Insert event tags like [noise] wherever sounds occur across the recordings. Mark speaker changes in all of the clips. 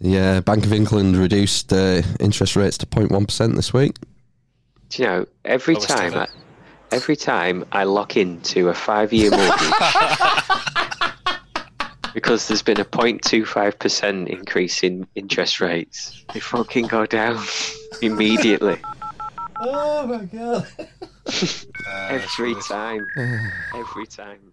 Speaker 1: The uh, Bank of England reduced uh, interest rates to 0.1% this week.
Speaker 2: Do you know, every
Speaker 3: Lowest
Speaker 2: time I,
Speaker 3: ever.
Speaker 2: every time I lock into a five year mortgage because there's been a 0.25% increase in interest rates, they fucking go down [laughs] immediately.
Speaker 4: Oh my god.
Speaker 3: Uh,
Speaker 2: Every
Speaker 3: it's-
Speaker 2: time. Every time.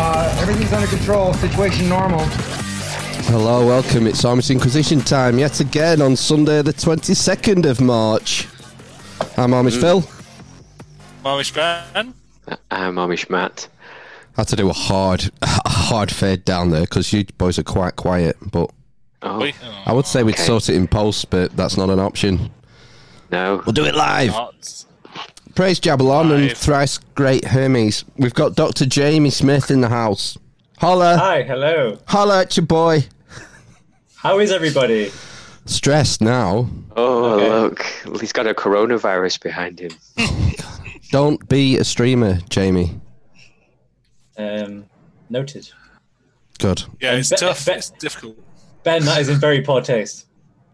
Speaker 4: Uh, everything's under control. Situation normal.
Speaker 1: Hello, welcome. It's Armist Inquisition time yet again on Sunday, the 22nd of March. I'm Armist
Speaker 2: Mm.
Speaker 1: Phil.
Speaker 3: Momish Ben.
Speaker 2: Uh, I'm Amish Matt.
Speaker 1: had to do a hard, a hard fade down there because you boys are quite quiet. But
Speaker 2: Oh,
Speaker 3: We-
Speaker 1: I would say we'd
Speaker 2: Okay.
Speaker 1: sort it in post, but that's not an option.
Speaker 2: no.
Speaker 1: We'll do it live.
Speaker 3: Not-
Speaker 1: Praise Jabbalon and
Speaker 3: Live.
Speaker 1: thrice great Hermes. We've got Dr. Jamie Smith in the house. Holla,
Speaker 5: Hi, hello.
Speaker 1: holla at your boy.
Speaker 5: How is everybody?
Speaker 1: Stressed now.
Speaker 2: Oh,
Speaker 5: Okay.
Speaker 2: look. He's got a coronavirus behind him.
Speaker 1: Don't be a streamer, Jamie.
Speaker 5: Um, noted. Um,
Speaker 1: Good.
Speaker 3: Yeah, it's
Speaker 5: Be-
Speaker 3: tough.
Speaker 5: Be-
Speaker 3: it's difficult.
Speaker 5: Ben, that is in very poor taste.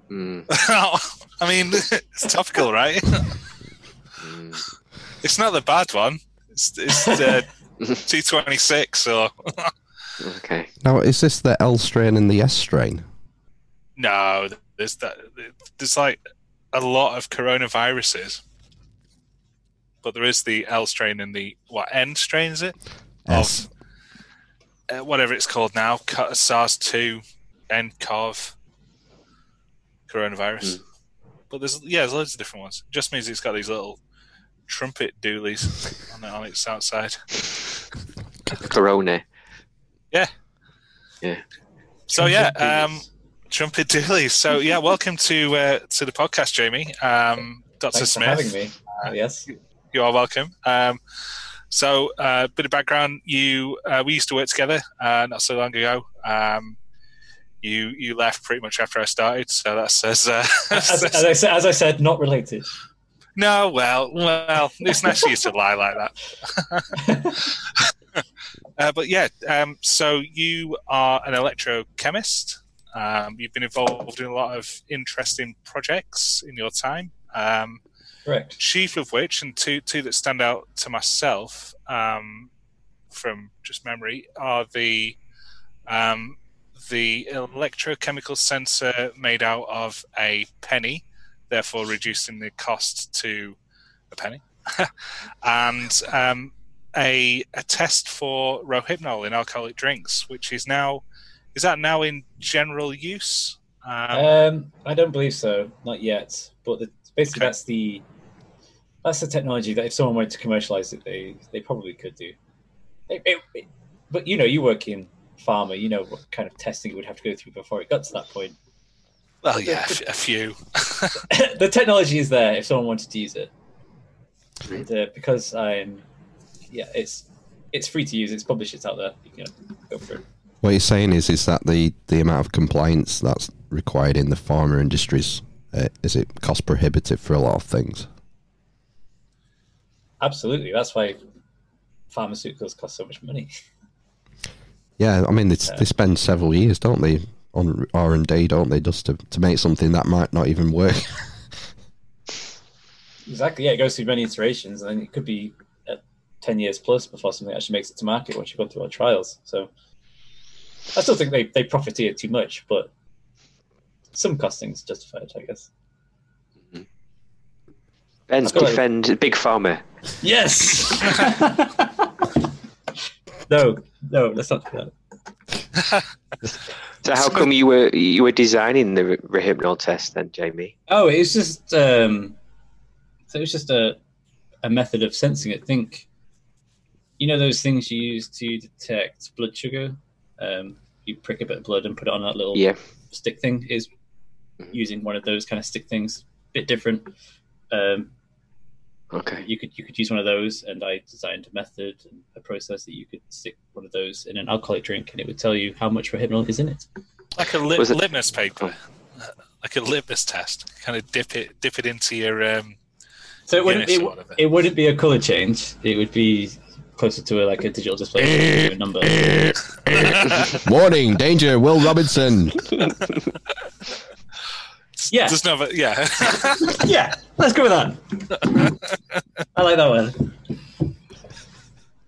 Speaker 3: Hmm. [laughs] I mean, it's topical, right? it's not the bad one. It's, it's uh, 226, so
Speaker 2: Okay.
Speaker 1: Now, is this the L strain and the S strain?
Speaker 3: no, there's that. There's like a lot of coronaviruses, but there is the L strain and the what N strain is it?
Speaker 1: S.
Speaker 3: Uh, whatever it's called now, SARS two, NCOV, coronavirus. But there's yeah, there's loads of different ones. Just means it's got these little trumpet doolies on, it- on its outside.
Speaker 2: Corona.
Speaker 3: So yeah, um, trumpet doolies. So yeah, welcome to uh, to the podcast, Jamie. Um, Doctor
Speaker 5: Thanks
Speaker 3: Smith.
Speaker 5: for having me. Oh, yes.
Speaker 3: You are welcome. Um, so, a uh, bit of background: you uh, we used to work together uh, not so long ago. Um, you you left pretty much after I started, so that says uh, [laughs]
Speaker 5: As, as I said, as I said, not related.
Speaker 3: no. Well, well, it's nice of you to lie like that. uh, but yeah, um, so you are an electrochemist. Um, you've been involved in a lot of interesting projects in your time. Um,
Speaker 5: Correct.
Speaker 3: chief of which, and two two that stand out to myself um, from just memory, are the um, the electrochemical sensor made out of a penny, therefore reducing the cost to a penny, [laughs] and um, a a test for rohypnol in alcoholic drinks, which is now is that now in general use. Um,
Speaker 5: Um, I don't believe so. Not yet. But the, basically,
Speaker 3: Okay.
Speaker 5: that's the that's the technology that if someone wanted to commercialize it, they they probably could do. It- it- it- but you know, you work in pharma. You know what kind of testing it would have to go through before it got to that point.
Speaker 3: well, yeah, a f- a few. [laughs]
Speaker 5: [laughs] the technology is there if someone wanted to use it. And, uh, because I'm, yeah, it's it's free to use. It's published. It's out there. You can go for it.
Speaker 1: What you're saying is, is that the, the amount of compliance that's required in the pharma industries uh, is it cost prohibitive for a lot of things?
Speaker 5: Absolutely. That's why pharmaceuticals cost so much money. [laughs]
Speaker 1: Yeah, I mean they, they spend several years, don't they, on R and D, don't they, just to, to make something that might not even work.
Speaker 5: Exactly. Yeah, it goes through many iterations, and then it could be uh, ten years plus before something actually makes it to market once you've gone through our trials. So, I still think they they profiteer too much, but some costings justified, I guess.
Speaker 2: Ben's
Speaker 5: I've got it.
Speaker 2: defend Big Pharma.
Speaker 5: Yes. [laughs] no, no, let's not do that.
Speaker 2: So how come you were you were designing the re- rehypnol test then, Jamie?
Speaker 5: Oh, it was just um, so it was just a a method of sensing it. Think, you know, those things you use to detect blood sugar. Um, you prick a bit of blood and put it on that little
Speaker 2: Yeah. Mm-hmm.
Speaker 5: stick thing. Is using one of those kind of stick things, bit different. Um,
Speaker 2: Okay.
Speaker 5: you could you could use one of those, and I designed a method and a process that you could stick one of those in an alcoholic drink, and it would tell you how much rohypnol is in it.
Speaker 3: like a lit-
Speaker 2: Was it-
Speaker 3: litmus
Speaker 2: Oh.
Speaker 3: paper, like a litmus test. Kind of dip it, dip it into your. Um,
Speaker 5: So it wouldn't
Speaker 3: Guinness
Speaker 5: it,
Speaker 3: or
Speaker 5: w-
Speaker 3: whatever.
Speaker 5: it wouldn't be a color change. It would be closer to a, like a digital display
Speaker 3: Eh,
Speaker 5: to a number.
Speaker 1: Warning, danger, Will Robinson.
Speaker 5: [laughs] Yeah,
Speaker 3: There's no, other- yeah. [laughs]
Speaker 5: [laughs] yeah. Let's go with that. I like that one.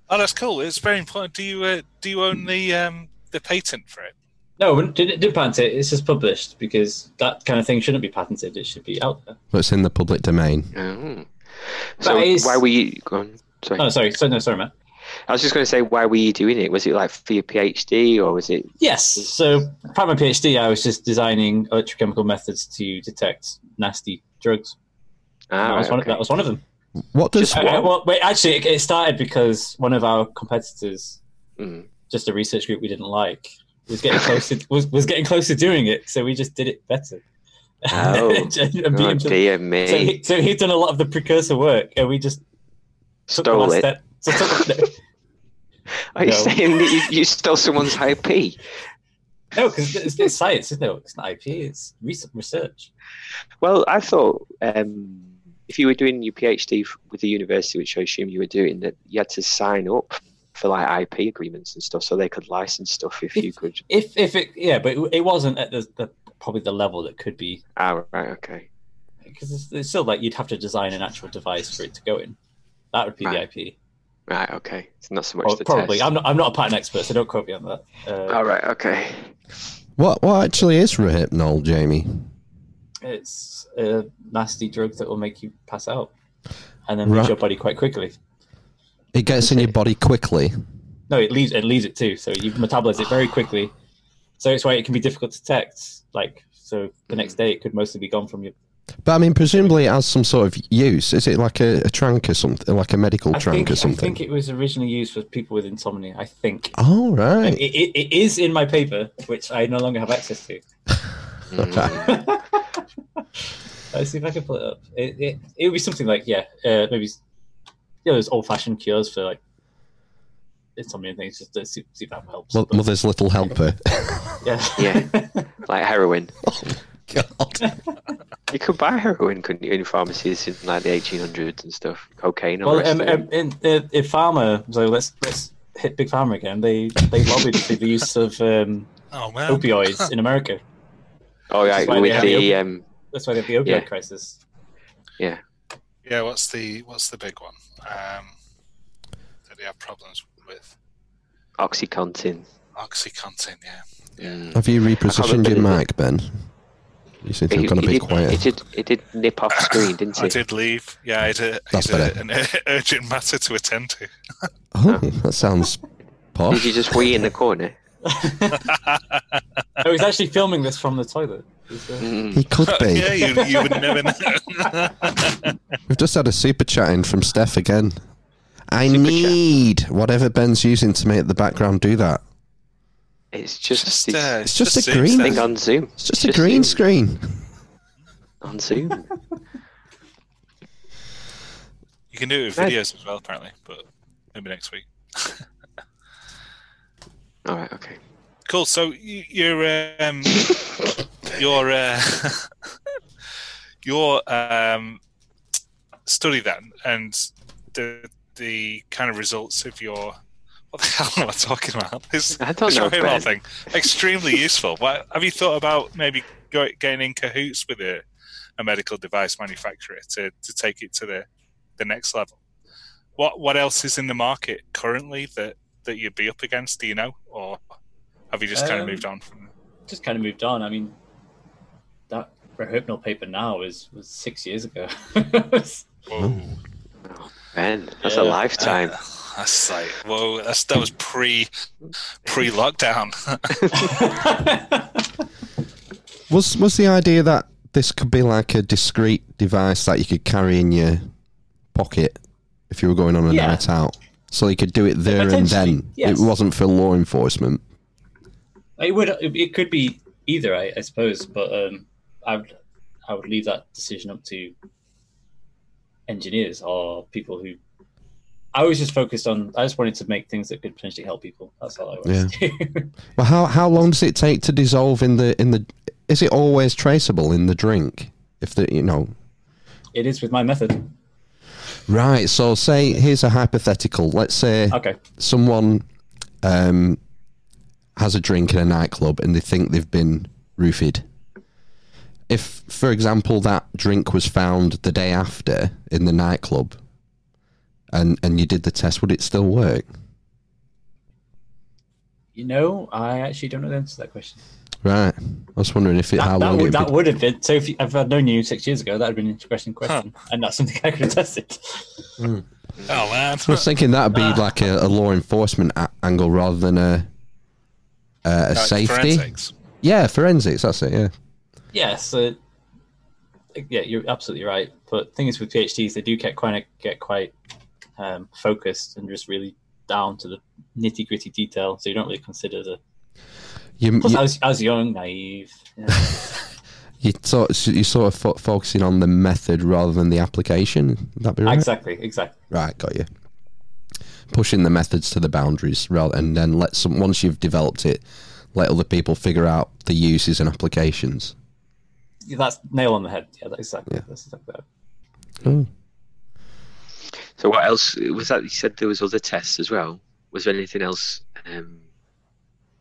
Speaker 3: oh, that's cool. It's very important. Do you uh, do you own the um, the patent for it?
Speaker 5: No, did did patent it. It's just published because that kind of thing shouldn't be patented. It should be out there.
Speaker 1: That's in the public domain.
Speaker 2: Oh. So
Speaker 5: it's-
Speaker 2: why were you? Go on. Sorry.
Speaker 5: Oh, sorry. So no, sorry, Matt.
Speaker 2: I was just going to say, why were you doing it? Was it like for your PhD or was it? [laughs]
Speaker 5: Yes. So, part of my PhD, I was just designing electrochemical methods to detect nasty drugs.
Speaker 2: Ah,
Speaker 5: that, was
Speaker 2: right,
Speaker 5: one,
Speaker 2: okay.
Speaker 5: that was one of them.
Speaker 1: What does
Speaker 5: I- I- uh, well, wait, actually, it, it started because one of our competitors,
Speaker 2: Mm.
Speaker 5: just a research group we didn't like, was getting close to was, was getting close to doing it, so we just did it better.
Speaker 2: Oh.
Speaker 5: [laughs] And beat him
Speaker 2: Oh,
Speaker 5: to-
Speaker 2: dear
Speaker 5: so,
Speaker 2: me.
Speaker 5: he, so he'd done a lot of the precursor work, and we just took the
Speaker 2: Stole
Speaker 5: last
Speaker 2: it.
Speaker 5: step. So took, no,
Speaker 2: [laughs] Are you
Speaker 5: No.
Speaker 2: saying that you, you stole someone's IP?
Speaker 5: no, because it's, it's science, isn't it? It's not IP, it's recent research.
Speaker 2: Well, I thought um, if you were doing your PhD f- with the university, which I assume you were doing, that you had to sign up for like IP agreements and stuff, so they could license stuff if you could.
Speaker 5: if if it yeah but it, it wasn't at the, the probably the level that could be
Speaker 2: Ah, right, okay.
Speaker 5: because it's, it's still like you'd have to design an actual device for it to go in that would be
Speaker 2: Right.
Speaker 5: the ip
Speaker 2: Right, okay. It's not so much
Speaker 5: Or
Speaker 2: the
Speaker 5: probably
Speaker 2: test.
Speaker 5: i'm not i'm not a patent expert so don't quote me on that uh,
Speaker 2: All right, okay.
Speaker 1: what what actually is rohypnol, Jamie?
Speaker 5: it's a nasty drug that will make you pass out and then leave
Speaker 1: Right.
Speaker 5: your body quite quickly
Speaker 1: It gets in your body quickly.
Speaker 5: no it leaves it leaves it too so you metabolize it very quickly so it's why it can be difficult to detect like so the next
Speaker 2: Hmm.
Speaker 5: day it could mostly be gone from your
Speaker 1: But I mean, presumably it has some sort of use. Is it like a, a trank or something, like a medical
Speaker 5: I
Speaker 1: trank
Speaker 5: think,
Speaker 1: or
Speaker 5: I
Speaker 1: something?
Speaker 5: think it was originally used for people with insomnia i think
Speaker 1: oh
Speaker 5: Like,
Speaker 1: right.
Speaker 5: it, it, it is in my paper, which I no longer have access to.
Speaker 2: Mm.
Speaker 5: Let's see if I can pull it up. It, it, it would be something like, yeah, uh, maybe, s- you know, those old fashioned cures for like insomnia and things, just to see, see if that helps.
Speaker 1: Mo-
Speaker 5: But,
Speaker 1: Mother's little helper.
Speaker 5: yeah. [laughs]
Speaker 2: Yeah. like
Speaker 1: [laughs]
Speaker 2: heroin.
Speaker 1: Oh God.
Speaker 2: You could buy heroin, couldn't you, in pharmacies in like the 1800s and stuff? Cocaine. Or
Speaker 5: well, um, um, in, in, in Pharma, so let's, let's hit Big Pharma again. They, they lobbied for the use of um,
Speaker 3: [laughs] Oh man.
Speaker 5: opioids in America.
Speaker 2: [laughs] oh, right,
Speaker 5: why
Speaker 2: with
Speaker 5: they
Speaker 2: the
Speaker 5: have
Speaker 2: um,
Speaker 5: That's why they have the opioid
Speaker 2: Yeah.
Speaker 5: crisis.
Speaker 3: Yeah. What's the what's the big one? Um, that they have problems with
Speaker 2: OxyContin.
Speaker 3: OxyContin. Yeah.
Speaker 2: Mm.
Speaker 1: [laughs] Have you repositioned your
Speaker 2: remember the-
Speaker 1: mic, Ben? You seem to have gone a
Speaker 2: it,
Speaker 1: bit
Speaker 2: did, it
Speaker 1: quiet.
Speaker 2: did. It did nip off screen, didn't
Speaker 3: [coughs] I
Speaker 2: it?
Speaker 3: did leave. Yeah, I did. I
Speaker 1: That's
Speaker 3: had a-
Speaker 1: better.
Speaker 3: an [laughs] urgent matter to attend to.
Speaker 1: Oh, that sounds
Speaker 2: uh, Did
Speaker 1: posh.
Speaker 2: you just wee in the corner?
Speaker 5: I was Oh, actually filming this from the toilet. It's, uh,
Speaker 2: Mm.
Speaker 3: [laughs]
Speaker 1: He could be.
Speaker 3: yeah, you, you would never know.
Speaker 1: [laughs] We've just had a super chat in from Steph again. I
Speaker 2: Super chat.
Speaker 1: need whatever Ben's using to make the background do that.
Speaker 2: It's just,
Speaker 3: Just,
Speaker 2: this
Speaker 3: uh,
Speaker 1: It's just a
Speaker 3: Zoom
Speaker 1: green-
Speaker 2: thing
Speaker 3: stuff.
Speaker 2: on Zoom.
Speaker 1: It's just, a green
Speaker 2: Zoom.
Speaker 1: screen.
Speaker 2: on Zoom. [laughs]
Speaker 3: You can do it with
Speaker 2: Right.
Speaker 3: videos as well, apparently, but maybe next week.
Speaker 2: All right, okay.
Speaker 3: Cool. So you, you're
Speaker 2: [laughs]
Speaker 3: um, your uh, your um, study then, and the the kind of results of your what the [laughs] hell am I talking about? This,
Speaker 2: I don't
Speaker 3: this
Speaker 2: know,
Speaker 3: Rohypnol
Speaker 2: Ben.
Speaker 3: thing extremely useful. What, have you thought about maybe go, getting in cahoots with a, a medical device manufacturer to, to take it to the, the next level? What what else is in the market currently that, that you'd be up against? Do you know, or have you just kind of
Speaker 5: Um,
Speaker 3: moved on from?
Speaker 5: [laughs] just kind of moved on. I mean, that Rehypnol paper now is was six years ago. [laughs]
Speaker 3: Whoa.
Speaker 2: Ben, that's
Speaker 5: Yeah.
Speaker 2: a lifetime.
Speaker 3: Uh, that's like whoa. That's that was pre
Speaker 5: [laughs]
Speaker 3: pre lockdown.
Speaker 1: Was was the idea that this could be like a discrete device that you could carry in your pocket if you were going on a
Speaker 5: Yeah.
Speaker 1: night out. So you could do it there and
Speaker 5: Potentially,
Speaker 1: then.
Speaker 5: yes.
Speaker 1: It wasn't for law enforcement.
Speaker 5: It would. It could be either, I, I suppose. But um, I would. I would leave that decision up to engineers or people who. I was just focused on. I just wanted to make things that could potentially help people. That's all I wanted. to do. [laughs]
Speaker 1: Well, how how long does it take to dissolve in the in the? Is it always traceable in the drink? If the you know
Speaker 5: it is with my method.
Speaker 1: right. So say here's a hypothetical. Let's say
Speaker 5: Okay.
Speaker 1: someone um, has a drink in a nightclub and they think they've been roofied. If, for example, that drink was found the day after in the nightclub, and and you did the test, would it still work?
Speaker 5: You know, I actually don't know the answer to that question.
Speaker 1: Right. I was wondering if it, how
Speaker 5: that, that
Speaker 1: long
Speaker 5: would,
Speaker 1: it.
Speaker 5: that
Speaker 1: would-
Speaker 5: would have been. So if, you, if I'd known you six years ago, that would have been an interesting question, and that's something I could have tested.
Speaker 6: Mm.
Speaker 3: Oh man.
Speaker 1: I was thinking that'd be like a, a law enforcement a- angle rather than a a, a
Speaker 3: Like
Speaker 1: safety.
Speaker 3: forensics.
Speaker 1: Yeah, forensics. That's it. Yeah.
Speaker 5: Yes, uh, yeah, you're absolutely right. But thing is, with PhDs, they do get quite get quite um, focused and just really down to the nitty gritty detail. So you don't really consider the.
Speaker 1: You,
Speaker 5: Plus,
Speaker 1: you,
Speaker 5: I, was, I was young, naive. Yeah.
Speaker 1: you sort you sort of fo- focusing on the method rather than the application. Would that be right?
Speaker 5: exactly, exactly.
Speaker 1: Right, got you. Pushing the methods to the boundaries, rather, and then let some once you've developed it, let other people figure out the uses and applications.
Speaker 5: [laughs] Yeah, That's nail on the head. Yeah, that's exactly.
Speaker 1: Yeah.
Speaker 5: That's exactly that.
Speaker 2: So what else was that? You said there was other tests as well. Was there anything else um,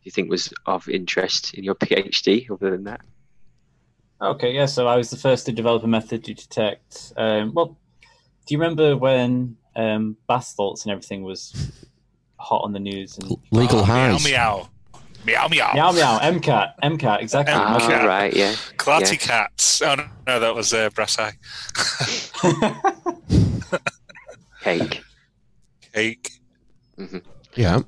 Speaker 2: you think was of interest in your PhD other than that?
Speaker 5: Okay, yeah. So I was the first to develop a method to detect. Um, well, do you remember when um, bath salts and everything was hot on the news? And
Speaker 3: Meow
Speaker 1: Legal highs.
Speaker 3: Uh, meow. Meow meow.
Speaker 5: meow meow, MCAT, MCAT, exactly.
Speaker 3: Ah,
Speaker 2: Ah,
Speaker 3: yeah.
Speaker 2: right, yeah.
Speaker 3: Clarty
Speaker 2: Yeah.
Speaker 3: cats. Oh no, no, that was uh, brass eye.
Speaker 2: [laughs] Cake.
Speaker 3: Cake.
Speaker 2: Mm-hmm.
Speaker 1: Yeah,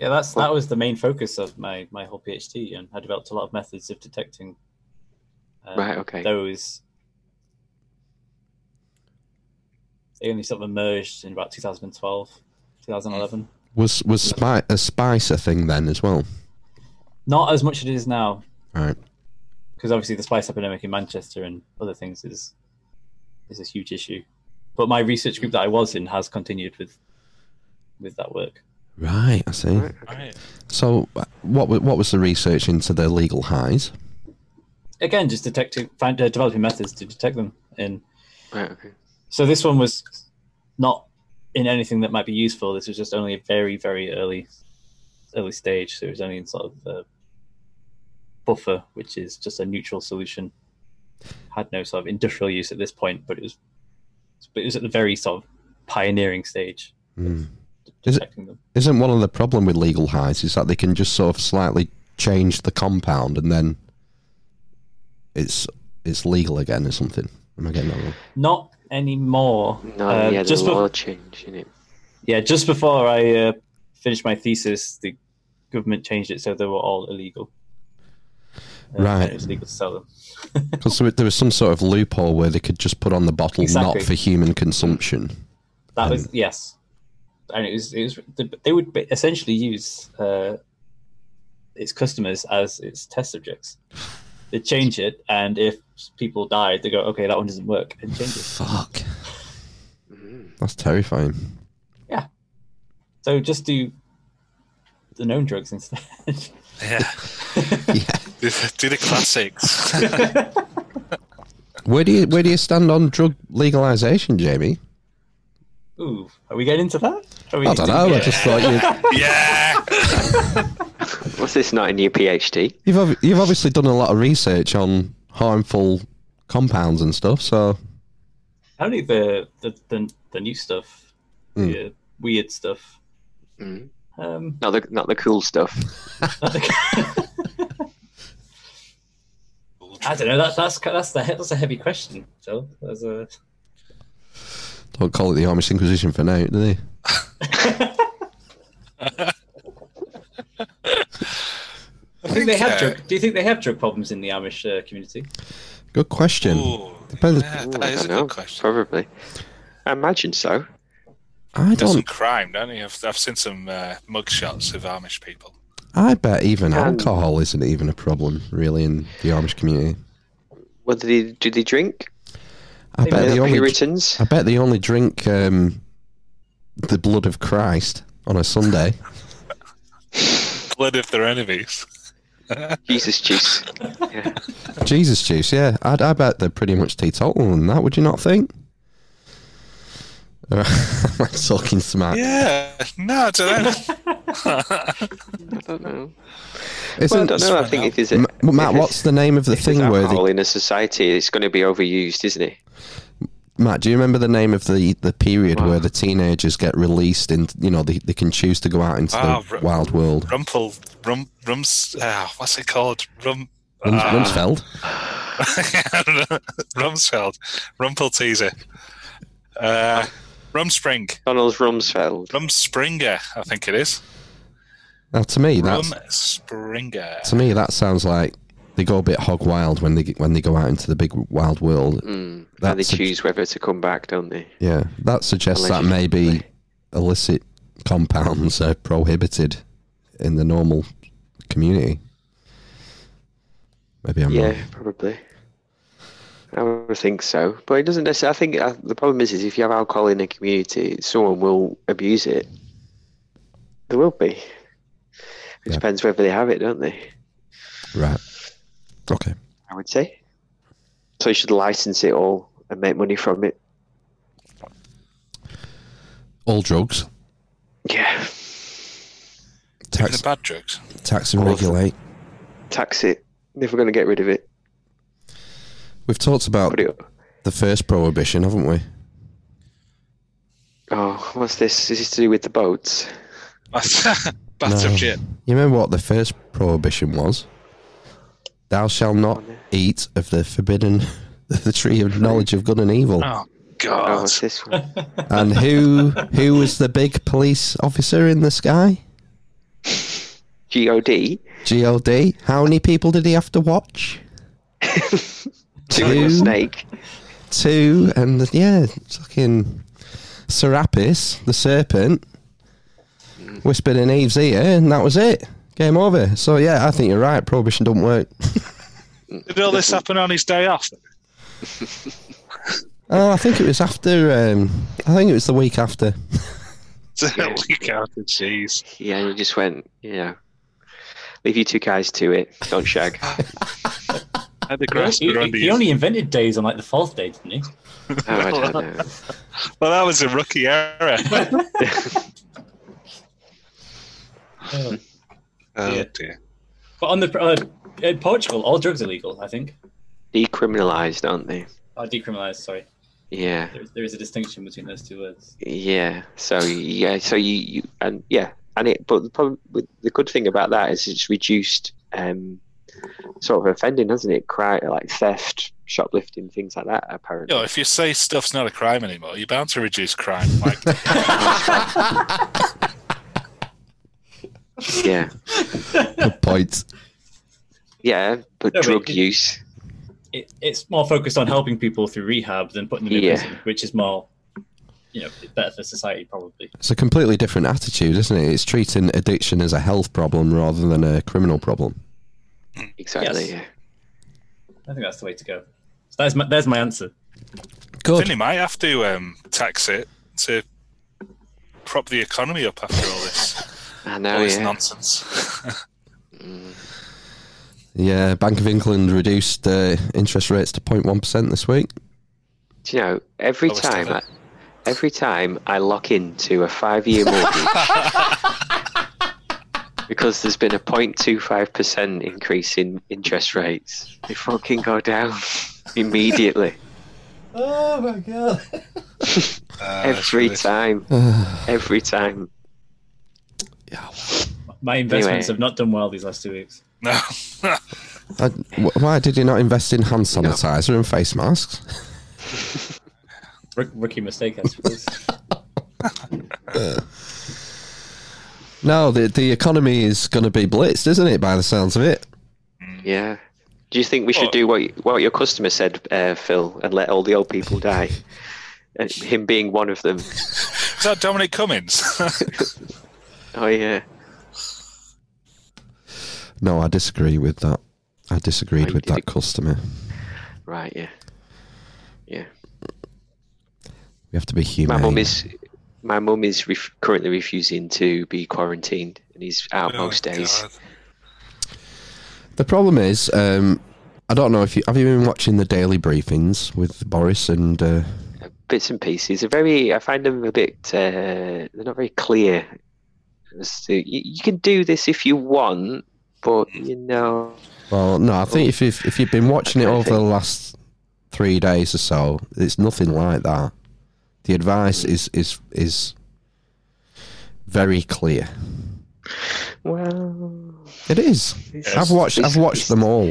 Speaker 5: Yeah, that's that was the main focus of my my whole PhD, and I developed a lot of methods of detecting um,
Speaker 2: Right, okay.
Speaker 5: those. They only sort of emerged in about 2012, 2011.
Speaker 1: was was spy, a spice a thing then as well?
Speaker 5: Not as much as it is now,
Speaker 1: Right.
Speaker 5: because obviously the spice epidemic in Manchester and other things is is a huge issue. But my research group that I was in has continued with with that work.
Speaker 1: Right, I see.
Speaker 3: Right.
Speaker 1: So, uh, what wa- what was the research into the legal highs?
Speaker 5: Again, just detecting, find, uh, developing methods to detect them in
Speaker 2: Right, okay.
Speaker 5: So this one was not in anything that might be useful. This was just only a very, very early, early stage. So it was only in sort of a buffer, which is just a neutral solution. Had no sort of industrial use at this point, but it was, but it was at the very sort of pioneering stage.
Speaker 1: Is it-
Speaker 5: detecting Mm. them.
Speaker 1: Isn't one of the problem with legal highs is that they can just sort of slightly change the compound and then it's it's legal again or something? Am I getting
Speaker 5: [laughs]
Speaker 1: that wrong?
Speaker 5: Not anymore.
Speaker 2: No,
Speaker 5: Uh,
Speaker 2: yeah, the
Speaker 5: just bef-
Speaker 2: law change, innit?
Speaker 5: yeah, just before I uh, finished my thesis, the government changed it so they were all illegal. Uh, and
Speaker 1: Right.
Speaker 5: it was illegal to sell them.
Speaker 1: Because there there was some sort of loophole where they could just put on the bottle
Speaker 5: Exactly.
Speaker 1: not for human consumption.
Speaker 5: That was yes, and it was it was they would be- essentially use uh, its customers as its test subjects. They change it, and if people died, they go, "Okay, that one doesn't work," and change it.
Speaker 1: Fuck. That's terrifying.
Speaker 5: So just do the known drugs instead.
Speaker 3: Yeah.
Speaker 1: Yeah.
Speaker 3: Do the, do the classics.
Speaker 1: Where do you where do you stand on drug legalization, Jamie?
Speaker 5: [laughs] Ooh, are we getting into that? Are we
Speaker 1: I don't know. I just thought you,
Speaker 3: yeah.
Speaker 2: [laughs] What's this not in your PhD?
Speaker 1: you've ob- you've obviously done a lot of research on harmful compounds and stuff. So
Speaker 5: Only the the, the the new stuff, the uh, weird stuff.
Speaker 3: Hmm.
Speaker 2: Mm.
Speaker 5: Um,
Speaker 2: Not the not the cool [laughs] stuff.
Speaker 5: I don't know. That, that's that's the that's a heavy question. Joe. That's a
Speaker 1: don't call it the Amish Inquisition for now, do they?
Speaker 5: I think they have
Speaker 3: Okay.
Speaker 5: drug. Do you think they have drug problems in the Amish uh, community?
Speaker 1: Good question.
Speaker 3: Ooh,
Speaker 1: Depends-
Speaker 3: yeah,
Speaker 2: Ooh,
Speaker 3: that
Speaker 2: I
Speaker 3: is a
Speaker 2: don't know.
Speaker 3: good question.
Speaker 2: Probably. I imagine so.
Speaker 1: I
Speaker 3: There's some
Speaker 1: don't.
Speaker 3: crime, don't you? I've, I've seen some uh, mugshots of Amish people.
Speaker 1: I bet even
Speaker 2: Um,
Speaker 1: alcohol isn't even a problem really in the Amish community.
Speaker 2: What do they do? They drink.
Speaker 1: I bet
Speaker 2: They're
Speaker 1: the
Speaker 2: not
Speaker 1: only
Speaker 2: Puritans.
Speaker 1: I bet they only drink um, the blood of Christ on a Sunday.
Speaker 3: Blood of their enemies. [laughs]
Speaker 2: Jesus juice.
Speaker 1: Jesus juice, yeah. I, I bet they're pretty much teetotal on that. Would you not think? [laughs] Am I talking smack?
Speaker 3: Yeah, no, I don't know.
Speaker 2: I don't know. Well, I
Speaker 1: Isn't
Speaker 2: don't know. I think if there's a,
Speaker 1: M- Matt?
Speaker 2: if
Speaker 1: What's the name of the
Speaker 2: there's
Speaker 1: thing where
Speaker 2: alcohol
Speaker 1: they,
Speaker 2: in a society, it's going to be overused, isn't it?
Speaker 1: Matt? Do you remember the name of the, the period
Speaker 2: Wow.
Speaker 1: where the teenagers get released and you know they, they can choose to go out into
Speaker 3: Ah,
Speaker 1: the
Speaker 3: r-
Speaker 1: wild world?
Speaker 3: Rumpel, rum, rums, uh, what's it called? Rum,
Speaker 1: Rums-
Speaker 3: Ah. [laughs]
Speaker 1: Rumsfeld.
Speaker 3: Rumsfeld, Rumpel teaser, uh, Rumspring,
Speaker 2: Donald Rumsfeld.
Speaker 3: Rumspringer, I think it is.
Speaker 1: Now to me, that's
Speaker 3: Rumspringer.
Speaker 1: to me that sounds like they go a bit hog wild when they g- when they go out into the big wild world.
Speaker 2: Mm. And they
Speaker 1: That's a-
Speaker 2: choose whether to come back, don't they?
Speaker 1: Yeah, that suggests that maybe illicit compounds are prohibited in the normal community. Maybe I'm
Speaker 2: Yeah,
Speaker 1: wrong.
Speaker 2: probably. I would think so, but it doesn't necessarily. I think uh, the problem is, is if you have alcohol in a community, someone will abuse it. There will be. It
Speaker 1: Yeah.
Speaker 2: depends whether they have it, don't they?
Speaker 1: Right. Okay.
Speaker 2: I would say. So you should license it all and make money from it.
Speaker 1: All drugs,
Speaker 2: Yeah,
Speaker 3: Even the
Speaker 1: tax,
Speaker 3: bad drugs.
Speaker 1: tax and
Speaker 2: all of them.
Speaker 1: regulate.
Speaker 2: tax it. If we're going to get rid of it,
Speaker 1: We've talked about
Speaker 2: put it. Up.
Speaker 1: the first prohibition, haven't we?
Speaker 2: Oh, what's this? Is this to do with the
Speaker 3: [laughs]
Speaker 2: boats?
Speaker 3: Bathtub
Speaker 1: No.
Speaker 3: shit.
Speaker 1: You remember what the first prohibition was? Thou shalt not eat of the forbidden, [laughs] the tree of knowledge of good and evil.
Speaker 3: Oh
Speaker 2: Oh,
Speaker 3: God.
Speaker 2: what's this one?
Speaker 1: And who who was the big police officer in the sky?
Speaker 2: God.
Speaker 1: God. How many people did he have
Speaker 2: [laughs]
Speaker 1: to watch?
Speaker 2: Doing
Speaker 1: Two.
Speaker 2: a snake.
Speaker 1: Two and yeah, fucking Serapis, the serpent, whispered in Eve's ear, and that was it. Game over. So yeah, I think you're right. Prohibition don't work.
Speaker 3: Did all this happen on his day off?
Speaker 1: Oh, I think it was after. Um, I think it was the week after.
Speaker 3: we counted, jeez.
Speaker 2: Yeah, and you just went. Yeah. Leave you two guys to it. Don't shag.
Speaker 3: Had the grass
Speaker 5: He,
Speaker 3: were
Speaker 5: he-
Speaker 3: under
Speaker 5: he
Speaker 3: you.
Speaker 5: only invented days on like the fourth day, didn't he?
Speaker 2: Oh, I don't know.
Speaker 3: [laughs] Well, that was a
Speaker 5: [laughs]
Speaker 3: rookie error.
Speaker 5: Oh.
Speaker 3: oh
Speaker 5: Yeah.
Speaker 3: dear.
Speaker 5: But on the uh, in Portugal, all drugs are legal. I think.
Speaker 2: Decriminalised, aren't they?
Speaker 5: Oh, decriminalized. Sorry,
Speaker 2: Yeah.
Speaker 5: there, there is a distinction between those two words.
Speaker 2: Yeah. So yeah. So you, you and yeah. And it. But the problem, with- the good thing about that is it's reduced um, sort of offending, hasn't it? Cry like theft, shoplifting, things like that. Apparently.
Speaker 3: You know, if you say stuff's not a crime anymore, you're bound to reduce crime.
Speaker 2: [laughs]
Speaker 3: Like,
Speaker 2: Yeah.
Speaker 1: [laughs] Good point.
Speaker 2: Yeah. But
Speaker 5: No, but
Speaker 2: drug
Speaker 5: it-
Speaker 2: use.
Speaker 5: It, it's more focused on helping people through rehab than putting them in
Speaker 2: Yeah.
Speaker 5: prison, which is more, you know, better for society probably.
Speaker 1: It's a completely different attitude, isn't it? It's treating addiction as a health problem rather than a criminal problem.
Speaker 2: Exactly.
Speaker 5: Yes.
Speaker 2: Yeah.
Speaker 5: I think that's the way to go. So that's my there's my answer.
Speaker 3: then
Speaker 1: Good.
Speaker 3: you might have to um, tax it to prop the economy up after all this,
Speaker 2: I
Speaker 3: all
Speaker 2: know.
Speaker 3: this
Speaker 2: Yeah.
Speaker 3: nonsense. [laughs]
Speaker 1: Yeah, Bank of England reduced uh, interest rates to 0.1% this week.
Speaker 2: Do you know? Every
Speaker 3: Always
Speaker 2: time. I,
Speaker 3: tough.
Speaker 2: every time I lock into a five-year mortgage. Because there's been a 0.25% increase in interest rates. They fucking go down [laughs] immediately.
Speaker 4: Oh my god.
Speaker 3: Uh,
Speaker 2: every
Speaker 3: it's
Speaker 2: time. every time.
Speaker 5: My
Speaker 2: Anyway.
Speaker 5: investments have not done well these last two weeks.
Speaker 3: really- No.
Speaker 1: I, wh- why did you not invest in hand sanitizer and face masks? [laughs]
Speaker 5: Rook, rookie
Speaker 2: [laughs]
Speaker 5: mistake, I suppose.
Speaker 1: No, the the economy is going to be blitzed, isn't it? By the sounds of it.
Speaker 2: Yeah. Do you think we should
Speaker 3: Well-
Speaker 2: do what what your customer Uh, said, uh, Phil, and let all the old people die? And him being one of them.
Speaker 3: Is that Dominic
Speaker 2: [laughs]
Speaker 3: Cummings?
Speaker 2: Oh yeah,
Speaker 1: No, I disagree with that. I disagreed
Speaker 2: Oh, you
Speaker 1: with that
Speaker 2: did-
Speaker 1: customer.
Speaker 2: right. Yeah, yeah.
Speaker 1: We have to be human.
Speaker 2: My mum is my mum is ref- currently refusing to be quarantined, and he's out
Speaker 3: Oh,
Speaker 2: most days.
Speaker 3: God.
Speaker 1: The problem is, um, I don't know if you have you been watching the daily briefings with Boris and uh,
Speaker 2: Bits and pieces are very. I find them a bit. Uh, they're not very clear. As to- you, you can do this if you want, but
Speaker 3: Hmm.
Speaker 2: you know,
Speaker 1: well, no, I think if if if you've been watching it
Speaker 2: Okay, I
Speaker 1: over the last three days or so, it's nothing like that. The
Speaker 2: Mm.
Speaker 1: advice is is is very clear.
Speaker 2: well,
Speaker 1: It is.
Speaker 2: Yes.
Speaker 1: I've watched. I've watched them all.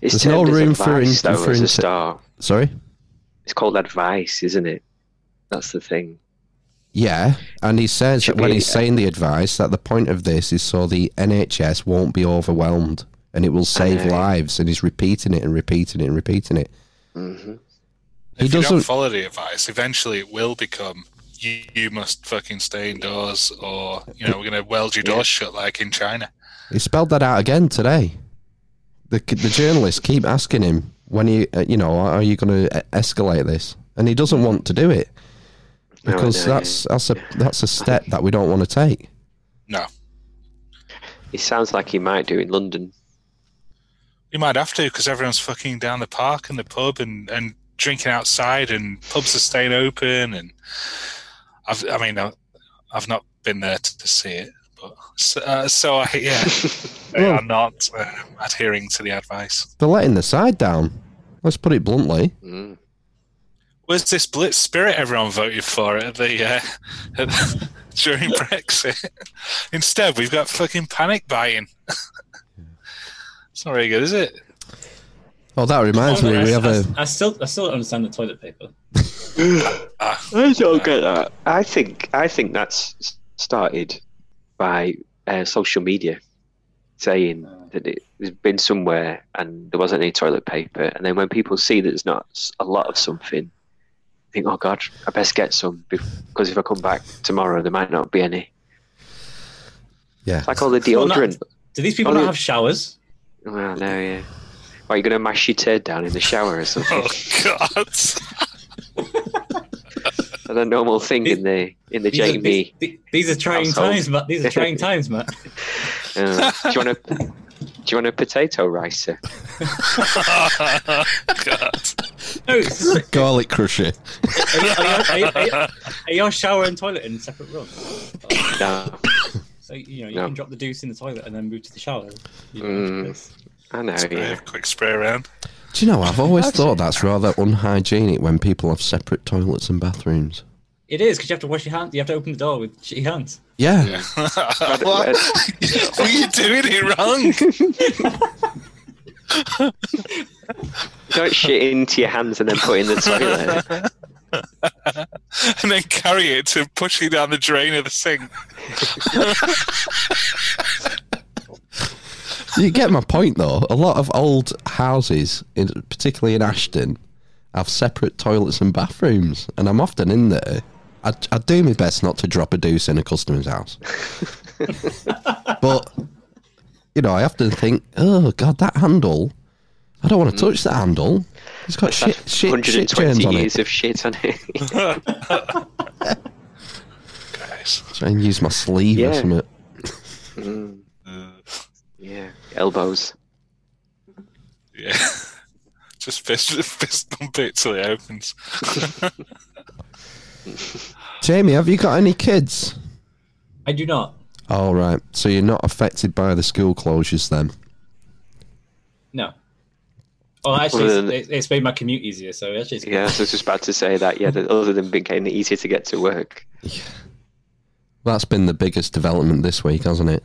Speaker 2: it's
Speaker 1: There's no
Speaker 2: termed as
Speaker 1: room for
Speaker 2: advice,
Speaker 1: in-
Speaker 2: though,
Speaker 1: for
Speaker 2: as
Speaker 1: inter-
Speaker 2: a star.
Speaker 1: Sorry.
Speaker 2: It's called advice, isn't it? That's the thing.
Speaker 1: Yeah, and he says that
Speaker 2: Should
Speaker 1: when
Speaker 2: we- uh,
Speaker 1: he's saying the advice that the point of this is so the NHS won't be overwhelmed and it will save
Speaker 2: Aye.
Speaker 1: lives, and he's repeating it and repeating it and repeating it.
Speaker 2: hmm
Speaker 1: He
Speaker 3: if you don't
Speaker 1: doesn't-
Speaker 3: follow the advice, eventually it will become you, you must fucking stay indoors, or you know we're gonna weld your doors
Speaker 2: Yeah.
Speaker 3: shut like in China.
Speaker 1: He spelled that out again today. The the journalists keep asking him when he, uh, you know, are you going to escalate this, and he doesn't want to do it
Speaker 2: No, I
Speaker 1: because
Speaker 2: know,
Speaker 1: that's that's a that's a step that we don't want to take.
Speaker 3: No,
Speaker 2: yeah. It sounds like he might do in London.
Speaker 3: you might have to because everyone's fucking down the park and the pub and and drinking outside and pubs are staying open and I've I mean I've, I've not been there to, to see it, but so, uh, so I yeah they are not uh, adhering to the advice.
Speaker 1: They're letting the side down. Let's put it bluntly.
Speaker 2: Mm.
Speaker 3: Where's this blitz spirit everyone voted for at the, uh, at the [laughs] during Brexit? Instead, we've got fucking panic buying. [laughs] it's not very good, is it?
Speaker 1: Oh, that reminds me,
Speaker 5: I,
Speaker 1: we have a
Speaker 5: I- I still, I still don't understand the toilet paper. Ah.
Speaker 2: I don't get that. uh, I think I think that's s- started by uh, social media saying
Speaker 5: Ah.
Speaker 2: that it has been somewhere and there wasn't any toilet paper, and then when people see that there's not s- a lot of something, think, "Oh God, I best get some because if I come back tomorrow, there might not be any."
Speaker 1: yeah.
Speaker 2: It's like all the
Speaker 5: Well, not-
Speaker 2: deodorant.
Speaker 5: Do these people
Speaker 2: Oh,
Speaker 5: not
Speaker 2: yeah.
Speaker 5: have showers?
Speaker 2: Well, no, yeah. Are you going to mash your turd down in the shower or something?
Speaker 3: Oh
Speaker 2: [laughs]
Speaker 3: God!
Speaker 2: That's a normal thing in the in the
Speaker 5: These are, these,
Speaker 2: JB.
Speaker 5: these- these are trying
Speaker 2: Household.
Speaker 5: times,
Speaker 2: [laughs]
Speaker 5: Matt. These are trying times, Matt.
Speaker 2: Uh, do you want a do you want a potato ricer?
Speaker 3: God.
Speaker 5: [laughs]
Speaker 2: [laughs]
Speaker 5: No, it's-
Speaker 1: Garlic crusher.
Speaker 5: are, you- are you- are you- are you- are your shower and toilet in separate rooms?
Speaker 2: No,
Speaker 5: So you know you
Speaker 2: No.
Speaker 5: can drop the deuce in the toilet and then move to the shower. You know,
Speaker 2: Mm.
Speaker 5: it's-
Speaker 2: I know.
Speaker 3: Yeah,
Speaker 2: Yeah.
Speaker 3: Quick spray around.
Speaker 1: Do you know? I've always thought that's rather unhygienic when people have separate toilets and bathrooms.
Speaker 5: It is because you have to wash your hands. You have to open the door with shitty hands.
Speaker 1: Yeah,
Speaker 3: [laughs] what? Were you doing it wrong?
Speaker 2: Don't shit into your hands and then put
Speaker 5: [laughs]
Speaker 2: it in the
Speaker 3: [laughs]
Speaker 2: toilet.
Speaker 3: and then carry it to push it down the drain of the sink.
Speaker 1: [laughs] you get my point though. A lot of old houses, in, particularly in Ashton, have separate toilets and bathrooms, and I'm often in there. I, I do my best not to drop a deuce in a
Speaker 2: [laughs]
Speaker 1: customer's house, but you know, I often think, oh god, that handle. I don't want to touch that handle. It's got shit, shit, shit
Speaker 2: Mm. 120
Speaker 1: germs on it.
Speaker 2: years of shit on it.
Speaker 1: [laughs]
Speaker 3: Guys.
Speaker 1: Try and use my sleeve or
Speaker 2: Yeah.
Speaker 1: something.
Speaker 2: Mm,
Speaker 3: Uh,
Speaker 2: yeah, elbows.
Speaker 3: yeah. [laughs] Just fist, fist bump it till it opens.
Speaker 1: Jamie, have you got any kids?
Speaker 5: I do not.
Speaker 1: All right. So you're not affected by the school closures then?
Speaker 5: No. Well, actually,
Speaker 2: Other than-
Speaker 5: it's, it's made my commute easier. So actually, it's good.
Speaker 2: Yeah, I was just about to say that. Yeah, that other than being easier to get to work.
Speaker 1: That's been the biggest development this week, hasn't it?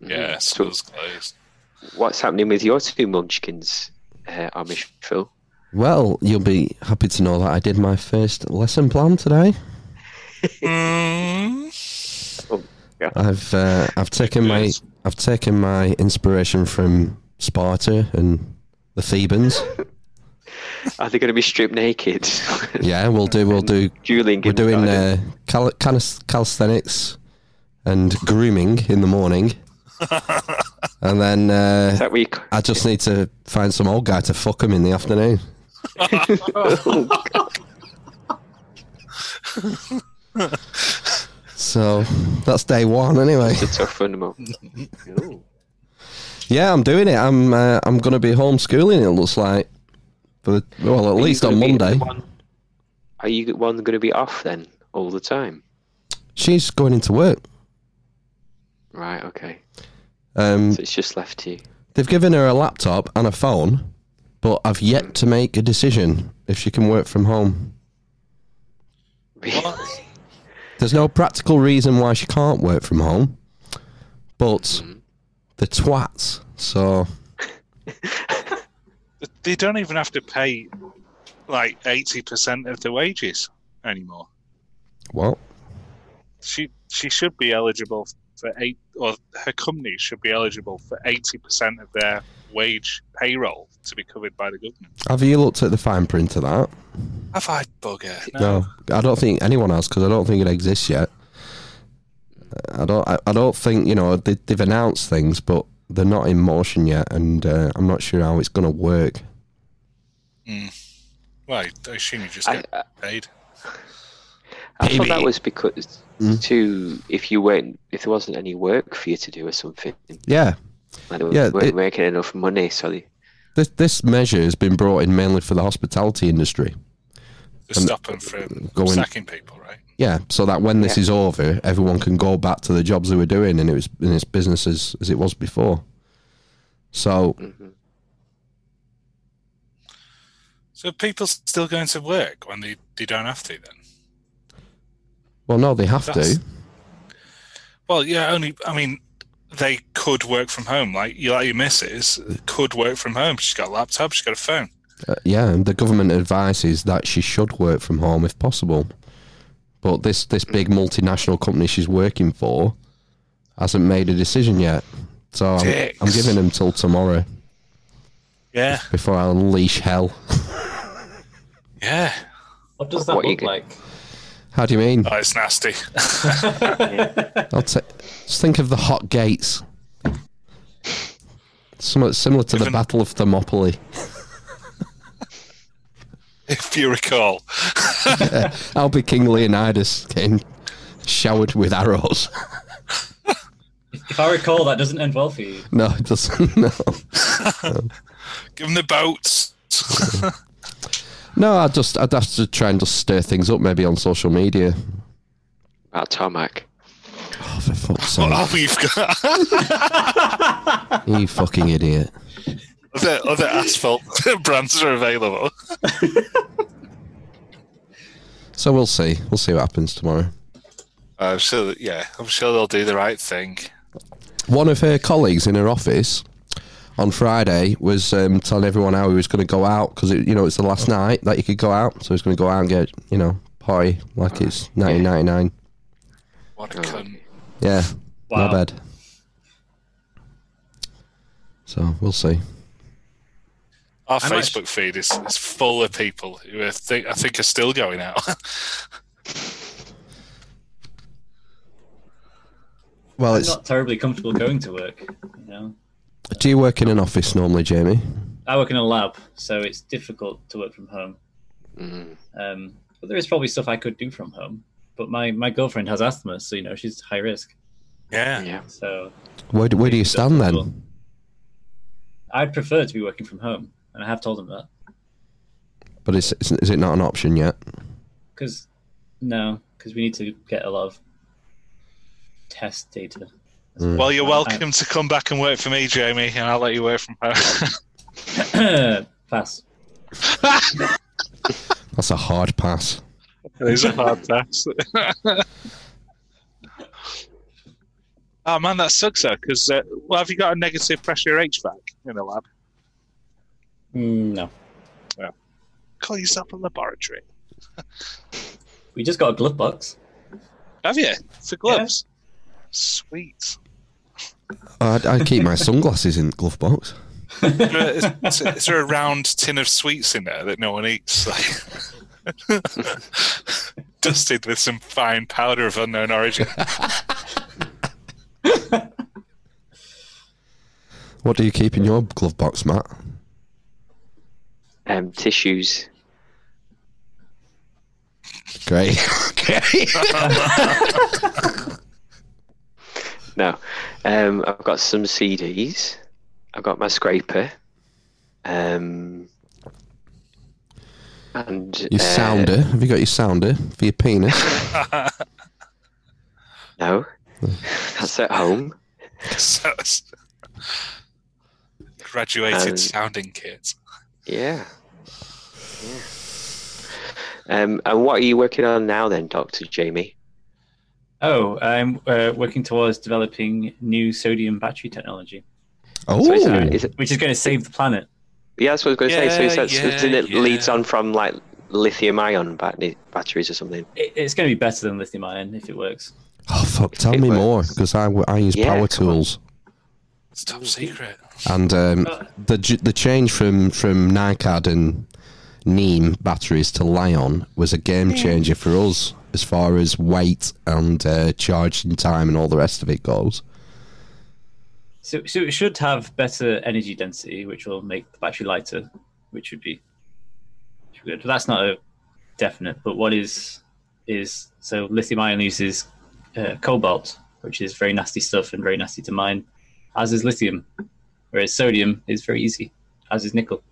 Speaker 3: Yeah, school's closed.
Speaker 2: What's happening with your two munchkins, uh, Amish Phil?
Speaker 1: Well, you'll be happy to know that I did my first lesson plan today.
Speaker 3: Mm.
Speaker 1: I've uh, I've taken my I've taken my inspiration from Sparta and the Thebans.
Speaker 2: Are they going to be stripped naked? [laughs]
Speaker 1: [laughs] Yeah, we'll do. We'll do.
Speaker 2: Julian,
Speaker 1: We're doing uh, cal- canis- calisthenics and grooming in
Speaker 2: [laughs]
Speaker 1: the morning, and then
Speaker 2: Is
Speaker 1: uh,
Speaker 2: that where you... c-
Speaker 1: I just need to find some old guy to fuck him in the afternoon. So that's day one, anyway.
Speaker 2: It's a tough one, Mo.
Speaker 1: Yeah, I'm doing it. I'm uh, I'm going to be homeschooling. It looks like, but well, at
Speaker 2: Are you
Speaker 1: least on
Speaker 2: gonna be the
Speaker 1: Monday.
Speaker 2: one- Are you the one going to be off then all the time?
Speaker 1: She's going into work.
Speaker 2: Right. Okay.
Speaker 1: Um,
Speaker 2: So it's just left to you.
Speaker 1: they've given her a laptop and a phone, but I've yet to make a decision if she can work from home.
Speaker 5: What?
Speaker 1: There's no practical reason why she can't work from home, but the twats. So
Speaker 3: [laughs] They don't even have to pay like eighty percent of the wages anymore.
Speaker 1: what?
Speaker 3: She she should be eligible for eight, or her company should be eligible for eighty percent of their wage payroll to be covered by the government.
Speaker 1: Have you looked at the fine print of that?
Speaker 3: Have I bugger?
Speaker 1: No, I don't think anyone has because I don't think it exists yet. I don't. I, I don't think you know they, they've announced things, but they're not in motion yet, and uh, I'm not sure how it's going to work.
Speaker 3: Hmm. Well, I assume you just
Speaker 2: I,
Speaker 3: get paid.
Speaker 2: I thought that
Speaker 1: Baby.
Speaker 2: was because
Speaker 1: Hmm?
Speaker 2: to if you weren't if there wasn't any work for you to do or something,
Speaker 1: Yeah,
Speaker 2: like they
Speaker 1: Yeah,
Speaker 2: weren't
Speaker 1: it-
Speaker 2: making enough money, so they
Speaker 1: this this measure has been brought in mainly for the hospitality industry.
Speaker 3: to stop them from
Speaker 1: Going-
Speaker 3: sacking people, right?
Speaker 1: Yeah, so that when this is over, everyone can go back to the jobs they were doing, and it was and it's business as, as it was before. So
Speaker 3: So people still going to work when they, they don't have to then?
Speaker 1: well, no, they have
Speaker 3: That's-
Speaker 1: to.
Speaker 3: Well, yeah, only, I mean, they could work from home. Like, you like your missus could work from home. She's got a laptop, she's got a phone.
Speaker 1: Uh, yeah, and the government advice is that she should work from home if possible. But this this big multinational company she's working for hasn't made a decision yet. So I'm, I'm
Speaker 3: Dicks.
Speaker 1: giving them till tomorrow
Speaker 3: Yeah,
Speaker 1: before I unleash hell.
Speaker 3: yeah.
Speaker 5: What does that
Speaker 2: What you
Speaker 5: look
Speaker 2: get-
Speaker 5: like?
Speaker 1: How do you mean?
Speaker 3: Oh,
Speaker 5: [laughs]
Speaker 3: it's nasty. [laughs]
Speaker 1: I'll ta- just think of the hot gates. Somewhat similar to the
Speaker 3: Given-
Speaker 1: Battle of Thermopylae.
Speaker 3: if
Speaker 2: [laughs]
Speaker 3: you recall,
Speaker 1: I'll be King Leonidas getting showered with arrows. [laughs]
Speaker 5: If I recall, that doesn't end well for you.
Speaker 1: no, it doesn't. No. [laughs]
Speaker 3: give them the boats.
Speaker 1: No, I just I'd have to try and just stir things up maybe on social media.
Speaker 2: are
Speaker 3: [laughs]
Speaker 2: tarmac.
Speaker 1: Oh, for fuck's
Speaker 3: what
Speaker 1: sake.
Speaker 3: have we got? [laughs]
Speaker 1: you fucking idiot.
Speaker 3: other, other asphalt [laughs] brands are available.
Speaker 5: [laughs]
Speaker 1: So we'll see. We'll see what happens tomorrow.
Speaker 3: I'm sure, that- yeah, I'm sure they'll do the right thing.
Speaker 1: One of her colleagues in her office on Friday was um, telling everyone how he was going to go out because, you know, it's the last night that you could go out. So he was going to go out and get, you know, party like it's 1999.
Speaker 3: What a
Speaker 2: Oh,
Speaker 3: cunt.
Speaker 2: okay.
Speaker 1: Yeah.
Speaker 5: Wow.
Speaker 1: Not bad. So we'll see.
Speaker 3: Our
Speaker 5: I might-
Speaker 3: Facebook feed is, is full of people who I think, I think are still going out.
Speaker 1: [laughs]
Speaker 3: [laughs]
Speaker 1: Well,
Speaker 5: I'm
Speaker 1: it's.
Speaker 5: not terribly comfortable going to work. You know,
Speaker 1: Do you work in an office normally, Jamie?
Speaker 5: I work in a lab, so it's difficult to work from home.
Speaker 2: Mm.
Speaker 5: Um, but there is probably stuff I could do from home. But my, my girlfriend has asthma, so you know she's high risk.
Speaker 3: yeah.
Speaker 2: Yeah.
Speaker 5: So
Speaker 1: Where, do- where do you stand then?
Speaker 5: I'd prefer to be working from home, and I have told them that
Speaker 1: But is, is, is it not an option yet?
Speaker 5: because no, because we need to get a lot of test data.
Speaker 3: Well, you're welcome to come back and work for me, Jamie, and I'll let you work from home.
Speaker 5: Pass.
Speaker 1: [laughs] That's a hard pass.
Speaker 3: it's a hard task. oh man, that sucks though. Because uh, well, have you got a negative pressure HVAC in the lab?
Speaker 5: Mm, no,
Speaker 3: Call yourself a laboratory.
Speaker 5: [laughs] we just got a glove box.
Speaker 3: Have you for gloves? Sweet.
Speaker 1: I'd, I'd keep my sunglasses in the glove box.
Speaker 3: Is, is- is there a round tin of sweets in there that no one eats? [laughs] Like, dusted with some fine powder of unknown origin.
Speaker 1: What do you keep in your glove box, Matt?
Speaker 2: Um, tissues.
Speaker 1: Great. [laughs] okay.
Speaker 2: [laughs] No, um, I've got some CDs. I've got my scraper. Um, and
Speaker 1: Your
Speaker 2: uh,
Speaker 1: sounder. Have you got your sounder for your penis?
Speaker 2: [laughs] No, that's at home.
Speaker 3: So- so- graduated
Speaker 2: Um,
Speaker 3: sounding kit.
Speaker 2: Yeah. yeah. Um, and what are you working on now, then, Doctor Jamie?
Speaker 5: oh, I'm uh, working towards developing new sodium battery technology,
Speaker 1: Oh,
Speaker 2: is it, is it,
Speaker 5: which is going to save the planet.
Speaker 2: yeah, that's what I was going to say. So
Speaker 3: Yeah,
Speaker 2: that's,
Speaker 3: yeah,
Speaker 2: isn't it
Speaker 3: yeah.
Speaker 2: leads on from like lithium-ion bat- batteries or something?
Speaker 5: It, it's going to be better than lithium ion if it works.
Speaker 1: oh fuck! Tell me
Speaker 2: It
Speaker 1: more, because I, I use
Speaker 2: Yeah,
Speaker 1: power
Speaker 2: come on.
Speaker 1: tools,
Speaker 3: It's top secret.
Speaker 1: and um, the ju- the change from from NiCad and Neem batteries to Lion was a game changer for us as far as weight and uh, charging time and all the rest of it goes.
Speaker 5: So, so it should have better energy density, which will make the battery lighter, which would be, which would be good. But that's not a definite. But what is is so lithium ion uses uh, cobalt, which is very nasty stuff and very nasty to mine, as is lithium, whereas sodium is very easy, as is nickel.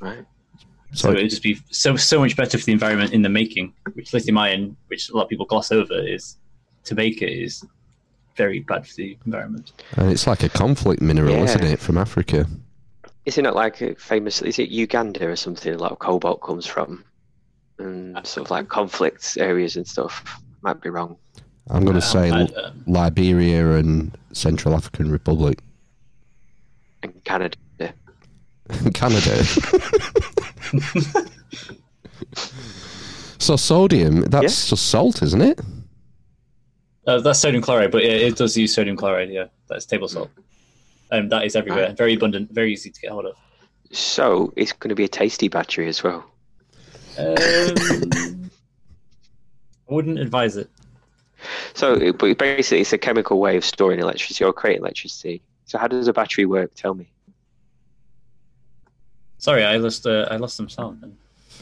Speaker 2: Right.
Speaker 1: So,
Speaker 5: So it would just be so so much better for the environment in the making. Which lithium ion, which a lot of people gloss over, is to make it is very bad for the environment.
Speaker 1: and it's like a conflict mineral,
Speaker 2: Yeah.
Speaker 1: isn't it, from Africa?
Speaker 2: Is it not like a famous? Is it Uganda or something? A lot of cobalt comes from, and sort of like conflict areas and stuff. Might be wrong.
Speaker 1: I'm going to say
Speaker 5: I-
Speaker 1: L- Liberia and Central African Republic,
Speaker 2: And Canada.
Speaker 1: Canada. so sodium, that's just salt, isn't it?
Speaker 5: Uh, that's sodium chloride, but it, it does use sodium chloride. Yeah, that's table salt,
Speaker 2: Hmm.
Speaker 5: and that is everywhere.
Speaker 2: Ah.
Speaker 5: Very abundant, very easy to get hold of.
Speaker 2: So it's going to be a tasty battery as well.
Speaker 5: Um, [laughs] I wouldn't advise it.
Speaker 2: So, it- but basically, it's a chemical way of storing electricity or creating electricity. So, how does a battery work? Tell me.
Speaker 5: Sorry, I lost. Uh, I lost some sound. then.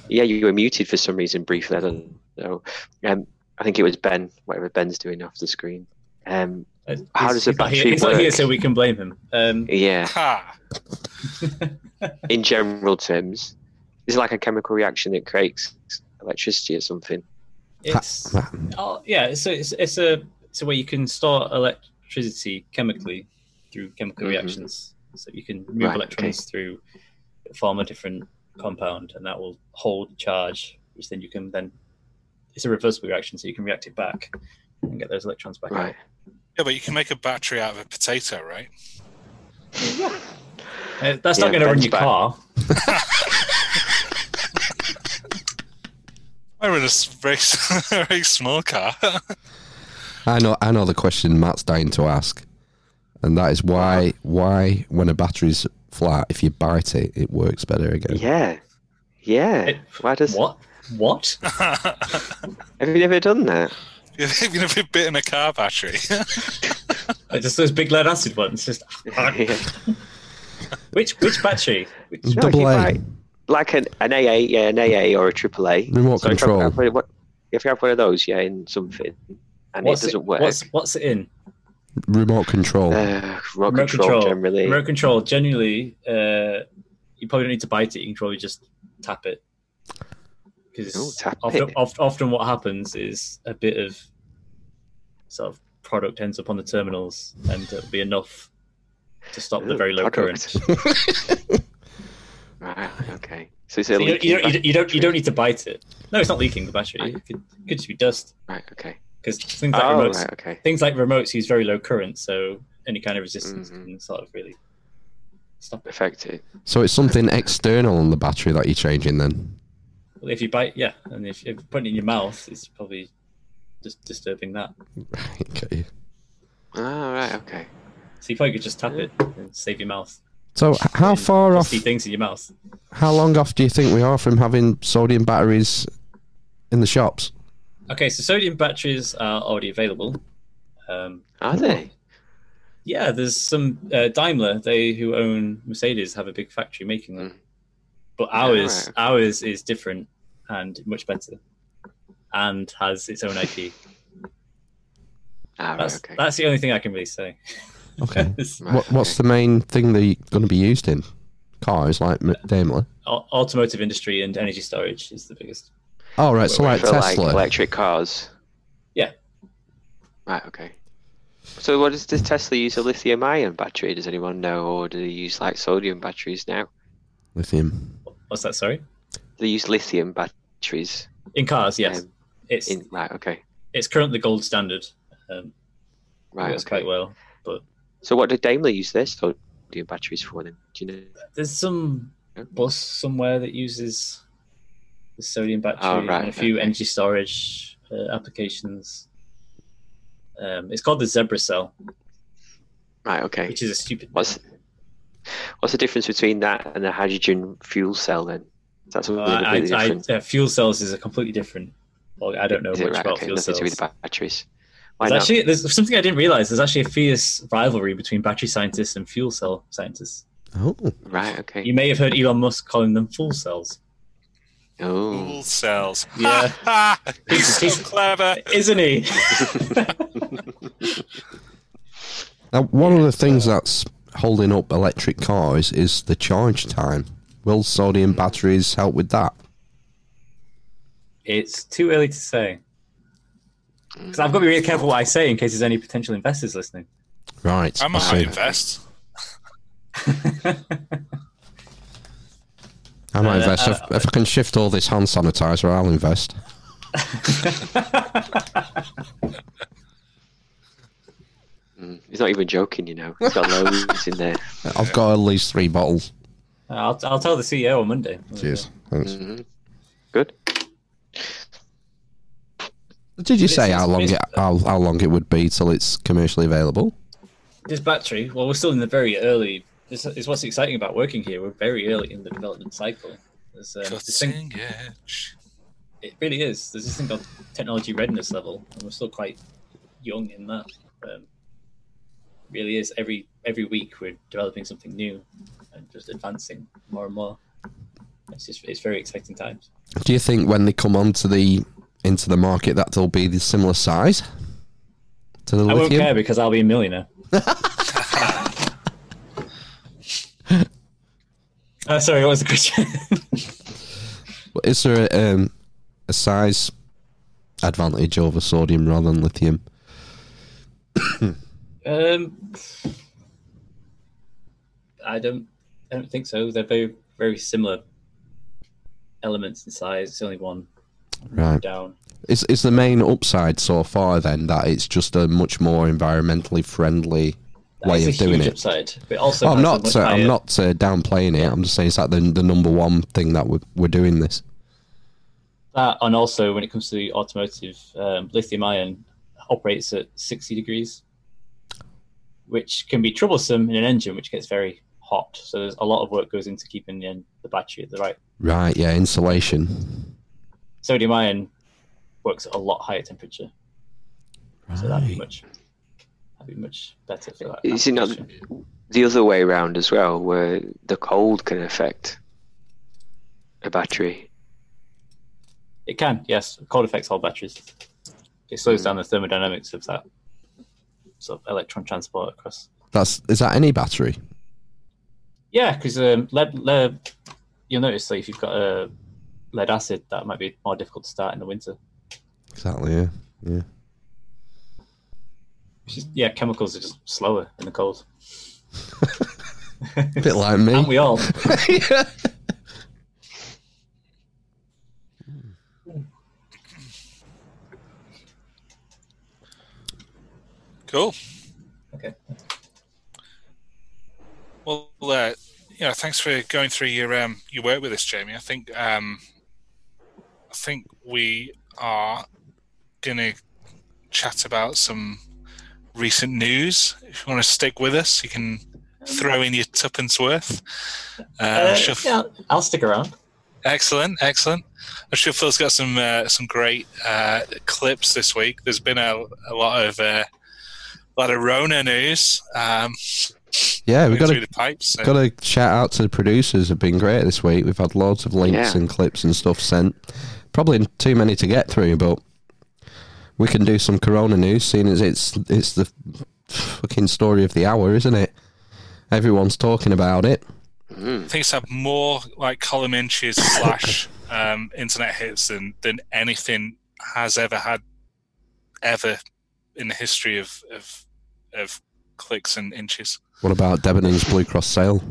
Speaker 2: Yeah, you were muted for some reason briefly. I don't know. Um, I think it was Ben, whatever Ben's doing off the screen. Um,
Speaker 5: Uh,
Speaker 2: How does
Speaker 5: he's-
Speaker 2: the
Speaker 5: he's not here-
Speaker 2: battery
Speaker 5: He's not here,
Speaker 2: work?
Speaker 5: so we can blame him. Um,
Speaker 2: yeah,
Speaker 3: Ha!
Speaker 2: in general terms, it's like a chemical reaction that creates electricity or something.
Speaker 5: it's oh, yeah. So it's it's a it's a way you can store electricity chemically through chemical
Speaker 2: Mhm.
Speaker 5: reactions. So you can move
Speaker 2: Right, okay.
Speaker 5: electrons through, form a different compound, and that will hold charge, which then you can then it's a reversible reaction, so you can react it back and get those electrons back.
Speaker 2: Right.
Speaker 3: Yeah, but you can make a battery out of a potato, right?
Speaker 5: Uh, that's
Speaker 2: Yeah,
Speaker 5: not going to run
Speaker 2: Ben's
Speaker 5: your
Speaker 2: back.
Speaker 5: car.
Speaker 3: I run a s- very, s- [laughs] very small car. [laughs]
Speaker 1: I know. I know the question Matt's dying to ask, and that is why why when a battery's flat, if you bite it, it works better again.
Speaker 2: Yeah, yeah.
Speaker 5: It-
Speaker 2: Why does?
Speaker 5: What? What?
Speaker 2: Have you never done that?
Speaker 3: You've never bitten a car battery. [laughs]
Speaker 5: Uh, Just those big lead acid ones. Just
Speaker 2: [laughs] Yeah.
Speaker 5: which which battery? Which,
Speaker 2: No,
Speaker 1: Double
Speaker 2: you
Speaker 1: A
Speaker 2: might- Like an, an AA, yeah, an AA or a AAA.
Speaker 1: remote
Speaker 2: So if you have-
Speaker 1: control.
Speaker 2: Have, one- what, if you have one of those, yeah, in something, and it
Speaker 5: what's
Speaker 2: doesn't work.
Speaker 5: What's, what's it in?
Speaker 1: Remote control.
Speaker 2: uh, remote
Speaker 5: remote
Speaker 2: control,
Speaker 5: control.
Speaker 2: generally.
Speaker 5: Remote control. Generally, uh, you probably don't need to bite it. You can probably just tap it.
Speaker 2: Ooh,
Speaker 5: Because
Speaker 2: tap
Speaker 5: often,
Speaker 2: it.
Speaker 5: oft- often what happens is a bit of sort of product ends up on the terminals, and it'll be enough to stop the
Speaker 2: Ooh,
Speaker 5: very low
Speaker 2: product.
Speaker 5: current.
Speaker 2: [laughs] right. Okay. So it's a
Speaker 5: So you, don't- you,
Speaker 2: leaking
Speaker 5: don't,
Speaker 2: battery.
Speaker 5: you, don't, you don't you don't need to bite it. No, it's not leaking the battery. It could, it could just be dust
Speaker 2: Right. Okay.
Speaker 5: because things like
Speaker 2: Oh,
Speaker 5: remotes
Speaker 2: right. Okay.
Speaker 5: things like remotes use very low current, so any kind of resistance
Speaker 2: Mhm.
Speaker 5: can sort of really stop it.
Speaker 2: Affected.
Speaker 1: So it's something external on the battery that you're changing then. [laughs]
Speaker 5: Well, if you bite, yeah, and if you put it in your mouth, it's probably just disturbing that.
Speaker 1: okay.
Speaker 2: Oh, right. Okay.
Speaker 5: So you probably could just tap it and save your mouth.
Speaker 1: So h- how far off?
Speaker 5: Rusty things in your mouth.
Speaker 1: How long off do you think we are from having sodium batteries in the shops?
Speaker 5: Okay, so sodium batteries are already available. Um,
Speaker 2: Are they?
Speaker 5: yeah, there's some uh, Daimler. They who own Mercedes have a big factory making
Speaker 2: Hmm.
Speaker 5: them, but ours
Speaker 2: Alright.
Speaker 5: ours is different and much better, and has its own IP.
Speaker 2: Ah, right,
Speaker 5: That's
Speaker 2: okay.
Speaker 5: that's the only thing I can really say. [laughs]
Speaker 1: Okay.
Speaker 2: Right,
Speaker 1: what, what's the main thing they're going to be used in? Cars like M- Daimler.
Speaker 5: Au- automotive industry and energy storage is the biggest.
Speaker 1: Oh right,
Speaker 2: okay.
Speaker 1: so like
Speaker 2: For like
Speaker 1: Tesla.
Speaker 2: electric cars.
Speaker 5: Yeah.
Speaker 2: Right. Okay. So, what does does Tesla use a lithium-ion battery? Does anyone know, or do they use like sodium batteries now?
Speaker 1: Lithium.
Speaker 5: What's that? Sorry,
Speaker 2: They use lithium batteries.
Speaker 5: in cars, yes,
Speaker 2: um,
Speaker 5: it's
Speaker 2: in, right. Okay.
Speaker 5: it's currently the gold standard. Um,
Speaker 2: Right.
Speaker 5: works
Speaker 2: Okay.
Speaker 5: quite well.
Speaker 2: So, what did Daimler use their sodium batteries for then? Do you know?
Speaker 5: There's some bus somewhere that uses the sodium battery
Speaker 2: Oh, right,
Speaker 5: and a few
Speaker 2: okay.
Speaker 5: energy storage uh, applications. Um, it's called the Zebra Cell,
Speaker 2: Right. Okay.
Speaker 5: which is a stupid.
Speaker 2: What's what's the difference between that and a hydrogen fuel cell then? That's something
Speaker 5: Uh,
Speaker 2: completely
Speaker 5: I, I,
Speaker 2: different.
Speaker 5: uh, fuel cells is a completely different. Well, I don't know
Speaker 2: is
Speaker 5: much
Speaker 2: it right?
Speaker 5: about
Speaker 2: Okay,
Speaker 5: fuel
Speaker 2: nothing
Speaker 5: cells.
Speaker 2: to do with the batteries. Why
Speaker 5: There's
Speaker 2: not?
Speaker 5: actually there's something I didn't realize. There's actually a fierce rivalry between battery scientists and fuel cell scientists.
Speaker 1: Oh,
Speaker 2: Right. Okay.
Speaker 5: You may have heard Elon Musk calling them fuel cells.
Speaker 2: Oh.
Speaker 3: Fuel cells.
Speaker 5: [laughs] Yeah.
Speaker 3: [laughs] He's so
Speaker 5: He's-
Speaker 3: clever.
Speaker 5: Isn't he?
Speaker 1: now one of the things that's holding up electric cars is the charge time. Will sodium batteries help with that?
Speaker 5: It's too early to say. Because I've got to be really careful what I say in case there's any potential investors listening.
Speaker 1: Right.
Speaker 3: I
Speaker 5: Um,
Speaker 1: I
Speaker 3: might
Speaker 1: see.
Speaker 3: invest.
Speaker 1: I
Speaker 5: Uh,
Speaker 1: might invest.
Speaker 5: uh,
Speaker 1: if, if I can shift all this hand sanitizer, I'll invest.
Speaker 2: Mm. He's not even joking, you know. He's got loads in
Speaker 5: [laughs]
Speaker 2: there.
Speaker 1: I've got at least three bottles.
Speaker 5: I'll, I'll tell the CEO on Monday.
Speaker 1: Cheers. Thanks.
Speaker 2: Mhm. Good.
Speaker 1: Did you
Speaker 5: This
Speaker 1: say
Speaker 5: is
Speaker 1: how long
Speaker 5: basi-
Speaker 1: it how, how long it would be till it's commercially available?
Speaker 5: This battery, well, we're still in the very early. This is what's exciting about working here. We're very early in the development cycle. There's, um, this thing,
Speaker 3: Cutting edge.
Speaker 5: it really is. There's this thing called technology readiness level, and we're still quite young in that. Um, really is. Every every week we're developing something new and just advancing more and more. It's just it's very exciting times.
Speaker 1: Do you think when they come onto the into the market that they'll be the similar size to the
Speaker 5: I won't
Speaker 1: lithium?
Speaker 5: care because I'll be a millionaire. uh, sorry, what was the question? [laughs]
Speaker 1: Is there a, um, a size advantage over sodium rather than lithium? [coughs]
Speaker 5: um, I don't, I don't think so. They're very, very similar elements in size. It's only one
Speaker 1: Right.
Speaker 5: down.
Speaker 1: Is is the main upside so far then that it's just a much more environmentally friendly
Speaker 5: That
Speaker 1: way
Speaker 5: is a
Speaker 1: of doing
Speaker 5: huge
Speaker 1: it?
Speaker 5: upside, but also
Speaker 1: I'm
Speaker 5: has a
Speaker 1: not.
Speaker 5: much
Speaker 1: Uh, I'm
Speaker 5: higher-
Speaker 1: not uh, downplaying it. I'm just saying it's like the, the number one thing that we're, we're doing this.
Speaker 5: That Uh, and also when it comes to the automotive, um, lithium ion operates at 60 degrees, which can be troublesome in an engine which gets very hot. So there's a lot of work goes into keeping the, en- the battery at the right.
Speaker 1: Right. Yeah. Insulation.
Speaker 5: Sodium ion works at a lot higher temperature, so that'd be much, that'd be much better for that.
Speaker 2: Is it not-
Speaker 5: application.
Speaker 2: The other way around as well, where the cold can affect a battery.
Speaker 5: It can, yes. Cold affects all batteries. It
Speaker 2: Hmm.
Speaker 5: slows down the thermodynamics of that sort of electron transport across
Speaker 1: That's is that any battery?
Speaker 5: Yeah, because um, lead, lead, you'll notice that if you've got a lead acid, that might be more difficult to start in the winter.
Speaker 1: Exactly. Yeah.
Speaker 5: [laughs]
Speaker 1: Yeah.
Speaker 5: It's just- yeah, chemicals are just slower in
Speaker 2: [laughs]
Speaker 5: the cold.
Speaker 1: A bit like me.
Speaker 5: Aren't we all?
Speaker 3: Cool.
Speaker 5: Okay.
Speaker 3: Well, uh, you know, thanks for going through your um, your work with us, Jamie. I think um, I think we are gonna chat about some recent news. If you want to stick with us, you can throw in your tuppence worth. Uh,
Speaker 5: Uh,
Speaker 3: I'm sure-
Speaker 5: yeah, I'll stick around.
Speaker 3: Excellent, excellent. I'm sure Phil's got some uh, some great uh, clips this week. There's been a, a lot of uh, a lot of Rona news. Um,
Speaker 1: [laughs] Yeah, we've got
Speaker 3: through
Speaker 1: a
Speaker 3: the pipes. eh? so-
Speaker 1: got a shout out to the producers. Have been great this week. We've had loads of links
Speaker 2: Yeah.
Speaker 1: and clips and stuff sent. Probably too many to get through, but we can do some Corona news, seeing as it's it's the fucking story of the hour, isn't it? Everyone's talking about it.
Speaker 3: I think it's had more like column inches slash um, internet hits than than anything has ever had ever in the history of of, of clicks and inches.
Speaker 1: What about Debenhams Blue Cross sale?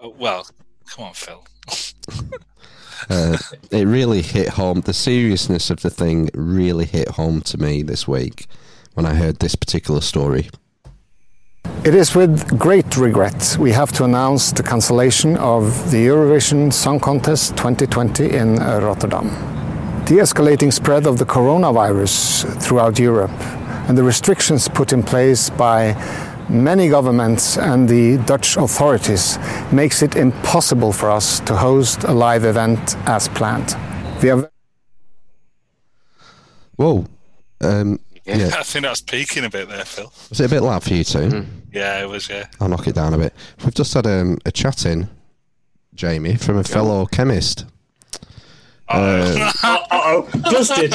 Speaker 3: Oh, well, come on, Phil.
Speaker 1: Uh, it really hit home. The seriousness of the thing really hit home to me this week when I heard this particular story.
Speaker 7: It is with great regret we have to announce the cancellation of the Eurovision Song Contest 2020 in uh, Rotterdam. The escalating spread of the coronavirus throughout Europe and the restrictions put in place by many governments and the Dutch authorities makes it impossible for us to host a live event as planned. We are
Speaker 1: Whoa. Um, yeah.
Speaker 3: [laughs] I think that's peaking a bit there, Phil.
Speaker 1: Was it a bit loud for you too?
Speaker 3: Mm-hmm. Yeah, it was. Yeah,
Speaker 1: I'll knock it down a bit. We've just had um, a chat in, Jamie, from a fellow chemist.
Speaker 3: Oh.
Speaker 1: Uh,
Speaker 3: [laughs]
Speaker 5: Uh-oh, busted.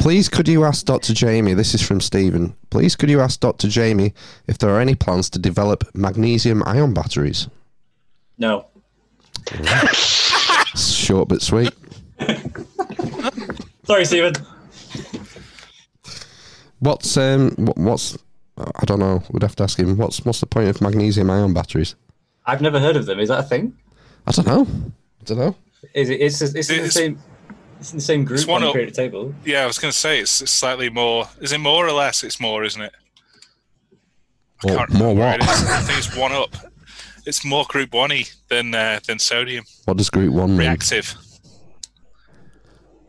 Speaker 1: Please, could you ask Dr. Jamie? This is from Stephen. Please, could you ask Dr. Jamie if there are any plans to develop magnesium
Speaker 3: [laughs]
Speaker 1: ion batteries?
Speaker 5: No,
Speaker 1: Short but sweet.
Speaker 5: sorry, Stephen.
Speaker 1: What's um, wh- what's I don't know. We'd have to ask him. What's what's the point of magnesium ion batteries?
Speaker 5: I've never heard of them. Is that a thing?
Speaker 1: I don't know. I don't know.
Speaker 5: Is it? It's, it's, in the
Speaker 3: It's-
Speaker 5: same. It's in the same group
Speaker 3: one
Speaker 5: on the
Speaker 3: up.
Speaker 5: creative table.
Speaker 3: yeah. I was going to say it's, it's slightly more. Is it more or less? It's more, isn't it? I
Speaker 1: Well,
Speaker 3: can't
Speaker 1: more
Speaker 3: remember where it
Speaker 1: what?
Speaker 3: is. I think it's one up. It's more group one e than uh, than sodium.
Speaker 1: What does group one mean?
Speaker 3: Reactive.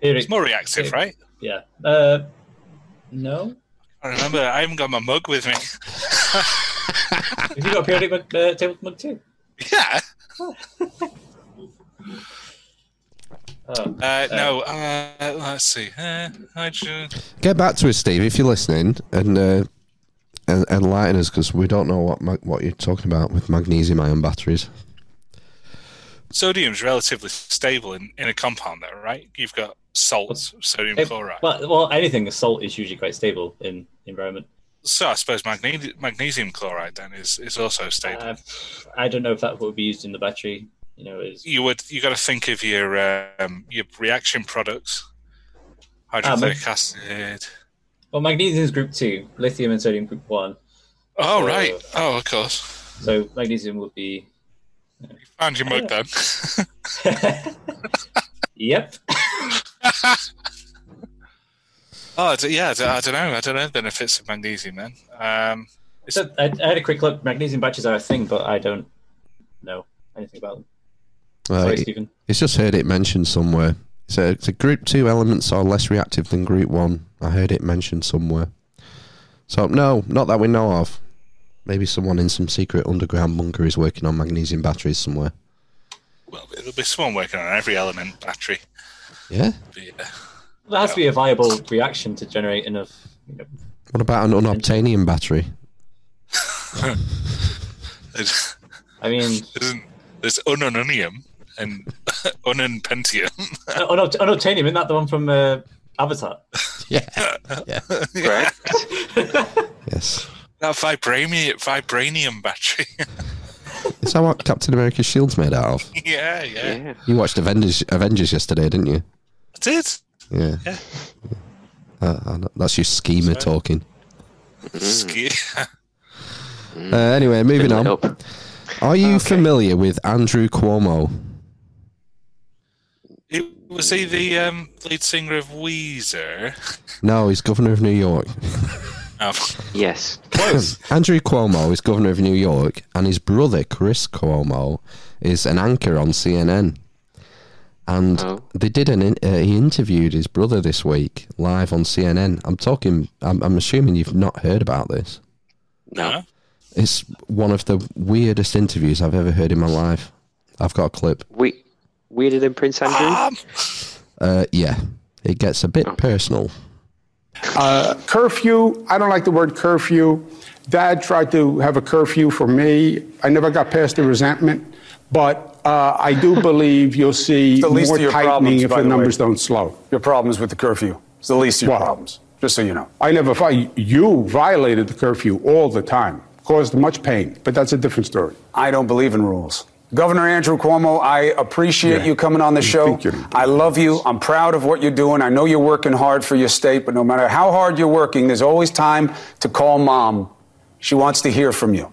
Speaker 5: Here
Speaker 3: It's more reactive, right?
Speaker 5: Yeah. Uh,
Speaker 3: [laughs]
Speaker 5: no.
Speaker 3: I remember I haven't got my mug with me.
Speaker 5: Have you got a periodic mug, uh, table mug too? [laughs]
Speaker 3: yeah.
Speaker 5: Oh.
Speaker 3: [laughs] Uh, no. Uh, let's see. Uh, hydrogen.
Speaker 1: Get back to us, Steve, if you're listening, and uh, and enlighten us because we don't know what mag- what you're talking about with magnesium ion batteries.
Speaker 3: Sodium's relatively stable in, in a compound, though, right? You've got salts, sodium
Speaker 5: If-
Speaker 3: chloride.
Speaker 5: well, well, anything. Salt is usually quite stable in environment.
Speaker 3: so I suppose magne- magnesium chloride then is, is also stable.
Speaker 5: Uh, I don't know if that would be used in the battery. You know, is
Speaker 3: you would you got to think of your um, your reaction products,
Speaker 5: Um,
Speaker 3: hydrochloric acid.
Speaker 5: well, magnesium is group two, lithium and sodium group one.
Speaker 3: Oh
Speaker 5: uh,
Speaker 3: right. Oh, of course.
Speaker 5: So magnesium would be.
Speaker 3: Found your mug then.
Speaker 5: Oh.
Speaker 3: [laughs]
Speaker 5: Yep.
Speaker 3: oh I d- yeah. I d- I don't know. I don't know the benefits of magnesium then. Um,
Speaker 5: So I, I had a quick look. Magnesium batteries are a thing, but I don't know anything about them.
Speaker 1: Uh,
Speaker 5: Sorry,
Speaker 1: it-
Speaker 5: Stephen.
Speaker 1: it's just heard it mentioned somewhere. So it's a group two elements are less reactive than group one. I heard it mentioned somewhere. So no, not that we know of. Maybe someone in some secret underground bunker is working on magnesium batteries somewhere.
Speaker 3: well, there'll be someone working on every element battery.
Speaker 1: Yeah.
Speaker 3: But, yeah.
Speaker 5: There has to be a viable reaction to generate
Speaker 3: [laughs]
Speaker 5: enough. You know,
Speaker 1: What about an unobtainium battery?
Speaker 3: There's,
Speaker 5: I mean,
Speaker 3: [laughs] there's, there's unanonium and [laughs] unan pentium. [laughs]
Speaker 5: unob- unobtainium. Isn't that the one from uh, Avatar?
Speaker 1: [laughs] Yeah.
Speaker 2: Right?
Speaker 3: [laughs]
Speaker 1: Yes.
Speaker 3: That vibranium, vibranium battery. [laughs]
Speaker 1: Is that what Captain America's shield's made out of?
Speaker 3: [laughs] yeah, yeah.
Speaker 2: Yeah.
Speaker 1: You watched Avengers Avengers yesterday, didn't you?
Speaker 3: I did.
Speaker 1: Yeah.
Speaker 3: Yeah.
Speaker 1: Uh, I know- that's your schemer talking.
Speaker 3: Ski- Mm.
Speaker 1: Uh, anyway, moving
Speaker 2: Lit
Speaker 1: on.
Speaker 2: up.
Speaker 1: Are you familiar with Andrew Cuomo?
Speaker 3: It- was he the um, lead singer of Weezer? [laughs]
Speaker 1: No, he's governor of New York.
Speaker 3: Oh,
Speaker 2: Yes.
Speaker 1: [clears throat] Andrew Cuomo is governor of New York, and his brother Chris Cuomo is an anchor on CNN. And
Speaker 2: Oh.
Speaker 1: they did an in, uh, he interviewed his brother this week live on CNN. I'm talking. I'm, I'm assuming you've not heard about this.
Speaker 2: No.
Speaker 3: No.
Speaker 1: It's one of the weirdest interviews I've ever heard in my life. I've got a clip.
Speaker 2: We weirder than Prince Andrew.
Speaker 3: Ah.
Speaker 1: Uh, yeah, it gets a bit personal.
Speaker 6: Uh, curfew. I don't like the word curfew. Dad tried to have a curfew for me. I never got past the resentment, but uh, I do believe you'll see
Speaker 8: the least
Speaker 6: more
Speaker 8: of your
Speaker 6: tightening
Speaker 8: problems,
Speaker 6: if
Speaker 8: by
Speaker 6: the,
Speaker 8: the way.
Speaker 6: numbers don't slow.
Speaker 8: Your problems with the curfew. It's the least of your
Speaker 6: Wow.
Speaker 8: problems. Just so you know.
Speaker 6: I never fi- you violated the curfew all the time, caused much pain, but that's a different story.
Speaker 8: I don't believe in rules. Governor Andrew Cuomo, I appreciate
Speaker 6: Yeah.
Speaker 8: you coming on the
Speaker 6: You
Speaker 8: show.
Speaker 6: think you're gonna do
Speaker 8: I love you. I'm proud of what you're doing. I know you're working hard for your state, but no matter how hard you're working, there's always time to call mom. She wants to hear from you.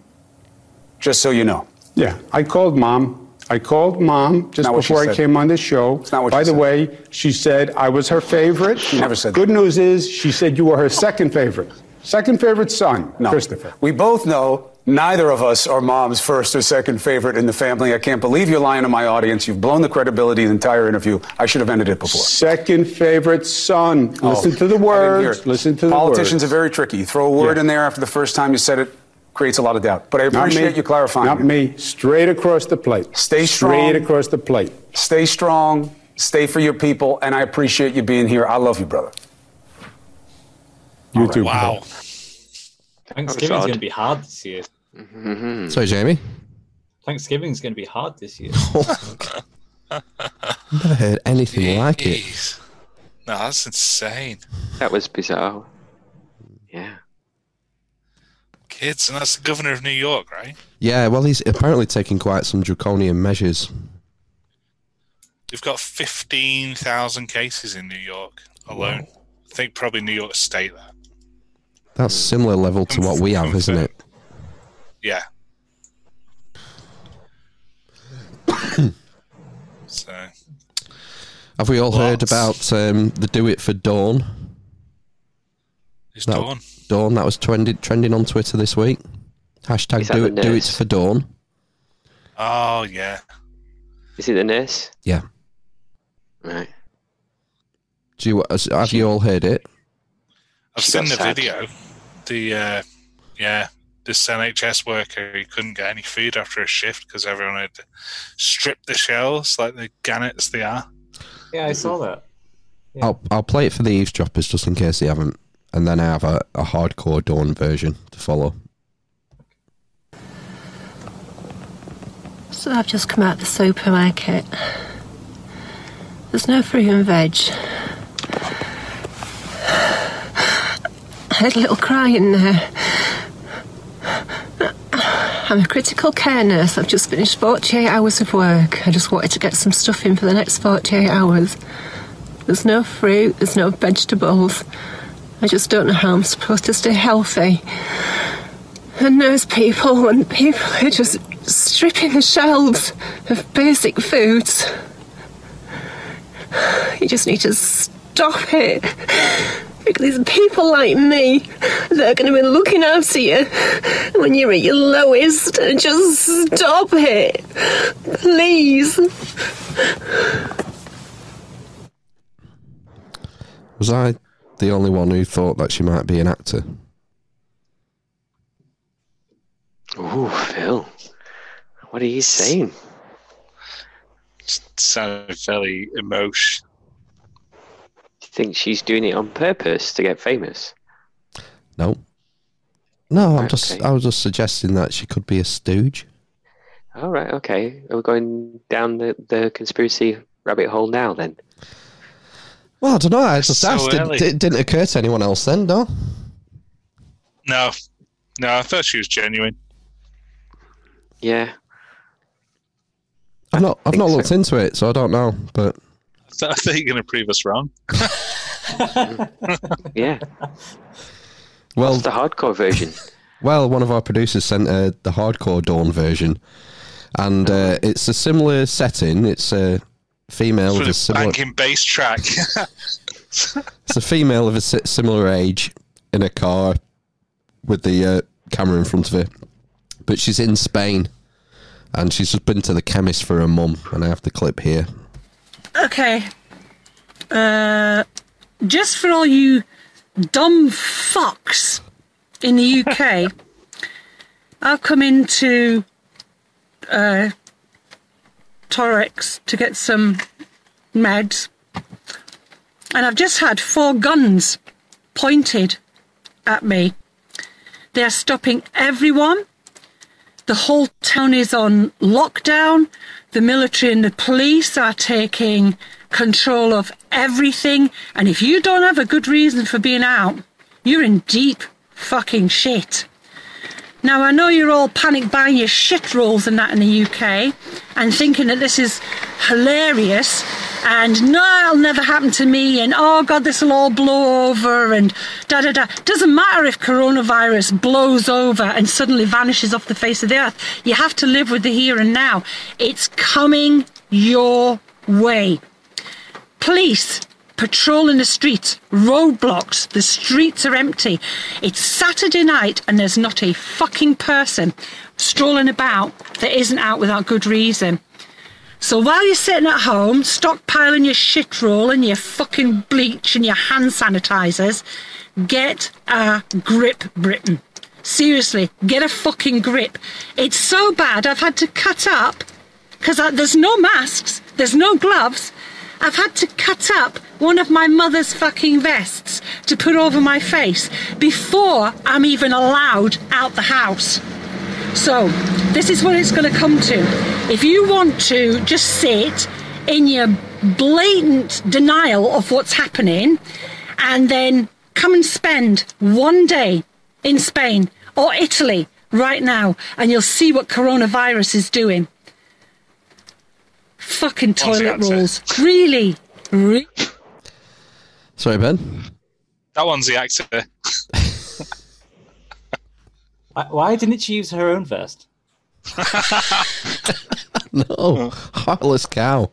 Speaker 8: Just so you know.
Speaker 6: Yeah, I called mom. I called mom just
Speaker 8: Not what she
Speaker 6: before I
Speaker 8: said.
Speaker 6: came on the show.
Speaker 8: not what
Speaker 6: By
Speaker 8: she
Speaker 6: the
Speaker 8: said.
Speaker 6: way, she said I was her favorite. She
Speaker 8: never said
Speaker 6: Good
Speaker 8: that.
Speaker 6: news is she said you were her second favorite.
Speaker 9: [laughs]
Speaker 6: Second favorite son, Christopher.
Speaker 8: We both know neither of us are mom's first or second favorite in the family. I can't believe you're lying to my audience. You've blown the credibility of the entire interview. I should have ended it before.
Speaker 6: Second favorite son. Listen
Speaker 8: Oh,
Speaker 6: to
Speaker 8: I
Speaker 6: the
Speaker 8: didn't hear
Speaker 6: words.
Speaker 8: it.
Speaker 6: Listen to the
Speaker 8: Politicians
Speaker 6: words.
Speaker 8: are very tricky. You throw a word
Speaker 6: Yeah.
Speaker 8: in there after the first time you said it, creates a lot of doubt. But I
Speaker 6: Not
Speaker 8: appreciate
Speaker 6: me.
Speaker 8: you clarifying.
Speaker 6: Not
Speaker 8: it.
Speaker 6: me. Straight across the plate.
Speaker 8: Stay
Speaker 6: Straight
Speaker 8: strong.
Speaker 6: across the plate.
Speaker 8: Stay strong. Stay for your people, and I appreciate you being here. I love you, brother.
Speaker 6: You too.
Speaker 3: Wow.
Speaker 5: Thanksgiving's
Speaker 2: odd.
Speaker 5: going to be hard this year. Hmm.
Speaker 1: Sorry, Jamie. Oh,
Speaker 5: Thanksgiving's going to be hard this
Speaker 1: [laughs]
Speaker 5: year.
Speaker 3: [laughs]
Speaker 1: Never heard anything like it.
Speaker 3: Jeez. No, that's insane.
Speaker 2: That was bizarre. Yeah.
Speaker 3: Kids, and that's the governor of New York, right?
Speaker 1: Yeah, well, he's apparently taking quite some draconian measures.
Speaker 3: We've got 15,000 cases in New York alone. I think probably New York State, that.
Speaker 1: That's similar level to what we have, isn't it?
Speaker 2: [coughs]
Speaker 3: Yeah. so,
Speaker 1: Have we all heard
Speaker 3: Lots.
Speaker 1: about um, the Do It for Dawn?
Speaker 3: it's
Speaker 1: No.
Speaker 3: dawn.
Speaker 1: Dawn, that was trending, trending on Twitter this week. Hashtag
Speaker 2: Is that
Speaker 1: do
Speaker 2: the
Speaker 1: it, do it
Speaker 2: nurse?
Speaker 1: for Dawn.
Speaker 3: Oh, yeah.
Speaker 2: Is it the nurse?
Speaker 1: Yeah.
Speaker 2: Right.
Speaker 1: Do you, has- have you all heard it?
Speaker 3: I've
Speaker 2: She
Speaker 3: seen
Speaker 2: got
Speaker 3: the
Speaker 2: sacked.
Speaker 3: video. The uh, yeah, this NHS worker he couldn't get any food after a shift because everyone had stripped the shells like the gannets they are.
Speaker 5: Yeah, I saw that.
Speaker 1: I'll, I'll play it for the eavesdroppers just in case they haven't. And then I have a, a hardcore Dawn version to follow.
Speaker 10: So I've just come out the supermarket. There's no fruit and veg. I had a little cry in there. I'm a critical care nurse. I've just finished 48 hours of work. I just wanted to get some stuff in for the next 48 hours. There's no fruit, there's no vegetables. I just don't know how I'm supposed to stay healthy. And those people and people who are just stripping the shelves of basic foods. You just need to stop it. Because it's people like me that are going to be looking after you when you're at your lowest. Just stop it. Please.
Speaker 1: Was I the only one who thought that she might be an actor?
Speaker 2: Ooh, Phil. What are you saying?
Speaker 3: It sounded fairly emotional.
Speaker 2: Do you think she's doing it on purpose to get famous?
Speaker 1: No. No, I'm just
Speaker 2: Okay.
Speaker 1: I was just suggesting that she could be a stooge.
Speaker 2: All right. Okay. Are we going down the, the conspiracy rabbit hole now then?
Speaker 1: Well, I don't know. I just
Speaker 3: So
Speaker 1: asked. It,
Speaker 3: early.
Speaker 1: it didn't occur to anyone else then, no?
Speaker 3: No, no, I thought she was genuine.
Speaker 2: Yeah.
Speaker 1: I've not. I've
Speaker 2: think
Speaker 1: not
Speaker 2: so.
Speaker 1: looked into it, so I don't know. But
Speaker 3: I thought, I thought you were going to prove
Speaker 5: [laughs]
Speaker 3: us wrong. [laughs]
Speaker 2: Yeah.
Speaker 1: well,
Speaker 2: It's the hardcore version.
Speaker 1: well, one of our producers sent uh, the hardcore Dawn version, and uh, it's a similar setting. It's a female
Speaker 3: With
Speaker 1: of a
Speaker 3: a
Speaker 1: similar.
Speaker 3: banking bass track. [laughs]
Speaker 1: It's a female of a si- similar age in a car with the uh, camera in front of her, but she's in Spain, and she's just been to the chemist for her mum, and I have the clip here.
Speaker 11: Okay. Uh, just for all you dumb fucks in the UK, I've come into uh, Torex to get some meds, and I've just had four guns pointed at me. They're stopping everyone. The whole town is on lockdown. The military and the police are taking control of everything. And if you don't have a good reason for being out, you're in deep fucking shit. Now, I know you're all panic buying your shit rolls and that in the UK and thinking that this is hilarious and no, it'll never happen to me and oh god, this will all blow over and da da da. Doesn't matter if coronavirus blows over and suddenly vanishes off the face of the earth. You have to live with the here and now. It's coming your way. Police patrolling the streets, roadblocks, the streets are empty. It's Saturday night and there's not a fucking person strolling about that isn't out without good reason. So while you're sitting at home, stockpiling your shit roll and your fucking bleach and your hand sanitizers, get a grip, Britain. Seriously, get a fucking grip. It's so bad I've had to cut up because there's no masks, there's no gloves. I've had to cut up one of my mother's fucking vests to put over my face before I'm even allowed out the house. So, this is what it's going to come to. If you want to just sit in your blatant denial of what's happening and then come and spend one day in Spain or Italy right now and you'll see what coronavirus is doing. Fucking toilet
Speaker 3: answer.
Speaker 11: rolls. Really? Re-
Speaker 1: Sorry, Ben.
Speaker 3: That one's the actor.
Speaker 5: Why- Why didn't she use her own
Speaker 3: [laughs]
Speaker 5: vest?
Speaker 1: [laughs] No,
Speaker 3: [laughs]
Speaker 1: heartless cow.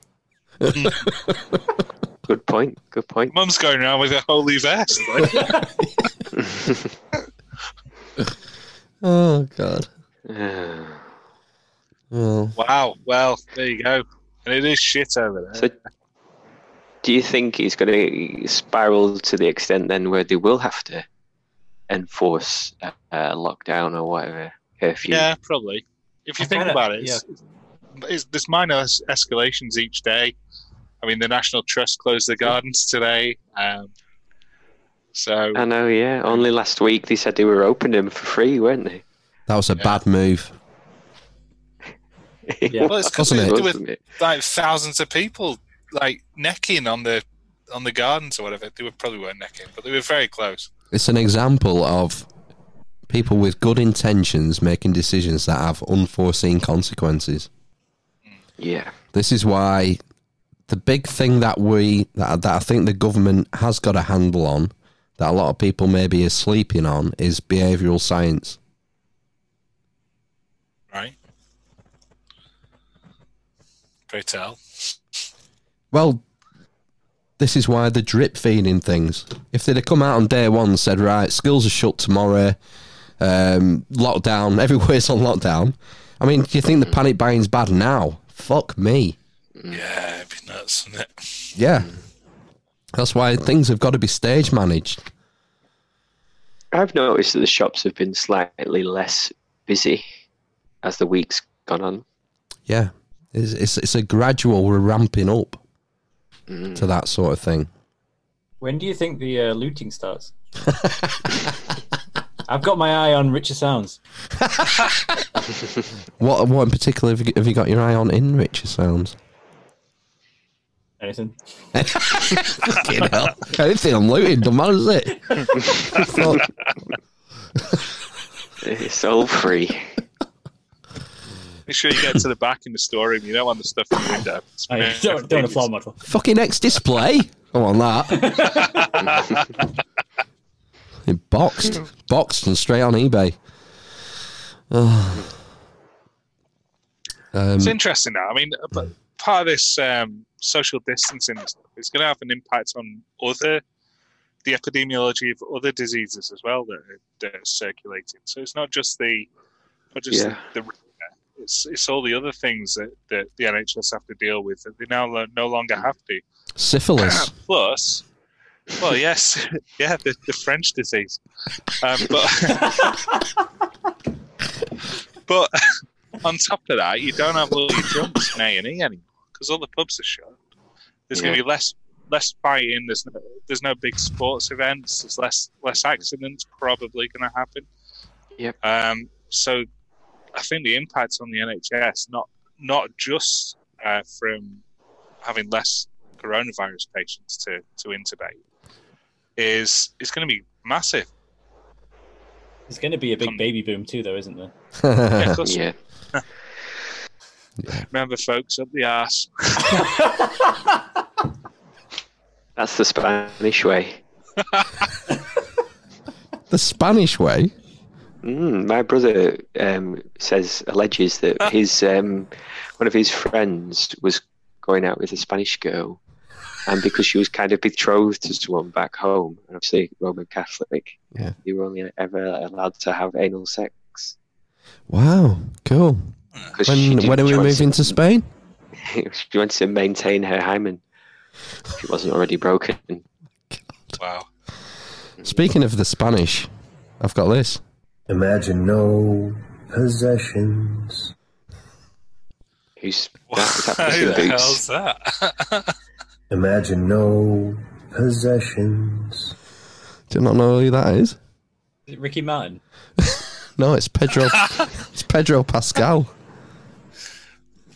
Speaker 2: Good point. Good point.
Speaker 3: Mum's going around with a holy
Speaker 2: [laughs]
Speaker 3: vest.
Speaker 1: [laughs] Oh God.
Speaker 2: Ah.
Speaker 1: Well,
Speaker 3: wow. Well, there you go. And it is shit over there.
Speaker 2: So, do you think it's going to spiral to the extent then where they will have to enforce a, a lockdown or whatever curfew?
Speaker 3: yeah, probably. If you
Speaker 5: I
Speaker 3: think
Speaker 5: kinda-
Speaker 3: about it, it's, it's, there's minor es- escalations each day. I mean, the National Trust closed their gardens today. Um, so
Speaker 2: I know. Yeah. Only last week they said they were opening them for free, weren't they?
Speaker 1: that was a bad move.
Speaker 5: Yeah.
Speaker 3: Well, it's 'cause
Speaker 1: Wasn't
Speaker 3: they-
Speaker 1: it?
Speaker 3: there were
Speaker 2: Wasn't it?
Speaker 3: like thousands of people like necking on the on the gardens or whatever. They were probably weren't necking, but they were very close.
Speaker 1: It's an example of people with good intentions making decisions that have unforeseen consequences.
Speaker 2: Yeah.
Speaker 1: This is why the big thing that we that, that I think the government has got a handle on that a lot of people maybe are sleeping on is behavioral science.
Speaker 3: Right. Pray tell.
Speaker 1: Well, this is why the drip feeding things. If they'd have come out on day one and said, right, schools are shut tomorrow, um, lockdown, [laughs] everywhere's on lockdown. I mean, do you think the panic buying's bad now? Fuck me.
Speaker 3: Yeah, it'd be nuts, wouldn't it?
Speaker 1: Yeah. That's why things have got to be stage managed.
Speaker 2: I've noticed that the shops have been slightly less busy as the week's gone on.
Speaker 1: Yeah. It's, it's, it's a gradual, we're ramping up to that sort of thing.
Speaker 5: When do you think the uh, looting starts? I've got my eye on Richer Sounds.
Speaker 1: What what in particular have you, have you got your eye on in Richer Sounds?
Speaker 5: Anything?
Speaker 1: Fucking hell. Anything I'm looting, don't matter, does it? Fuck.
Speaker 2: It's all free.
Speaker 3: Make sure you get to the back in the storeroom. You don't want the stuff in the window. It's
Speaker 5: I
Speaker 3: very
Speaker 5: don't, don't a
Speaker 3: convenient.
Speaker 5: floor model.
Speaker 1: Fucking X display. Come on, that. it boxed, boxed, and straight on eBay. Ah. Um,
Speaker 3: It's interesting now. I mean, uh, but part of this um, social distancing and stuff is going to have an impact on other the epidemiology of other diseases as well that are, that are circulating. So it's not just the not just
Speaker 2: Yeah.
Speaker 3: the, the it's it's all the other things that, that the NHS have to deal with that they now lo- no longer have to.
Speaker 1: Syphilis.
Speaker 3: [clears throat] Plus, well, yes, [laughs] yeah, the, the French disease, um, but [laughs] but [laughs] on top of that, you don't have all your jumps in A and E anymore because all the pubs are shut. There's going to
Speaker 2: Yeah.
Speaker 3: be less less fighting. There's no, there's no big sports events. There's less less accidents probably going to happen.
Speaker 2: Yep.
Speaker 3: Um, so I think the impact on the NHS not not just uh, from having less coronavirus patients to to intubate is is going to be massive.
Speaker 5: There's going to be a big baby boom too, though, isn't there?
Speaker 3: Yeah, of course.
Speaker 2: Yeah.
Speaker 3: Remember, folks, up the arse.
Speaker 2: That's the Spanish way.
Speaker 1: The Spanish way.
Speaker 2: Mm, my brother um, says alleges that
Speaker 3: Ah.
Speaker 2: his um, one of his friends was going out with a Spanish girl, and because she was kind of betrothed to someone back home, and obviously Roman Catholic,
Speaker 1: Yeah.
Speaker 2: they were only ever allowed to have anal sex.
Speaker 1: Wow. Cool.
Speaker 2: 'Cause she
Speaker 1: When
Speaker 2: didn't
Speaker 1: when are we
Speaker 2: join
Speaker 1: moving to Spain?
Speaker 2: she wanted to [laughs] maintain her hymen; if it wasn't already broken.
Speaker 3: Wow.
Speaker 1: Speaking of the Spanish, I've got this.
Speaker 9: Imagine no possessions.
Speaker 2: Who's
Speaker 9: Puss in
Speaker 3: Who the
Speaker 9: Boots?
Speaker 3: hell's that?
Speaker 9: Imagine no possessions.
Speaker 1: Do you not know who that is?
Speaker 5: Is it Ricky Martin.
Speaker 1: No, it's Pedro. it's Pedro Pascal.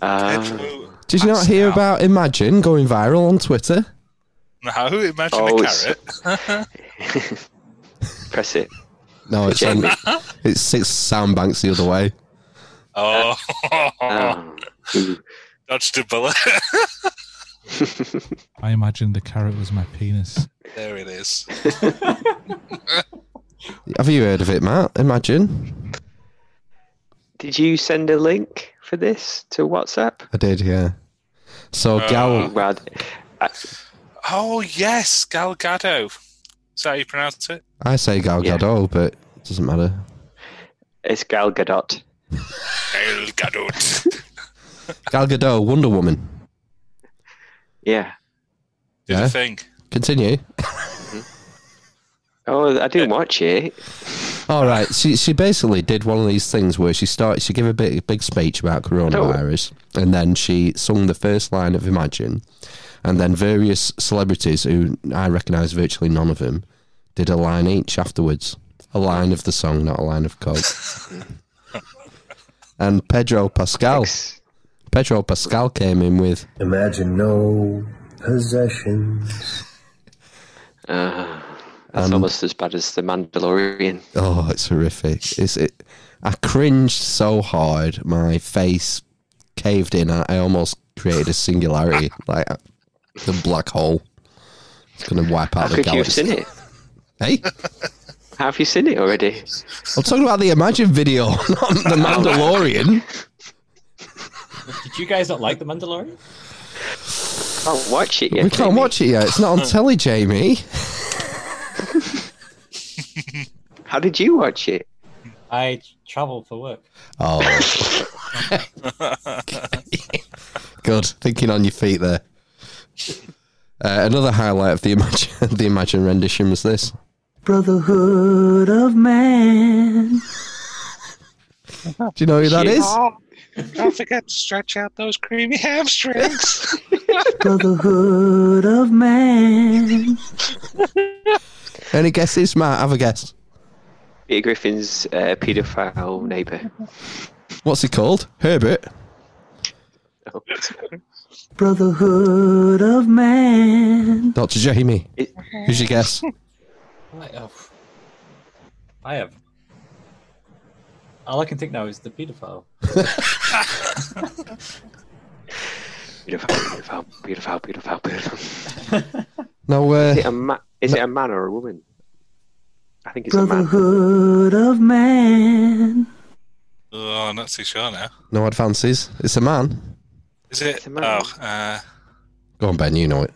Speaker 2: Uh,
Speaker 1: Did you not hear about Imagine going viral on Twitter?
Speaker 3: no, imagine
Speaker 2: Oh,
Speaker 3: a
Speaker 2: it's-
Speaker 3: carrot.
Speaker 2: [laughs] Press it.
Speaker 1: No, it's
Speaker 2: Jamie.
Speaker 1: it's six sound banks the other way.
Speaker 3: oh. [laughs]
Speaker 2: Oh.
Speaker 3: Dodged a bullet. [laughs]
Speaker 12: I imagined the carrot was my penis.
Speaker 3: there it is.
Speaker 1: Have you heard of it, Matt? Imagine.
Speaker 2: [laughs] Did you send a link for this to WhatsApp?
Speaker 1: I did, yeah. So Gal,
Speaker 2: Uh, Well, I,
Speaker 3: Oh yes, Gal Gadot. Is that how you pronounce it?
Speaker 1: I say Gal Gadot, but it doesn't matter.
Speaker 2: it's Gal Gadot.
Speaker 3: Gal Gadot.
Speaker 1: [laughs] Gal Gadot, Wonder Woman.
Speaker 2: Yeah.
Speaker 3: Do
Speaker 1: Yeah.
Speaker 3: the thing.
Speaker 1: Continue.
Speaker 2: Mm-hmm. Oh, I didn't watch it.
Speaker 1: All right. She she basically did one of these things where she started. She gave a big big speech about coronavirus, and then she sung the first line of Imagine, and then various celebrities who I recognise virtually none of them did a line each afterwards. A line of the song, not a line of code. and Pedro Pascal, Pedro Pascal came in with
Speaker 9: Imagine no possessions.
Speaker 2: Uh, that's
Speaker 1: Um,
Speaker 2: almost as bad as The Mandalorian.
Speaker 1: Oh, it's horrific. It's it. I cringed so hard, my face caved in. I, I almost created a singularity, like a- the black hole. It's going to wipe
Speaker 2: How
Speaker 1: out the
Speaker 2: could you have
Speaker 1: galaxy.
Speaker 2: seen it?
Speaker 1: Hey,
Speaker 2: [laughs] How have you seen it already?
Speaker 1: I'm talking about the Imagine video, [laughs] not
Speaker 2: Oh.
Speaker 1: the
Speaker 2: [laughs]
Speaker 1: Mandalorian.
Speaker 5: Did you guys not like The Mandalorian?
Speaker 2: Can't watch it yet.
Speaker 1: we can't watch it yet. It's not on telly, Jamie.
Speaker 2: How did you watch it?
Speaker 5: I travel for work.
Speaker 1: Oh, good. Thinking on your feet there. Uh, another highlight of the Imagine, [laughs] the Imagine rendition was this.
Speaker 4: Brotherhood of Man.
Speaker 1: Do you know who that is?
Speaker 3: Oh, Don't forget to stretch out those creamy hamstrings.
Speaker 4: Brotherhood of Man.
Speaker 1: Any guesses, Matt? Have a guess.
Speaker 2: Peter Griffin's uh, paedophile neighbour.
Speaker 1: What's he called? Herbert.
Speaker 4: Brotherhood of Man.
Speaker 1: Dr. Jamie. Who's your guess?
Speaker 5: Right, oh. I have. All I can think now is the paedophile.
Speaker 2: Beautiful, beautiful, beautiful, beautiful, beautiful.
Speaker 1: [laughs] No, uh,
Speaker 2: Is it a, ma- is it a man or a woman? I think it's a man.
Speaker 4: Brotherhood of Man.
Speaker 3: [laughs] oh, I'm not too sure now.
Speaker 1: no advances. It's a man.
Speaker 3: Is it? Oh, uh, [laughs]
Speaker 1: Go on, Ben. You know it.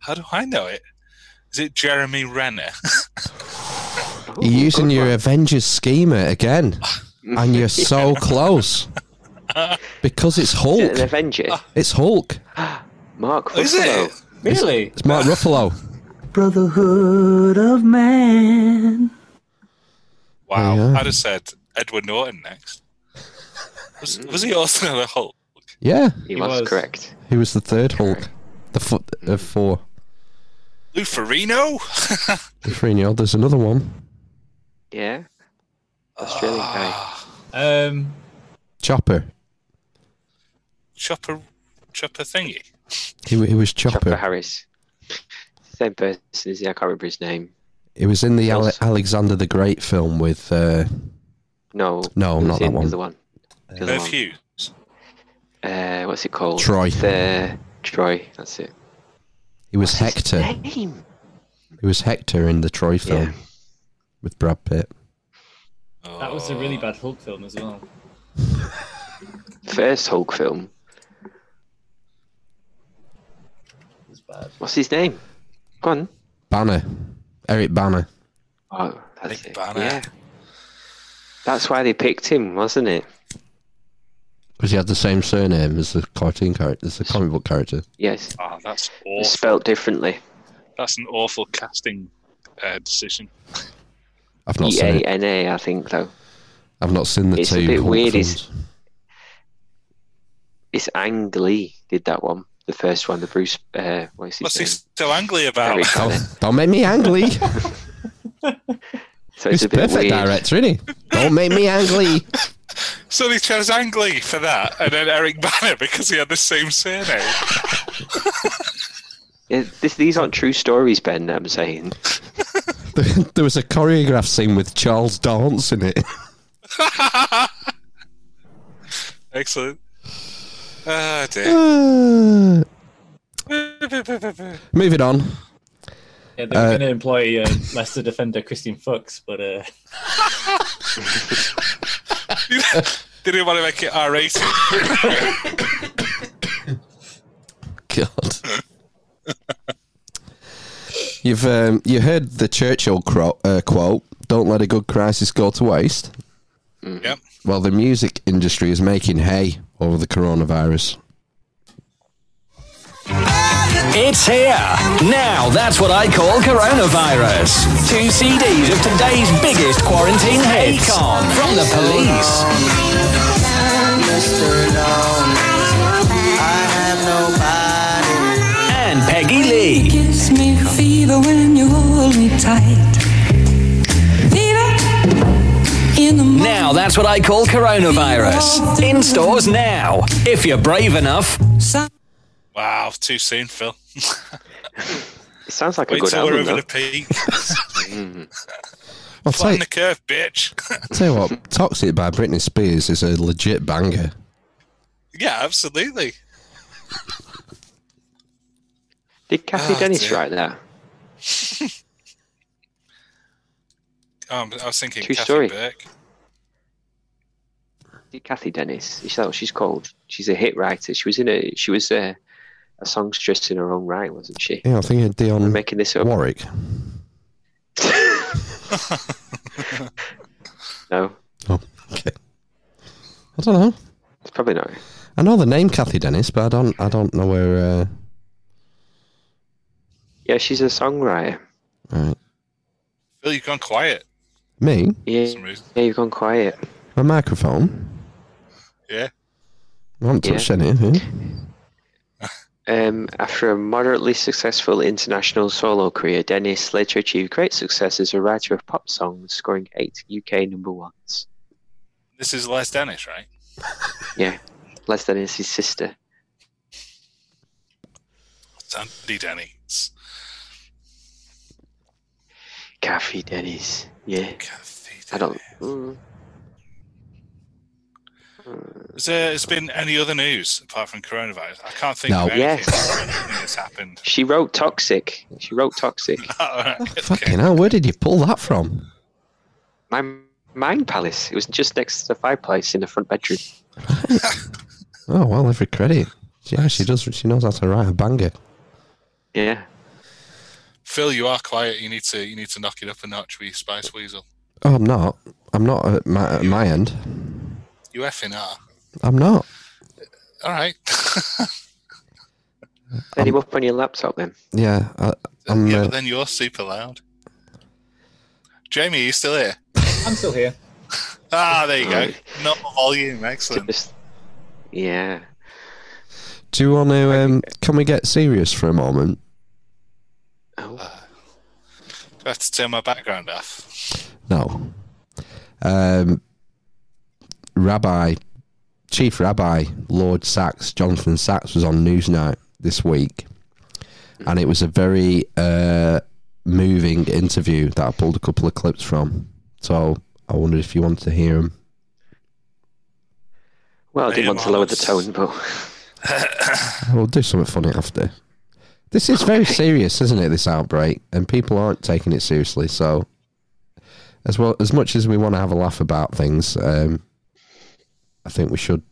Speaker 3: how do I know it? Is it Jeremy Renner? [laughs]
Speaker 1: You're using your Avengers schema again.
Speaker 2: [laughs]
Speaker 1: and you're so close because it's Hulk.
Speaker 2: Is it an Avenger?
Speaker 1: It's Hulk.
Speaker 2: Mark
Speaker 1: Is it?
Speaker 2: Ruffalo.
Speaker 5: Really?
Speaker 2: [laughs]
Speaker 1: It's Mark Ruffalo.
Speaker 4: Brotherhood of man.
Speaker 3: Wow.
Speaker 1: Yeah.
Speaker 3: I'd have said Edward Norton next. Was, was he also another Hulk?
Speaker 1: Yeah,
Speaker 3: He He was was. correct.
Speaker 1: He was the third Hulk, the fo- of four.
Speaker 3: Lou Ferrino?
Speaker 1: Frigno, there's another one.
Speaker 2: [laughs] yeah. Australian guy.
Speaker 3: Ah.
Speaker 5: Um,
Speaker 1: Chopper.
Speaker 3: Chopper, Chopper thingy.
Speaker 1: He, wa- he was Chopper.
Speaker 2: Chopper Harris. Same person, is he? I can't remember his name.
Speaker 1: He was in the Ale- Alexander the Great film with. Uh,
Speaker 2: No. it
Speaker 1: No,
Speaker 2: was
Speaker 1: not that
Speaker 2: in The
Speaker 1: one.
Speaker 2: other one. The other
Speaker 3: Merv
Speaker 2: one.
Speaker 3: Hughes.
Speaker 2: Uh, what's it called?
Speaker 1: Troy.
Speaker 2: The, Troy, that's it.
Speaker 1: He was Hector.
Speaker 2: Name.
Speaker 1: He was Hector in the Troy film with Brad Pitt.
Speaker 5: That was a really bad Hulk film as well.
Speaker 2: First Hulk film. What's his name? Go on.
Speaker 1: Banner. Eric Banner.
Speaker 2: Oh, that's it. Yeah. That's why they picked him, wasn't it?
Speaker 1: Because he had the same surname as the cartoon character, as the comic book character.
Speaker 2: Yes.
Speaker 3: Oh, that's
Speaker 2: It's
Speaker 3: awful.
Speaker 2: Spelt differently.
Speaker 3: That's an awful casting uh, decision.
Speaker 1: I've not
Speaker 2: E
Speaker 1: seen
Speaker 2: A
Speaker 1: it.
Speaker 2: N A, I think, though.
Speaker 1: I've not seen the
Speaker 2: it's
Speaker 1: two.
Speaker 2: a bit
Speaker 1: Hulk
Speaker 2: weird.
Speaker 1: films.
Speaker 2: It's, it's Ang Lee did that one, the first one, the Bruce. Uh, what is his
Speaker 3: What's he
Speaker 2: name?
Speaker 3: so angry about?
Speaker 2: Eric
Speaker 3: [laughs]
Speaker 2: Banner.
Speaker 1: Don't, don't make me angry.
Speaker 2: [laughs] So
Speaker 1: He's
Speaker 2: it's a
Speaker 1: a
Speaker 2: bit
Speaker 1: perfect
Speaker 2: weird.
Speaker 1: director, isn't he? Don't make me angry. [laughs]
Speaker 3: So they chose Ang Lee for that, and then Eric [laughs] Banner because he had the same surname. [laughs]
Speaker 2: Yeah, this, these aren't true stories, Ben. I'm saying.
Speaker 1: there was a choreographed scene with Charles Dance in it.
Speaker 3: Excellent. Ah, dear.
Speaker 1: Uh, [sighs] Moving on.
Speaker 5: Yeah, they were
Speaker 1: Uh,
Speaker 5: going to employ uh, Leicester defender Christian Fuchs, but uh,
Speaker 3: Didn't want to make it
Speaker 2: [laughs]
Speaker 3: R rated.
Speaker 1: God. You've um, you heard the Churchill cro- uh, quote: "Don't let a good crisis go to waste."
Speaker 3: Yep.
Speaker 1: Well, the music industry is making hay over the coronavirus.
Speaker 13: It's here. Now, that's what I call coronavirus. Two CDs of today's biggest quarantine hits. From the police. And Peggy Lee.
Speaker 14: Gives me fever when you hold me tight.
Speaker 13: Now, that's what I call coronavirus. In stores now, if you're brave enough.
Speaker 3: Wow, too soon, Phil.
Speaker 2: It sounds like
Speaker 3: Wait
Speaker 2: a good
Speaker 3: till we're
Speaker 2: album.
Speaker 3: over
Speaker 2: Though.
Speaker 3: the peak.
Speaker 1: I'll tell
Speaker 3: Flatten
Speaker 1: you,
Speaker 3: the curve, bitch. [laughs]
Speaker 1: tell you what, "Toxic" by Britney Spears is a legit banger.
Speaker 3: yeah, absolutely.
Speaker 2: Did Kathy
Speaker 3: Oh,
Speaker 2: Dennis
Speaker 3: dear.
Speaker 2: write that?
Speaker 3: Um, I was thinking
Speaker 2: True
Speaker 3: Kathy
Speaker 2: story.
Speaker 3: Burke.
Speaker 2: Did Kathy Dennis? Is that what she's called? She's a hit writer. She was in a. She was a, a songstress in her own right, wasn't she?
Speaker 1: Yeah, I think it's Dion
Speaker 2: making this up.
Speaker 1: Warwick.
Speaker 2: [laughs] No,
Speaker 1: Oh, okay. I don't know.
Speaker 2: it's probably not.
Speaker 1: I know the name Kathy Dennis, but I don't. I don't know where. Uh,
Speaker 2: Yeah, she's a songwriter.
Speaker 1: right.
Speaker 3: Phil, you've gone quiet.
Speaker 1: Me,
Speaker 2: Yeah, yeah you've gone quiet.
Speaker 1: my microphone.
Speaker 3: Yeah.
Speaker 1: I haven't
Speaker 2: Yeah.
Speaker 1: touched anything.
Speaker 2: Um, after a moderately successful international solo career, Dennis later achieved great success as a writer of pop songs, scoring eight UK number ones.
Speaker 3: This is Les Dennis, right?
Speaker 2: Yeah, less than is his sister.
Speaker 3: Sandy Dennis.
Speaker 2: Kathy Dennis. Yeah. I don't. Mm.
Speaker 3: Has there has been any other news apart from coronavirus? I can't think
Speaker 2: No.
Speaker 3: of anything
Speaker 2: Yes.
Speaker 3: that's happened.
Speaker 2: She wrote Toxic. She wrote
Speaker 3: [laughs]
Speaker 2: Toxic.
Speaker 1: Fucking hell, where did you pull that from?
Speaker 2: My mind palace. It was just next to the fireplace in the front bedroom.
Speaker 1: Oh well, every credit. Yeah, she does. She knows how to write a banger.
Speaker 2: Yeah.
Speaker 3: Phil, you are quiet. You need to you need to knock it up a notch with your Spice Weasel.
Speaker 1: Oh, I'm not. I'm not at my, at my end.
Speaker 3: You effing are.
Speaker 1: I'm not.
Speaker 2: [laughs]
Speaker 3: All right.
Speaker 2: Set him up on your laptop then.
Speaker 1: Yeah, I, I'm.
Speaker 3: yeah,
Speaker 1: uh,
Speaker 3: but then you're super loud. Jamie, are you still here?
Speaker 5: I'm still here.
Speaker 3: [laughs] Ah, there you go. Normal volume, excellent.
Speaker 2: Yeah.
Speaker 1: do you want to? Um, can we get serious for a moment?
Speaker 2: Oh.
Speaker 3: Uh, Do I have to turn my background off?
Speaker 1: No. Um, Rabbi, Chief Rabbi Lord Sachs, Jonathan Sachs, was on Newsnight this week, and it was a very uh, moving interview that I pulled a couple of clips from. So I wondered if you wanted to hear him.
Speaker 2: Well, I didn't want to lower the tone, but [laughs]
Speaker 1: We'll do something funny after. This is very serious, isn't it? This outbreak, and people aren't taking it seriously. So, as well as much as we want to have a laugh about things, um, I think we should.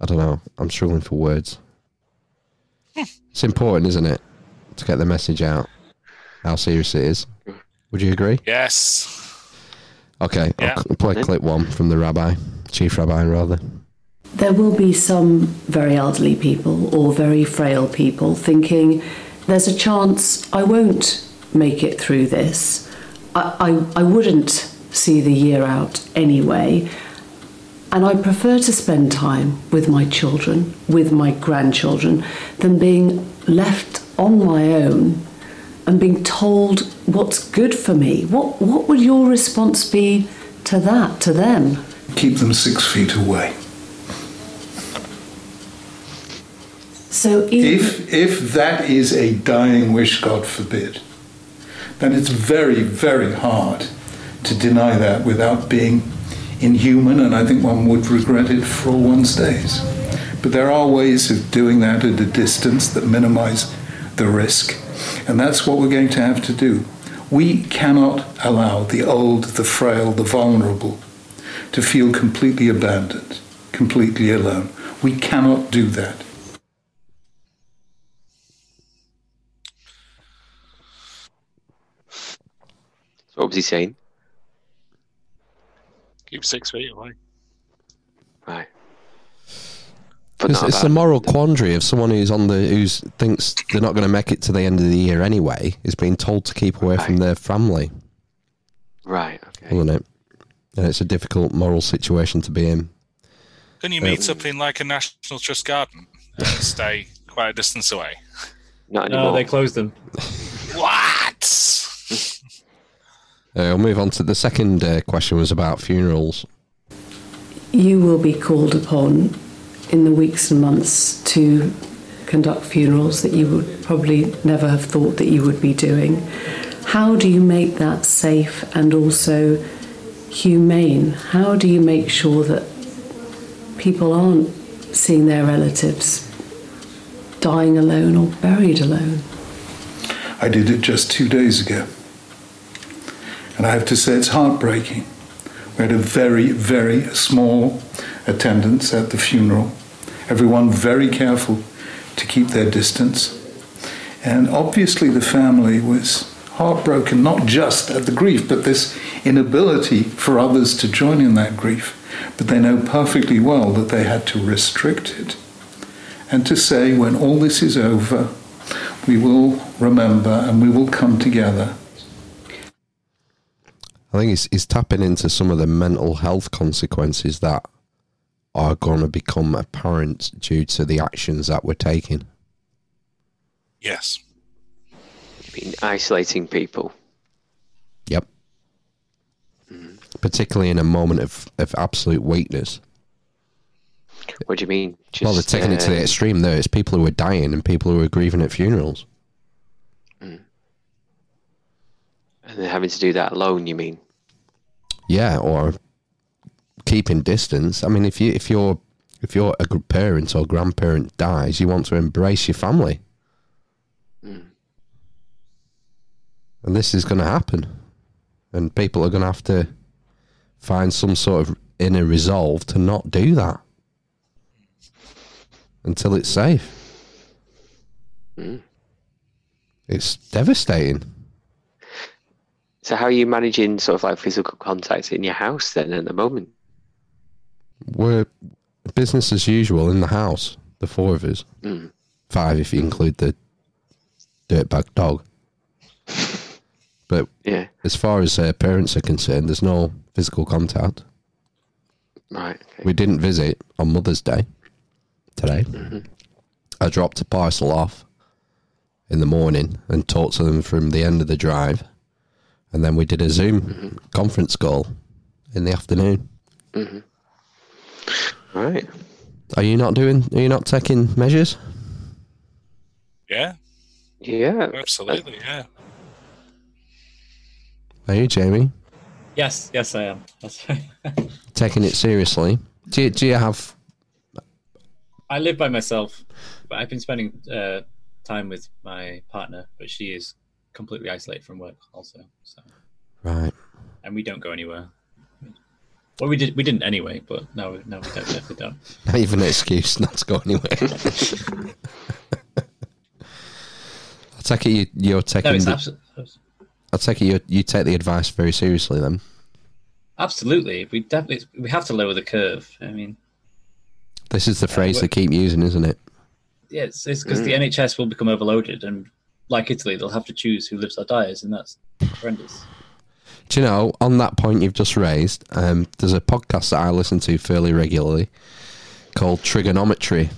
Speaker 1: I don't know. I'm struggling for words. it's important, isn't it, to get the message out? How serious it is. Would you agree?
Speaker 3: Yes.
Speaker 1: Okay, I'll c- play clip one from the rabbi, chief rabbi, rather.
Speaker 15: There will be some very elderly people or very frail people thinking, there's a chance I won't make it through this. I, I, I wouldn't see the year out anyway. And I prefer to spend time with my children, with my grandchildren, than being left on my own and being told what's good for me. What, what would your response be to that, to them?
Speaker 9: Keep them six feet away.
Speaker 15: So
Speaker 9: If, if that is a dying wish, God forbid, then it's very, very hard to deny that without being inhuman, and I think one would regret it for all one's days. But there are ways of doing that at a distance that minimize the risk, and that's what we're going to have to do. We cannot allow the old, the frail, the vulnerable to feel completely abandoned, completely alone. We cannot do that.
Speaker 2: what was he saying?
Speaker 3: Keep six feet away.
Speaker 2: Right.
Speaker 1: It's, it's a moral quandary of someone who's on the who's thinks they're not going to make it to the end of the year anyway is being told to keep away from their family,
Speaker 2: Right.
Speaker 1: isn't it? And it's a difficult moral situation to be in.
Speaker 3: Can you
Speaker 1: Uh,
Speaker 3: meet up in like a National Trust garden and stay quite a distance away?
Speaker 2: Not
Speaker 5: No, they closed them.
Speaker 3: What?
Speaker 1: Uh, I'll move on to the second uh, question was about funerals.
Speaker 15: you will be called upon in the weeks and months to conduct funerals that you would probably never have thought that you would be doing. How do you make that safe and also humane? How do you make sure that people aren't seeing their relatives dying alone or buried alone?
Speaker 9: I did it just two days ago. And I have to say, it's heartbreaking. We had a very, very small attendance at the funeral. Everyone very careful to keep their distance. And obviously, the family was heartbroken, not just at the grief, but this inability for others to join in that grief. But they know perfectly well that they had to restrict it and to say, when all this is over, we will remember and we will come together.
Speaker 1: I think it's, it's tapping into some of the mental health consequences that are going to become apparent due to the actions that we're taking.
Speaker 3: Yes.
Speaker 2: Been isolating people.
Speaker 1: Yep. Particularly in a moment of, of absolute weakness.
Speaker 2: What do you mean?
Speaker 1: well, they're taking it to
Speaker 2: uh,
Speaker 1: the extreme, though. It's people who are dying and people who are grieving at funerals.
Speaker 2: And they're having to do that alone, you mean?
Speaker 1: Yeah, or keeping distance. I mean, if you if you're if your a gr- parent or grandparent dies, you want to embrace your family, and this is going to happen, and people are going to have to find some sort of inner resolve to not do that until it's
Speaker 2: Hmm.
Speaker 1: safe. It's devastating.
Speaker 2: So how are you managing sort of like physical contact in your house then at the moment?
Speaker 1: We're business as usual in the house, the four of us.
Speaker 2: Mm.
Speaker 1: Five if you include the dirtbag dog. But
Speaker 2: Yeah.
Speaker 1: as far as uh, parents are concerned, there's no physical contact.
Speaker 2: Right.
Speaker 1: We didn't visit on Mother's Day today.
Speaker 2: Mm-hmm.
Speaker 1: I dropped a parcel off in the morning and talked to them from the end of the drive. And then we did a Zoom
Speaker 2: Mm-hmm.
Speaker 1: conference call in the afternoon.
Speaker 2: Mhm. Right.
Speaker 1: Are you not doing, are you not taking measures?
Speaker 3: Yeah.
Speaker 2: Yeah.
Speaker 3: Absolutely. Yeah.
Speaker 1: Are you, Jamie?
Speaker 5: Yes, yes, I am. That's right.
Speaker 1: Taking it seriously? Do you, do you have,
Speaker 5: I live by myself, but I've been spending uh, time with my partner, but she is completely isolated from work also. So,
Speaker 1: right. [laughs]
Speaker 5: and we don't go anywhere. Well, we did. We didn't anyway, but now, now we don't, definitely don't.
Speaker 1: Not even an excuse not to go anywhere. [laughs] I take it you, you're taking.
Speaker 5: No, it's
Speaker 1: the-
Speaker 5: abso-
Speaker 1: I take it you, you take the advice very seriously then.
Speaker 5: absolutely. We definitely we have to lower the curve. I mean,
Speaker 1: This is the
Speaker 5: Uh,
Speaker 1: phrase
Speaker 5: well-
Speaker 1: they keep using, isn't it?
Speaker 5: yeah, it's because
Speaker 1: Mm.
Speaker 5: the NHS will become overloaded, and like Italy, they'll have to choose who lives or dies, and that's horrendous.
Speaker 1: Do you know, on that point you've just raised, um, there's a podcast that I listen to fairly regularly called Trigonometry.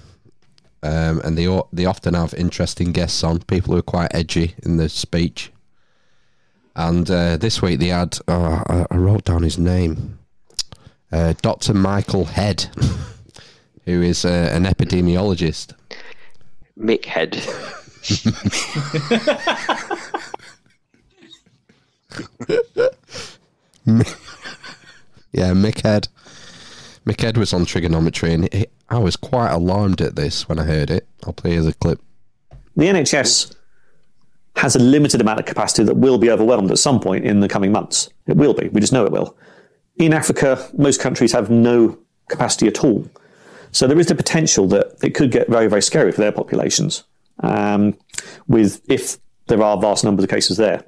Speaker 1: Um, and they o- they often have interesting guests on, people who are quite edgy in their speech. And uh, this week they had, oh, I, I wrote down his name, uh, Dr. Michael Head, [laughs] who is uh, an epidemiologist. [laughs]
Speaker 2: Mick Head.
Speaker 1: [laughs] yeah, Mick Head. Mick Head was on trigonometry, and he, I was quite alarmed at this when I heard it. I'll play you the clip.
Speaker 16: The NHS has a limited amount of capacity that will be overwhelmed at some point in the coming months. It will be. We just know it will. In Africa, most countries have no capacity at all. So there is the potential that it could get very, very scary for their populations um, with if there are vast numbers of cases there.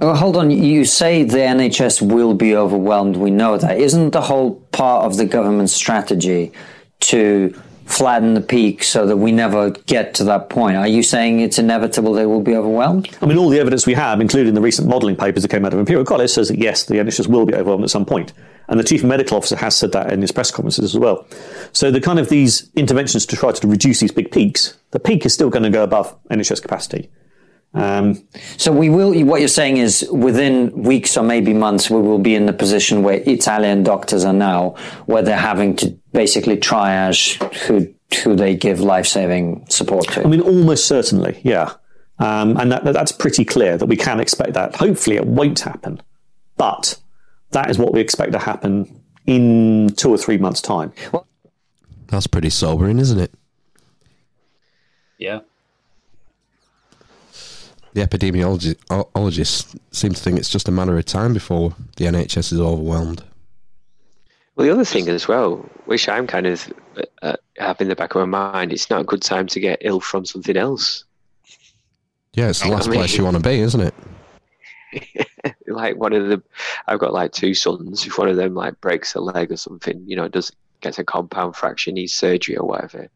Speaker 17: Oh, hold on. You say the NHS will be overwhelmed. We know that. Isn't the whole part of the government's strategy to flatten the peak so that we never get to that point? Are you saying it's inevitable they will be overwhelmed?
Speaker 16: I mean, all the evidence we have, including the recent modelling papers that came out of Imperial College, says that yes, the NHS will be overwhelmed at some point. And the chief medical officer has said that in his press conferences as well. So the kind of these interventions to try to reduce these big peaks, the peak is still going to go above NHS capacity. Um,
Speaker 17: So we will. What you're saying is, within weeks or maybe months, we will be in the position where Italian doctors are now, where they're having to basically triage who who they give life saving support to.
Speaker 16: I mean, almost certainly, yeah. Um, and that, that- that's pretty clear that we can expect that. Hopefully, it won't happen, but that is what we expect to happen in two or three months' time.
Speaker 1: That's pretty sobering, isn't it?
Speaker 5: Yeah.
Speaker 1: The epidemiologists seem to think it's just a matter of time before the NHS is overwhelmed.
Speaker 2: Well, the other thing as well, which I'm kind of uh, have in the back of my mind, it's not a good time to get ill from something else.
Speaker 1: Yeah, it's the
Speaker 2: I
Speaker 1: last
Speaker 2: mean-
Speaker 1: place you want to be, isn't it?
Speaker 2: [laughs] like one of the, I've got like two sons. If one of them like breaks a leg or something, you know, does gets a compound fracture, needs surgery or whatever,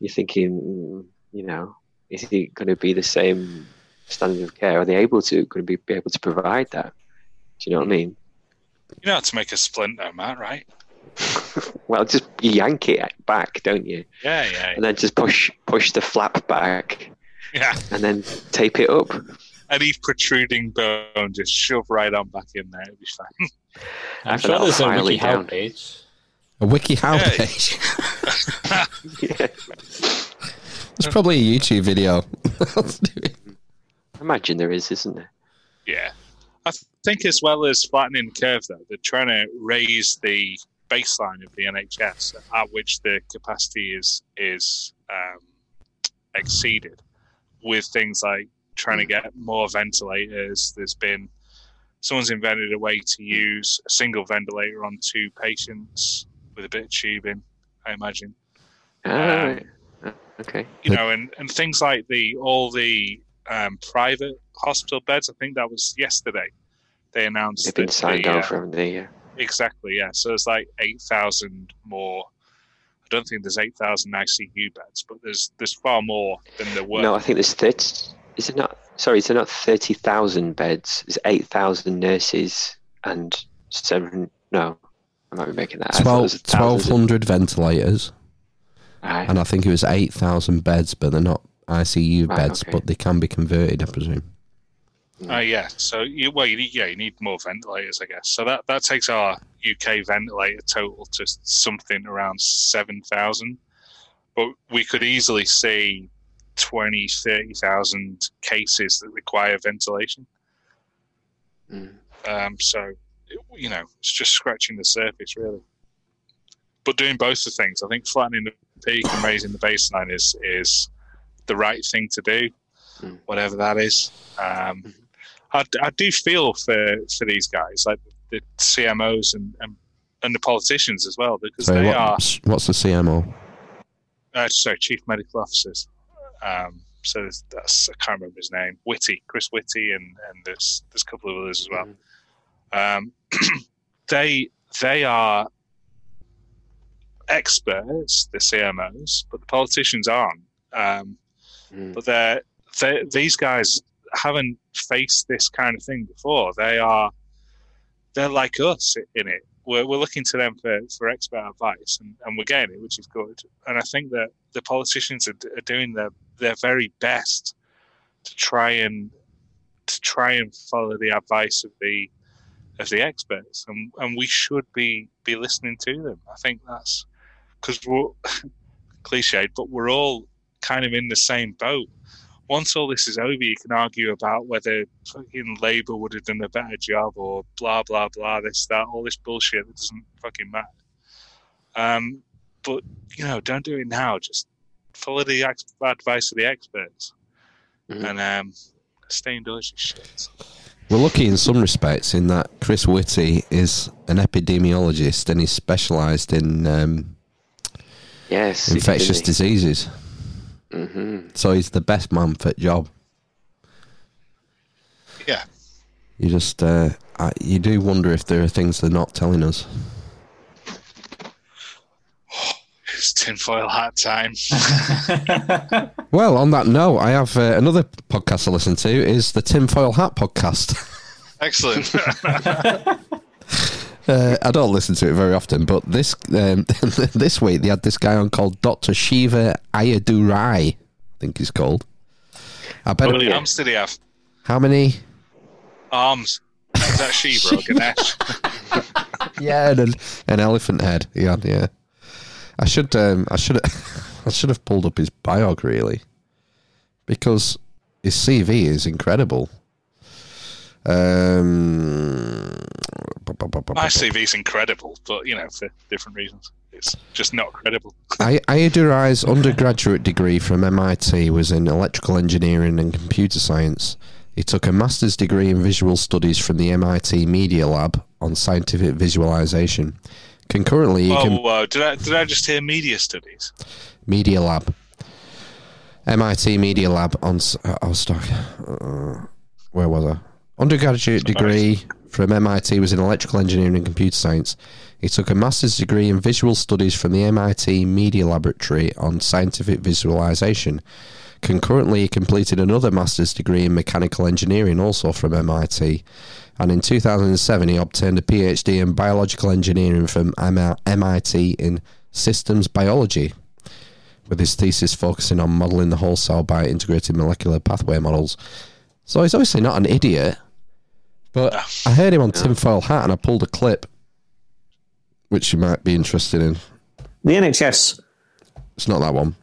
Speaker 2: you're thinking, mm, you know, is it going to be the same standard of care? Are they able to going to be, be able to provide that? Do you know what I mean?
Speaker 3: You know how to make a splint now, Matt, right?
Speaker 2: Well, just you yank it back, don't you?
Speaker 3: Yeah, yeah.
Speaker 2: And then just push push the flap back,
Speaker 3: Yeah.
Speaker 2: and then tape it up.
Speaker 3: [laughs] Any protruding bone, just shove right on back in there. It'll be fine.
Speaker 5: I'm sure there's a wiki
Speaker 2: [laughs]
Speaker 5: how
Speaker 3: [laughs]
Speaker 5: page.
Speaker 1: A wiki how
Speaker 3: Yeah.
Speaker 1: page. [laughs] There's probably a YouTube video.
Speaker 2: Imagine there is, isn't there?
Speaker 3: Yeah. I th- think as well as flattening the curve, though, they're trying to raise the baseline of the NHS at which the capacity is is um, exceeded with things like trying to get more ventilators. There's been someone's invented a way to use a single ventilator on two patients with a bit of tubing, I imagine. Uh,
Speaker 2: Ah, right. okay.
Speaker 3: you know, and, and things like the all the um, private hospital beds. I think that was yesterday. They announced
Speaker 2: They've been
Speaker 3: that
Speaker 2: signed
Speaker 3: the, uh,
Speaker 2: over, haven't they? Yeah.
Speaker 3: Exactly, yeah. So it's like 8,000 more. I don't think there's 8,000 ICU beds, but there's there's far more than there were.
Speaker 2: No, I think there's 30. Is it not? Sorry, is there not 30,000 beds? There's 8,000 nurses and seven. No, I might be making that. up. I thought
Speaker 1: Twelve
Speaker 2: there's thousands
Speaker 1: twelve
Speaker 2: of-
Speaker 1: hundred ventilators,
Speaker 2: Right.
Speaker 1: and I think it was eight thousand beds, but they're not ICU
Speaker 3: Right,
Speaker 1: beds,
Speaker 3: okay.
Speaker 1: but they can be converted, I presume.
Speaker 3: Uh, yeah. So you well, you need, yeah, you need more ventilators, I guess. So that that takes our UK ventilator total to something around seven thousand, but we could easily see 20, 30,000 cases that require ventilation. Um, so you know, it's just scratching the surface, really. But doing both the things, I think flattening the peak and raising the baseline is is the right thing to do, whatever that is. Um, I, I do feel for for these guys, like the CMOs and and, and the politicians as well, because
Speaker 1: So
Speaker 3: they
Speaker 1: what-
Speaker 3: are
Speaker 1: what's the CMO?
Speaker 3: uh, sorry, chief medical officers. Um, so there's- that's I can't remember his name. Whitty, Chris Whitty, and and there's there's a couple of others as well. Um, [clears throat] they they are experts, the CMOs, but the politicians aren't. Um, But they're, they these guys haven't faced this kind of thing before. They are they're like us in it. We're, we're looking to them for, for expert advice, and, and we're getting it, which is good. And I think that the politicians are, d- are doing their, their very best to try and to try and follow the advice of the of the experts, and, and we should be be listening to them. I think that's because we're [laughs] cliched, but we're all kind of in the same boat. Once all this is over, you can argue about whether fucking Labour would have done a better job or blah blah blah this that all this bullshit that doesn't fucking matter. Um, but you know, don't do it now. Just follow the ex- advice of the experts and um, stay indoors. You shit.
Speaker 1: We're lucky in some respects in that Chris Whitty is an epidemiologist and he's specialised in um,
Speaker 2: Yes, he did,
Speaker 1: infectious
Speaker 2: didn't
Speaker 1: diseases.
Speaker 3: Mm-hmm.
Speaker 2: Mhm.
Speaker 1: So he's the best man for the job.
Speaker 3: Yeah.
Speaker 1: You just uh, I, you do wonder if there are things they're not telling us.
Speaker 3: It's tinfoil hat time.
Speaker 1: Well, on that note, I have uh, another podcast I listen to is the Tinfoil Hat podcast.
Speaker 3: Excellent.
Speaker 1: Uh, I don't listen to it very often, but this um, [laughs] this week they had this guy on called Doctor Shiva Ayadurai, I think he's called. I
Speaker 3: How
Speaker 1: bet.
Speaker 3: many arms did he have?
Speaker 1: How many?
Speaker 3: Arms. Is that Shiva or Ganesh?
Speaker 1: [laughs] Yeah, and an, an elephant head. He had, yeah. I should um, I should I should have [laughs] pulled up his biog really, because his CV is incredible. Um,
Speaker 3: My CV's incredible, but you know, for different reasons, it's just not credible.
Speaker 1: I Ayadurai's undergraduate degree from MIT was in electrical engineering and computer science. He took a master's degree in visual studies from the MIT Media Lab on scientific visualization. Concurrently, he
Speaker 3: Whoa,
Speaker 1: can
Speaker 3: whoa! Oh, uh, Did I did I just hear media studies?
Speaker 1: Media Lab, MIT Media Lab on. s- uh, I was stuck. Uh, where was I? Undergraduate degree from MIT was in electrical engineering and computer science. He took a master's degree in visual studies from the MIT Media Laboratory on scientific visualization. Concurrently, he completed another master's degree in mechanical engineering, also from MIT. And in 2007, he obtained a PhD in biological engineering from MIT in systems biology with his thesis focusing on modelling the whole cell by integrating molecular pathway models. So he's obviously not an idiot, but I heard him on Tinfoil Hat and I pulled a clip, which you might be interested in.
Speaker 16: The NHS.
Speaker 1: It's not that one.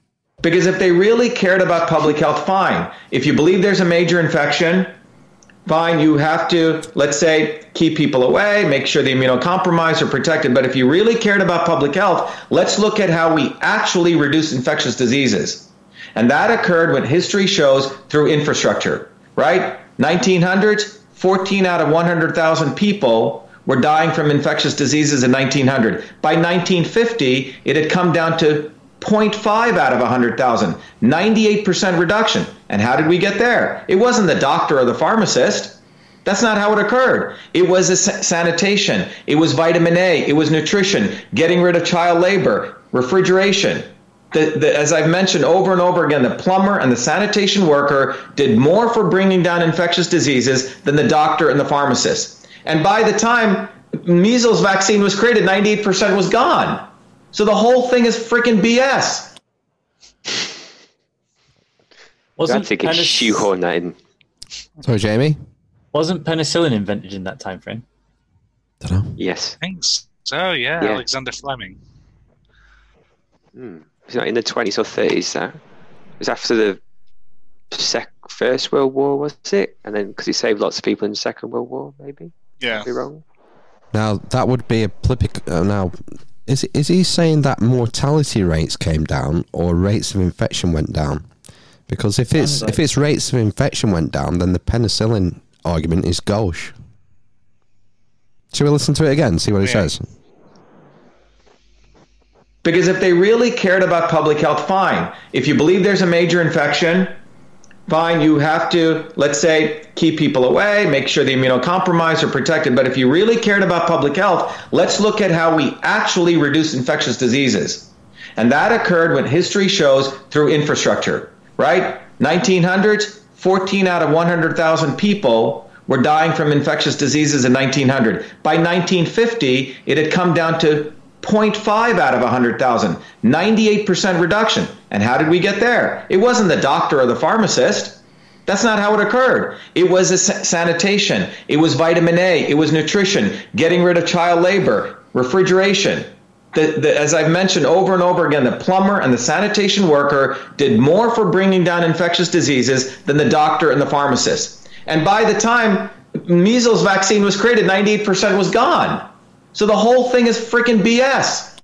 Speaker 18: Because if they really cared about public health, fine. If you believe there's a major infection, fine. You have to, let's say, keep people away, make sure the immunocompromised are protected. But if you really cared about public health, let's look at how we actually reduce infectious diseases. And that occurred when history shows through infrastructure, right? 1900s, 14 out of 100,000 people were dying from infectious diseases in 1900. By 1950, it had come down to 0.5 out of 100,000, 98% reduction. And how did we get there? It wasn't the doctor or the pharmacist. That's not how it occurred. It was a sa- sanitation, it was vitamin A, it was nutrition, getting rid of child labor, refrigeration. The, the, as I've mentioned over and over again, the plumber and the sanitation worker did more for bringing down infectious diseases than the doctor and the pharmacist. And by the time measles vaccine was created, 98% was gone. So the whole thing is freaking BS.
Speaker 2: I think it's shoehorn that in.
Speaker 1: Sorry, Jamie.
Speaker 5: Wasn't penicillin invented in that time frame?
Speaker 2: Yes.
Speaker 3: Thanks. So Oh, yeah,
Speaker 2: Yeah.
Speaker 3: Alexander Fleming.
Speaker 2: Hmm. Was that in the 20s or 30s? That it was after the sec- First World War, was it? And then because it saved lots of people in the Second World War, maybe.
Speaker 3: Yeah.
Speaker 2: Be wrong.
Speaker 1: Now that would be a plipic. Uh, now, is is he saying that mortality rates came down or rates of infection went down? Because if it's
Speaker 5: Sounds
Speaker 1: if its rates of infection went down, then the penicillin argument is gauche. Shall we listen to it again? See what he says.
Speaker 18: Because if they really cared about public health, fine. If you believe there's a major infection, fine. You have to, let's say, keep people away, make sure the immunocompromised are protected. But if you really cared about public health, let's look at how we actually reduce infectious diseases. And that occurred when history shows through infrastructure, right? 1900s, 14 out of 100,000 people were dying from infectious diseases in 1900. By 1950, it had come down to 0.5 out of 100,000, 98% reduction. And how did we get there? It wasn't the doctor or the pharmacist. That's not how it occurred. It was a sa- sanitation, it was vitamin A, it was nutrition, getting rid of child labor, refrigeration. The, the, as I've mentioned over and over again, the plumber and the sanitation worker did more for bringing down infectious diseases than the doctor and the pharmacist. And by the time measles vaccine was created, 98% was gone. So the whole thing is freaking BS.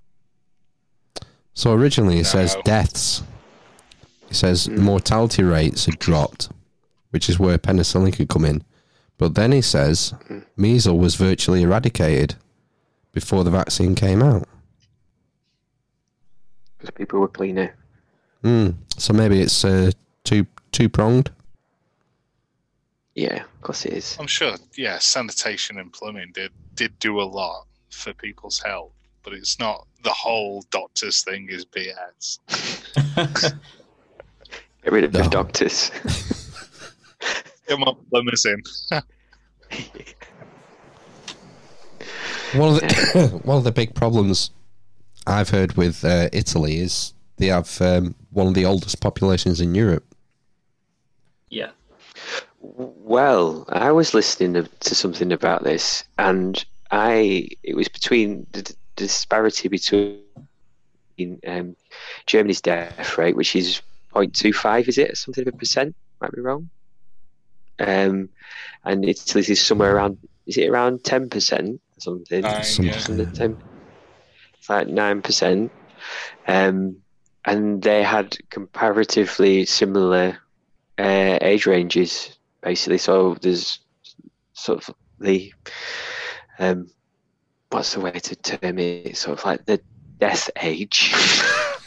Speaker 1: So originally it says deaths. It says mortality rates had dropped, which is where penicillin could come in. But then he says measles was virtually eradicated before the vaccine came out.
Speaker 2: Because people were cleaner.
Speaker 1: Mm. So maybe it's uh, two two pronged.
Speaker 2: Yeah, of course it is.
Speaker 3: I'm sure. Yeah, sanitation and plumbing did did do a lot for people's health, but it's not the whole doctors thing is [laughs] BS.
Speaker 2: Get rid of the doctors.
Speaker 3: Get more plumbers in. [laughs]
Speaker 1: One of the [coughs] one of the big problems I've heard with uh, Italy is they have um, one of the oldest populations in Europe.
Speaker 5: Yeah.
Speaker 2: Well, I was listening to, to something about this, and I it was between the, d- disparity between um, Germany's death rate, which is 0.25, is it, or something of a percent? Might be wrong. Um, and Italy's is somewhere around, is it around 10% or something?
Speaker 3: Nine, yeah.
Speaker 2: Something ten- it's like 9%. Um, and they had comparatively similar uh, age ranges, basically. So there's sort of the um, what's the way to term it? Sort of like the death
Speaker 5: [laughs]
Speaker 2: age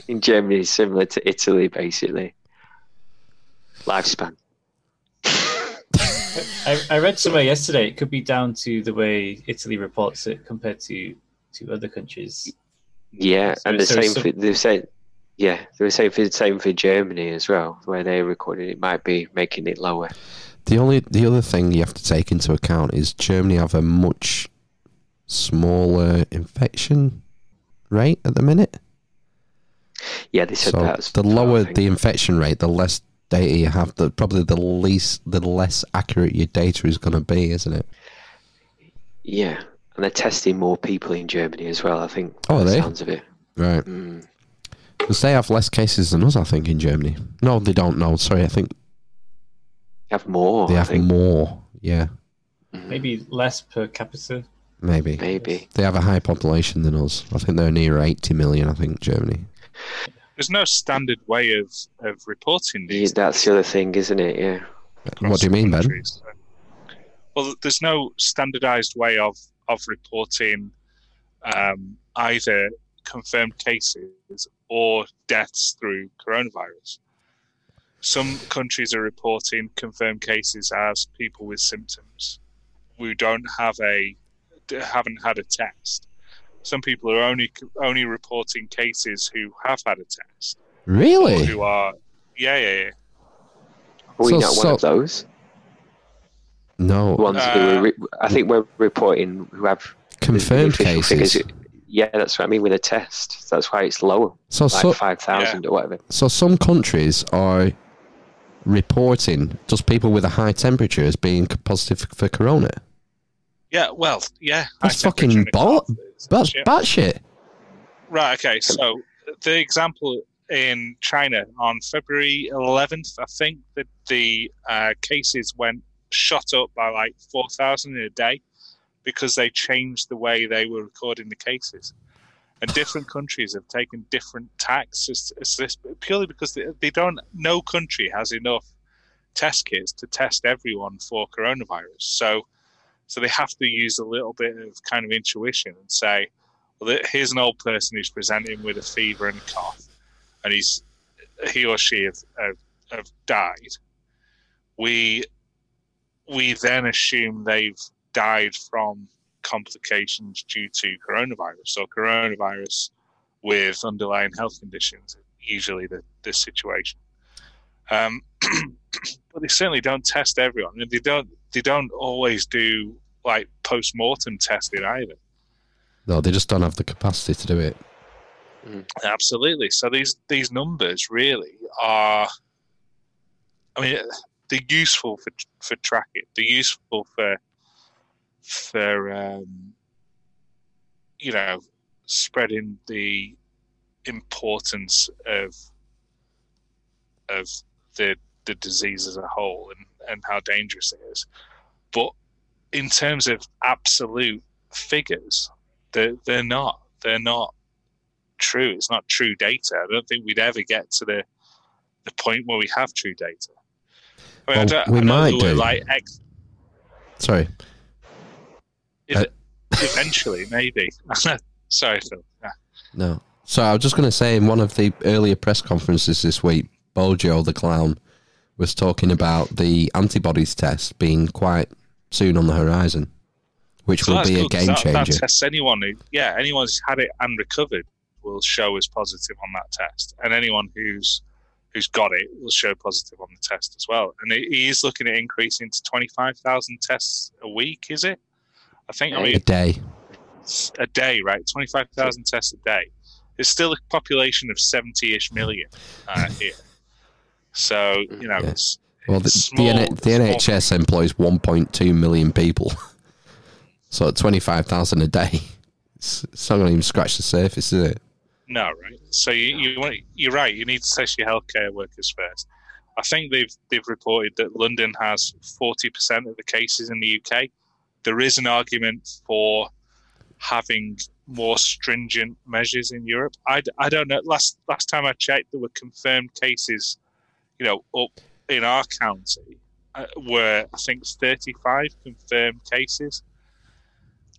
Speaker 2: in Germany is similar to Italy, basically. Lifespan.
Speaker 5: I, I read somewhere yesterday it could be down to the way Italy reports it compared to to other countries.
Speaker 2: Yeah,
Speaker 5: So-
Speaker 2: and the
Speaker 5: so
Speaker 2: same
Speaker 5: some-
Speaker 2: for the same. Yeah, they were saying for the same for Germany as well, where they recorded it might be making it lower.
Speaker 1: The only the other thing you have to take into account is Germany have a much smaller infection rate at the minute.
Speaker 2: Yeah, they said
Speaker 1: so
Speaker 2: that. was-
Speaker 1: the lower the infection rate, the less data you have, the probably the least the less accurate your data is going to be, isn't it?
Speaker 2: Yeah, and they're testing more people in Germany as well. I think. by
Speaker 1: Oh, are
Speaker 2: the
Speaker 1: they?
Speaker 2: Sounds of it. Hmm.
Speaker 1: Right. Because they have less cases than us, I think, in Germany. No, they don't. No, sorry, I think
Speaker 2: Have more.
Speaker 1: they
Speaker 2: I
Speaker 1: have
Speaker 2: think. Mm.
Speaker 1: more. Yeah,
Speaker 5: Maybe less per capita.
Speaker 1: maybe.
Speaker 2: Maybe.
Speaker 1: They have a higher population than us. I think they're near 80 million, I think, Germany.
Speaker 3: There's no standard way of of reporting
Speaker 2: Yeah,
Speaker 3: these.
Speaker 2: that's the other thing, isn't it? Yeah.
Speaker 1: what do you mean, Ben?
Speaker 3: Well, there's no standardised way of of reporting um, either confirmed cases or deaths through coronavirus. Some countries are reporting confirmed cases as people with symptoms who don't have a haven't had a test. Some people are only only reporting cases who have had a test.
Speaker 1: Really?
Speaker 3: Who are yeah yeah yeah.
Speaker 5: Oh,
Speaker 2: Are we not one of those?
Speaker 1: No.
Speaker 2: Ones
Speaker 5: Uh,
Speaker 2: who re- I think we're reporting who have
Speaker 1: Confirmed
Speaker 2: the official figures.
Speaker 1: cases.
Speaker 2: Yeah, that's what I mean with a test. That's why it's lower.
Speaker 1: So-
Speaker 2: like
Speaker 1: so-
Speaker 2: five thousand or whatever.
Speaker 1: So some countries are reporting just people with a high temperature as being c- positive for corona.
Speaker 3: Yeah, well, yeah.
Speaker 1: That's fucking ball. That's
Speaker 3: shit.
Speaker 1: batshit.
Speaker 3: Right, okay. So the example in China on February 11th, I think that the uh, cases went shot up by like 4,000 in a day because they changed the way they were recording the cases. And different countries have taken different tacks as, as this, purely because they, they don't, no country has enough test kits to test everyone for coronavirus. So, so they have to use a little bit of kind of intuition and say, well, th- here's an old person who's presenting with a fever and cough, and he's he or she have, have, have died. We we then assume they've died from complications due to coronavirus or coronavirus with underlying health conditions. Usually, the the situation. Um, but they certainly don't test everyone, and they don't they don't always do like post mortem testing either.
Speaker 1: No, they just don't have the capacity to do it.
Speaker 3: Absolutely. So these these numbers really are. I mean, they're useful for for tracking. They're useful for for um, you know spreading the importance of of the the disease as a whole and, and how dangerous it is. But in terms of absolute figures, they're, they're not. They're not true. It's not true data. I don't think we'd ever get to the the point where we have true data. I I
Speaker 1: Well,
Speaker 3: don't-
Speaker 1: we
Speaker 3: I know
Speaker 1: might
Speaker 3: that we're
Speaker 1: do.
Speaker 3: Like ex-
Speaker 1: Sorry. Uh,
Speaker 3: eventually, maybe. [laughs] Sorry, Phil. Yeah.
Speaker 1: No. So I was just going to say in one of the earlier press conferences this week, Bojo the clown was talking about the antibodies test being quite soon on the horizon, which
Speaker 3: So
Speaker 1: will
Speaker 3: that's
Speaker 1: be a
Speaker 3: good, 'cause
Speaker 1: game
Speaker 3: that, that
Speaker 1: changer.
Speaker 3: tests anyone who, yeah, anyone who's had it and recovered will show as positive on that test, and anyone who's who's got it will show positive on the test as well. And he he is looking at increasing to twenty five thousand tests a week. Is it? I think I mean
Speaker 1: a day.
Speaker 3: a day, right? Twenty five thousand tests a day. There's still a population of seventy ish million uh, here, so you know it's
Speaker 1: Well, the,
Speaker 3: small-
Speaker 1: the, N- the
Speaker 3: small-
Speaker 1: NHS employs 1.2 million people, [laughs] so 25,000 a day. It's, it's not going to even scratch the surface, is it?
Speaker 3: No, right. So you, you want, you're right. You need to test your healthcare workers first. I think they've they've reported that London has 40% of the cases in the UK. There is an argument for having more stringent measures in Europe. I, d- I don't know. Last last time I checked, there were confirmed cases, you know, up in our county uh, were I think 35 confirmed cases.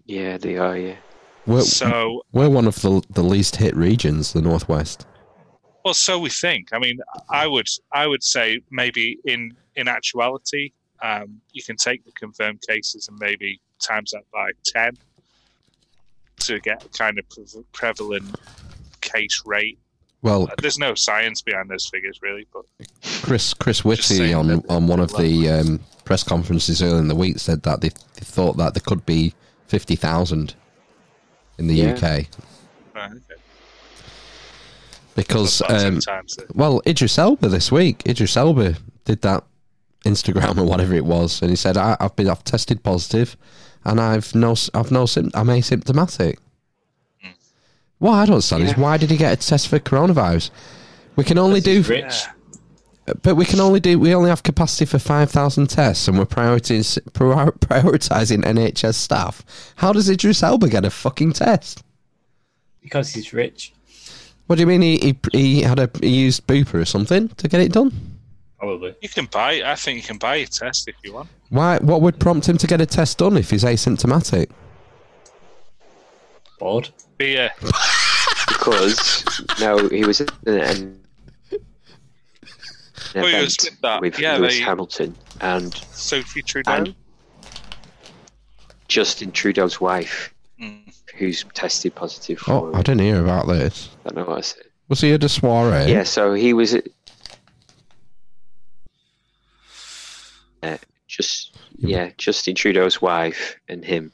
Speaker 2: Yeah, they are. Yeah.
Speaker 1: We're,
Speaker 3: So-
Speaker 1: we're one of the, the least hit regions, the Northwest.
Speaker 3: Well, so we think. I mean, I would, I would say maybe in in actuality, um, you can take the confirmed cases and maybe times that by ten to get a kind of pre- prevalent case rate.
Speaker 1: Well,
Speaker 3: Uh, There's no science behind those figures, really, but uh,
Speaker 1: Chris Chris Whitty on, on one of the um, press conferences earlier in the week said that they, they thought that there could be 50,000 in the
Speaker 3: Yeah.
Speaker 1: UK
Speaker 3: right, okay.
Speaker 1: because
Speaker 3: That's
Speaker 1: um,
Speaker 3: sometimes it-
Speaker 1: well Idris Elba this week Idris Elba did that Instagram [laughs] or whatever it was and he said I, I've been I've tested positive and I've no s- I've no symp- I'm asymptomatic. What I don't understand is why did he get a test for coronavirus? We can only do Uh,
Speaker 5: rich.
Speaker 1: But we can only do. We only have capacity for five thousand tests, and we're priorities, prior, [laughs] prioritizing NHS staff. How does Idris Elba get a fucking test?
Speaker 5: because he's rich,
Speaker 1: What do you mean? He he, he had a he used Booper or something to get it done.
Speaker 5: probably.
Speaker 3: You can buy. I think you can buy a test if you want.
Speaker 1: Why? What would prompt him to get a test done if he's asymptomatic?
Speaker 3: uh,
Speaker 5: Bored.
Speaker 3: Beer.
Speaker 2: because no, he was in an an
Speaker 3: Oh, you
Speaker 2: event
Speaker 3: skipped that.
Speaker 2: with
Speaker 3: Yeah,
Speaker 2: Lewis
Speaker 3: they-
Speaker 2: Hamilton and
Speaker 3: Sophie Trudeau.
Speaker 2: And- Justin Trudeau's wife,
Speaker 3: Mm.
Speaker 2: who's tested positive for.
Speaker 1: Oh, I didn't hear about this.
Speaker 2: I don't know what I said.
Speaker 1: Was he a de soiree?
Speaker 2: Yeah, so he was uh, just yeah, Justin Trudeau's wife and him,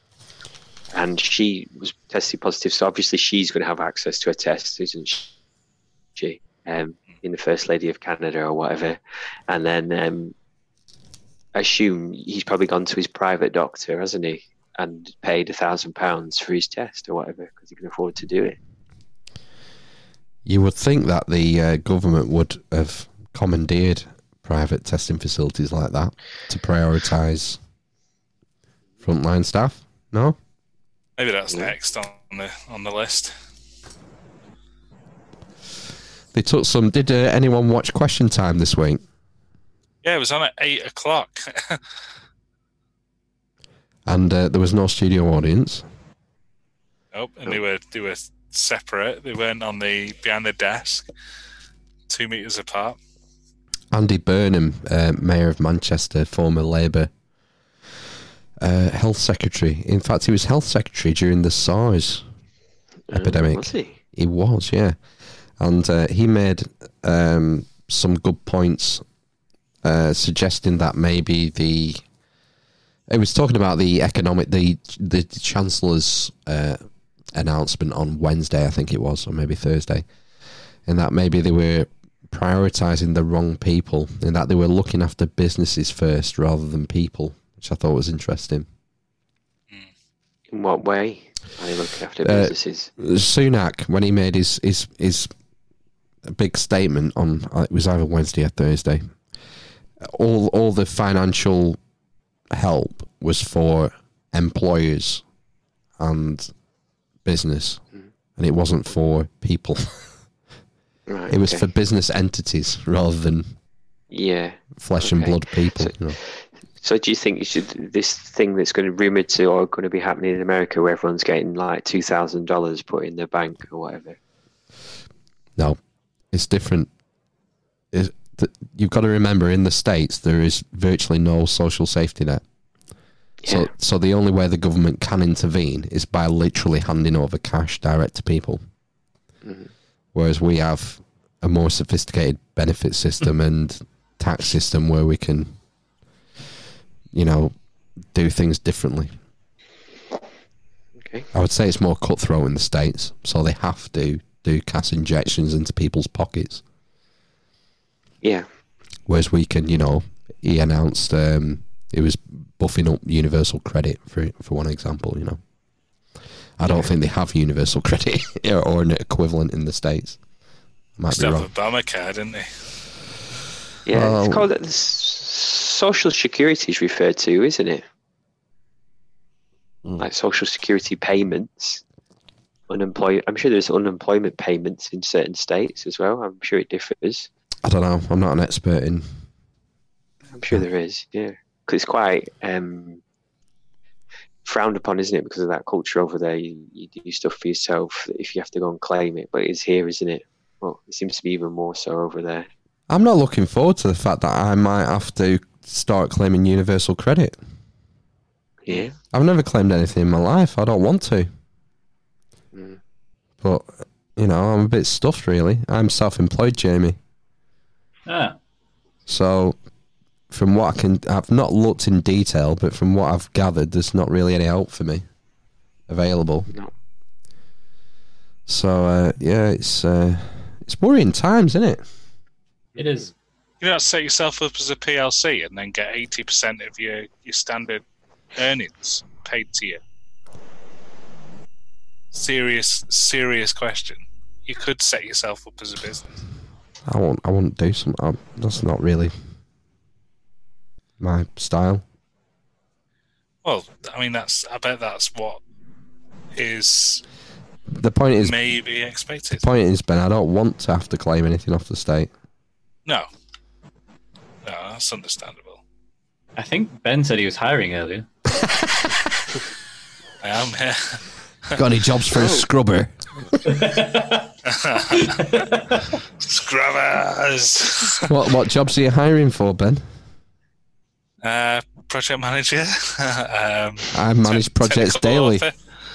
Speaker 2: and she was tested positive. So obviously she's going to have access to a test, isn't she? Um, in the First Lady of Canada or whatever, and then um, I assume he's probably gone to his private doctor, hasn't he? And paid a thousand pounds for his test or whatever because he can afford to do it.
Speaker 1: You would think that the uh, government would have commandeered private testing facilities like that to prioritise frontline staff. No,
Speaker 3: Maybe that's next on the on the list.
Speaker 1: they took some. Did uh, anyone watch Question Time this week?
Speaker 3: Yeah, it was on at eight o'clock. [laughs]
Speaker 1: And uh, there was no studio audience.
Speaker 3: oh, and they were they were separate. They weren't on the behind the desk, two meters apart.
Speaker 1: Andy Burnham, uh, Mayor of Manchester, former Labour uh, Health Secretary. In fact, he was Health Secretary during the SARS epidemic.
Speaker 2: Oh, was he?
Speaker 1: He was, yeah. And uh, he made um, some good points uh, suggesting that maybe the. It was talking about the economic, the the chancellor's uh, announcement on Wednesday, I think it was, or maybe Thursday, and that maybe they were prioritizing the wrong people, and that they were looking after businesses first rather than people, which I thought was interesting.
Speaker 2: In what way are they looking after
Speaker 1: Uh,
Speaker 2: businesses?
Speaker 1: Sunak, when he made his his his big statement on uh, it was either Wednesday or Thursday, all all the financial help was for employers and business,
Speaker 2: Mm-hmm.
Speaker 1: and it wasn't for people. [laughs]
Speaker 2: Right,
Speaker 1: it was
Speaker 2: okay.
Speaker 1: for business entities rather than
Speaker 2: Yeah.
Speaker 1: flesh and
Speaker 2: okay.
Speaker 1: blood people. you know.
Speaker 2: So do you think you should this thing that's going to rumored to or going to be happening in America where everyone's getting like two thousand dollars put in their bank or whatever?
Speaker 1: No, it's different. It, th- you've got to remember, in the states, there is virtually no social safety net. So, so the only way the government can intervene is by literally handing over cash direct to people. Whereas we have a more sophisticated benefit system and tax system where we can, you know, do things differently.
Speaker 2: Okay.
Speaker 1: I would say it's more cutthroat in the states, so they have to do cash injections into people's pockets.
Speaker 2: Yeah.
Speaker 1: Whereas we can, you know, he announced um, it was buffing up universal credit for for one example. You know, I don't think they have universal [laughs] credit or an equivalent in the states. I might
Speaker 3: Used
Speaker 1: be
Speaker 3: to
Speaker 1: wrong.
Speaker 3: have Obamacare, didn't they?
Speaker 2: Yeah,
Speaker 1: Well-
Speaker 2: it's called it's social security is referred to, isn't it? Like social security payments, unemployment. I'm sure there's unemployment payments in certain states as well. I'm sure it differs.
Speaker 1: I don't know. I'm not an expert in.
Speaker 2: I'm sure there is, yeah. 'Cause it's quite um, frowned upon, isn't it? Because of that culture over there, you, you do stuff for yourself if you have to go and claim it. But it's here, isn't it? Well, it seems to be even more so over there.
Speaker 1: I'm not looking forward to the fact that I might have to start claiming universal credit.
Speaker 2: Yeah.
Speaker 1: I've never claimed anything in my life. I don't want to.
Speaker 2: Mm.
Speaker 1: But you know, I'm a bit stuffed. Really, I'm self-employed, Jamie.
Speaker 5: Ah,
Speaker 1: So, from what I can, I've not looked in detail, but from what I've gathered, there's not really any help for me available.
Speaker 2: No.
Speaker 1: So uh, yeah, it's uh, it's worrying times, isn't it?
Speaker 5: it is.
Speaker 3: You know, set yourself up as a PLC and then get eighty percent of your your standard earnings paid to you. Serious, serious question. You could set yourself up as a business.
Speaker 1: I won't. I won't do some. i that's not really my style.
Speaker 3: Well, I mean, that's. I bet that's what is
Speaker 1: The point is,
Speaker 3: maybe expected.
Speaker 1: the point is, Ben, I don't want to have to claim anything off
Speaker 3: [laughs]
Speaker 1: the state.
Speaker 3: No, no, that's understandable.
Speaker 5: I think Ben said he was hiring earlier.
Speaker 3: [laughs] I am here. Oh.
Speaker 5: Oh.
Speaker 1: Got any jobs for a scrubber?
Speaker 3: [laughs] Scrubbers.
Speaker 1: what what jobs are you hiring for, Ben?
Speaker 3: Uh, project manager. [laughs] um, [laughs]
Speaker 1: I manage
Speaker 3: te-
Speaker 1: projects
Speaker 3: technical
Speaker 1: daily.
Speaker 3: author.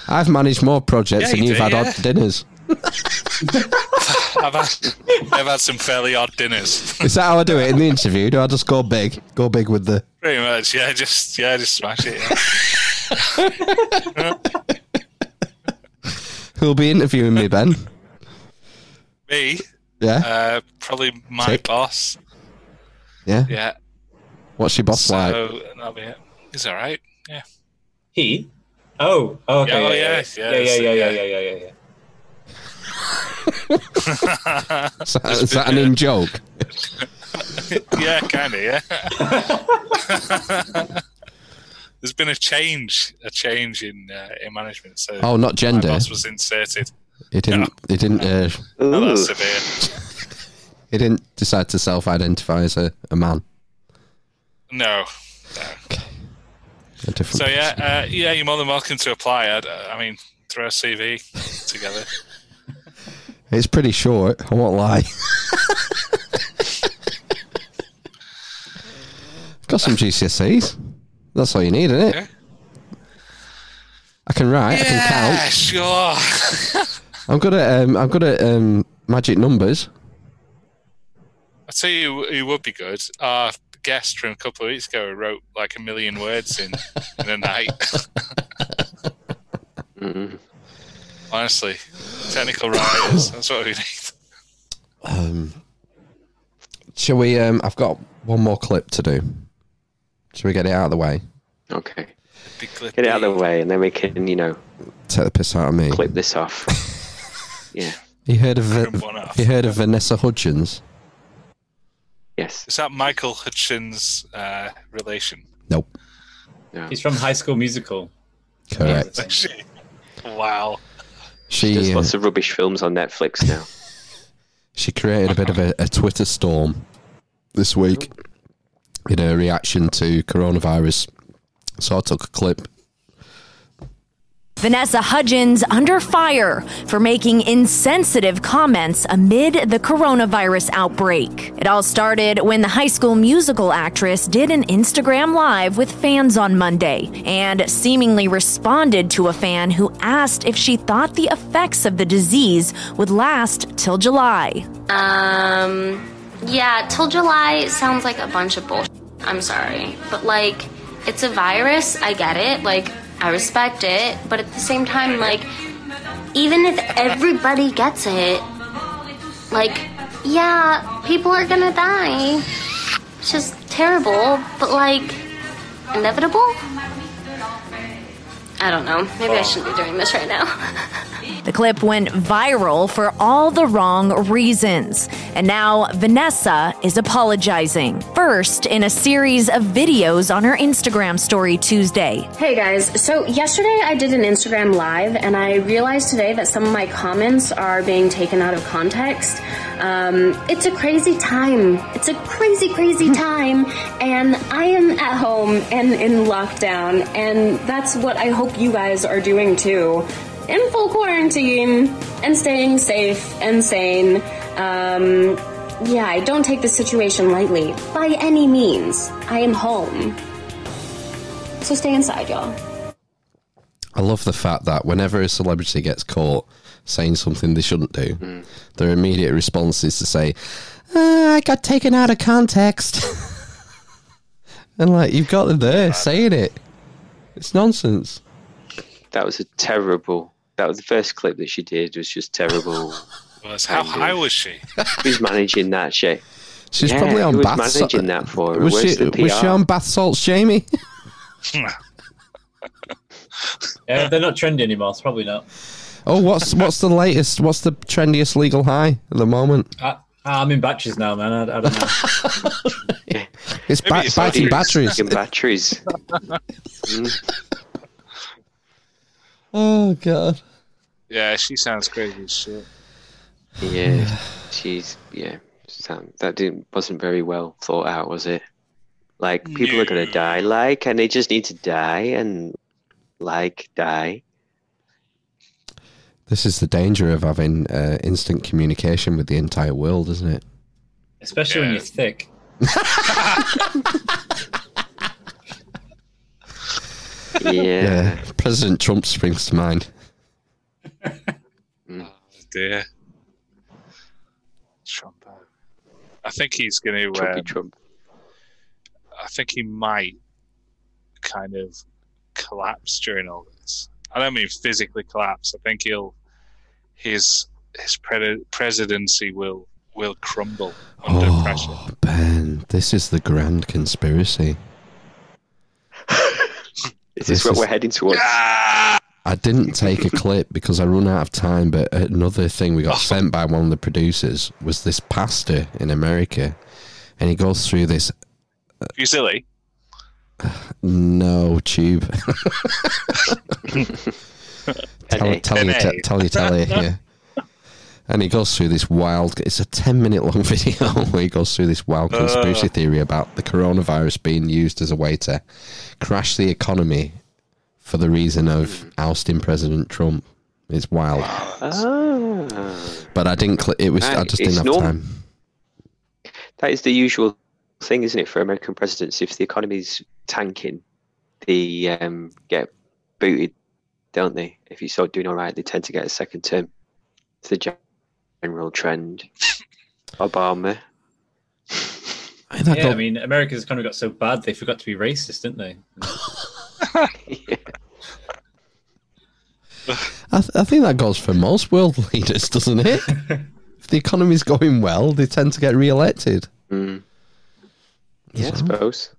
Speaker 1: I've managed more projects
Speaker 3: Yeah,
Speaker 1: than
Speaker 3: you
Speaker 1: you've
Speaker 3: do,
Speaker 1: had
Speaker 3: yeah.
Speaker 1: odd dinners.
Speaker 3: I've had, I've had some fairly odd dinners.
Speaker 1: [laughs] Is that how I do it in the interview? Do I just go big? Go big with the
Speaker 3: Pretty much, yeah. Just yeah, just smash it. yeah.
Speaker 1: who'll be interviewing me, Ben?
Speaker 3: [laughs] Me.
Speaker 1: Yeah.
Speaker 3: Uh, probably my
Speaker 1: Tick.
Speaker 3: boss.
Speaker 1: Yeah.
Speaker 3: Yeah.
Speaker 1: What's your boss
Speaker 3: so [laughs]
Speaker 1: like?
Speaker 3: that'll be it. He's all right. Yeah. [laughs]
Speaker 5: He? Oh, oh, okay.
Speaker 3: Yeah, oh,
Speaker 5: yeah,
Speaker 3: yeah,
Speaker 5: yeah,
Speaker 3: yeah,
Speaker 5: yeah, yeah, yeah, yeah, yeah, yeah, yeah.
Speaker 1: Is that, is that an in joke?
Speaker 3: [laughs] yeah, kind of. Yeah. There's been a change, a change in uh, in management. So
Speaker 1: Oh, not gender.
Speaker 3: My boss was inserted.
Speaker 1: It didn't. It didn't. Uh,
Speaker 3: Oh, that's severe.
Speaker 1: It didn't decide to self-identify as a, a man.
Speaker 3: No.
Speaker 1: A different.
Speaker 3: So yeah, uh, yeah, you're more than welcome to apply. I'd, uh, I mean, throw a CV
Speaker 1: [laughs]
Speaker 3: together.
Speaker 1: It's pretty short. I won't lie. [laughs] I've got some GCSEs. That's all you need, isn't it? I can write. I can
Speaker 3: yeah,
Speaker 1: count.
Speaker 3: sure. [laughs]
Speaker 1: I'm good at. Um, I'm good at um, magic numbers.
Speaker 3: I tell you, who would be good. Our guest from a couple of weeks ago wrote like a million words in in a night.
Speaker 1: [laughs]
Speaker 3: Honestly, technical writers. That's what we need.
Speaker 1: Um, shall we? Um, I've got one more clip to do. Shall we get it out of the way?
Speaker 2: Okay. Get it out of the way, and then we can, you know,
Speaker 1: Take the piss out of me.
Speaker 2: clip this off. yeah.
Speaker 1: You heard of
Speaker 3: Trim one
Speaker 1: uh,
Speaker 3: off.
Speaker 1: you heard of Vanessa Hudgens?
Speaker 2: Yes.
Speaker 3: Is that Michael Hutchins' uh, relation?
Speaker 1: Nope.
Speaker 5: He's from High School Musical.
Speaker 1: Correct.
Speaker 3: [laughs] wow.
Speaker 1: She
Speaker 2: There's
Speaker 1: uh,
Speaker 2: lots of rubbish films on Netflix now.
Speaker 1: she created a bit of a, a Twitter storm this week in her reaction to coronavirus. So I took a clip.
Speaker 19: Vanessa Hudgens under fire for making insensitive comments amid the coronavirus outbreak. It all started when the high school musical actress did an Instagram live with fans on Monday and seemingly responded to a fan who asked if she thought the effects of the disease would last till July.
Speaker 20: Um, yeah, till July sounds like a bunch of bullshit. I'm sorry. But, like, it's a virus. I get it. Like, I respect it. But at the same time, like, even if everybody gets it, like, yeah, people are gonna die. It's just terrible. But, like, inevitable? I don't know. Maybe I shouldn't be doing this right now. [laughs]
Speaker 19: The clip went viral for all the wrong reasons. And now Vanessa is apologizing. First, in a series of videos on her Instagram story Tuesday.
Speaker 20: Hey guys, so yesterday I did an Instagram live and I realized today that some of my comments are being taken out of context. Um, it's a crazy time. It's a crazy, crazy time. And I am at home and in lockdown, and that's what I hope you guys are doing too. In full quarantine and staying safe and sane. Um, yeah, I don't take this situation lightly by any means. I am home. So stay inside, y'all.
Speaker 1: I love the fact that whenever a celebrity gets caught saying something they shouldn't do, their immediate response is to say, Uh, I got taken out of context. and like you've got them there saying it. It's nonsense.
Speaker 2: That was a terrible. That was the first clip that she did. Was just
Speaker 3: [laughs]
Speaker 2: terrible.
Speaker 3: Was how high was she?
Speaker 2: [laughs] Who's managing that shit?
Speaker 1: She's
Speaker 2: Yeah,
Speaker 1: probably on
Speaker 2: who was
Speaker 1: bath
Speaker 2: managing
Speaker 1: salts.
Speaker 2: that for her?
Speaker 1: Was
Speaker 2: Where's
Speaker 1: she,
Speaker 2: the
Speaker 1: was she
Speaker 2: PR?
Speaker 1: on bath salts, Jamie? [laughs]
Speaker 3: Hmm.
Speaker 5: [laughs] Yeah, they're not trendy anymore, so probably not.
Speaker 1: oh, what's what's the latest? What's the trendiest legal high at the moment?
Speaker 5: I, I'm in batches now, man. I, I don't know.
Speaker 1: It's
Speaker 5: Maybe
Speaker 1: ba-
Speaker 5: it's
Speaker 1: biting
Speaker 5: batteries.
Speaker 1: batteries.
Speaker 2: Fucking batteries. Mm.
Speaker 1: Oh god.
Speaker 3: Yeah, she sounds crazy as shit.
Speaker 2: Yeah, she's yeah. Sam, that didn't wasn't very well thought out, was it? Like people are gonna die, like, and they just need to die and like die.
Speaker 1: This is the danger of having uh, instant communication with the entire world,
Speaker 2: [laughs]
Speaker 1: isn't it?
Speaker 5: especially when you're
Speaker 3: [laughs]
Speaker 5: thick.
Speaker 1: Yeah. President Trump springs to mind.
Speaker 3: Oh, dear. Trump. I think he's going to. Um, I think he might kind of collapse during all this. I don't mean physically collapse. I think he'll his his pre- presidency will will crumble under pressure.
Speaker 1: Oh, Ben, this is the grand conspiracy.
Speaker 2: Is this, what we're heading towards?
Speaker 3: Ah!
Speaker 1: I didn't take a clip because I run out of time, but another thing we got sent by one of the producers was this pastor in America, and he goes through this
Speaker 3: You silly.
Speaker 1: no [laughs] tube. tally, tally,
Speaker 3: NA.
Speaker 1: t- tally, tally, yeah. And he goes through this wild. It's a ten-minute long [laughs] video where he goes through this wild conspiracy
Speaker 21: Uh.
Speaker 1: theory about the coronavirus being used as a way to crash the economy for the reason of ousting President Trump. It's wild,
Speaker 2: Ah.
Speaker 1: but I didn't. Cl- it was. I
Speaker 2: Right,
Speaker 1: just
Speaker 2: it's
Speaker 1: didn't have
Speaker 2: norm-
Speaker 1: time.
Speaker 2: That is the usual thing, isn't it, for American presidents? If the economy's tanking, they um, get booted, don't they? If you start doing all right, they tend to get a second term. It's the gen- general trend. Obama.
Speaker 1: that
Speaker 5: yeah,
Speaker 1: got-
Speaker 5: I mean, America's economy got so bad they forgot to be racist, didn't they?
Speaker 1: I, th- I think that goes for most world [laughs] leaders, doesn't
Speaker 2: [laughs]
Speaker 1: it? if the economy's going well, they tend to get re-elected.
Speaker 2: Hmm. Yeah, I suppose.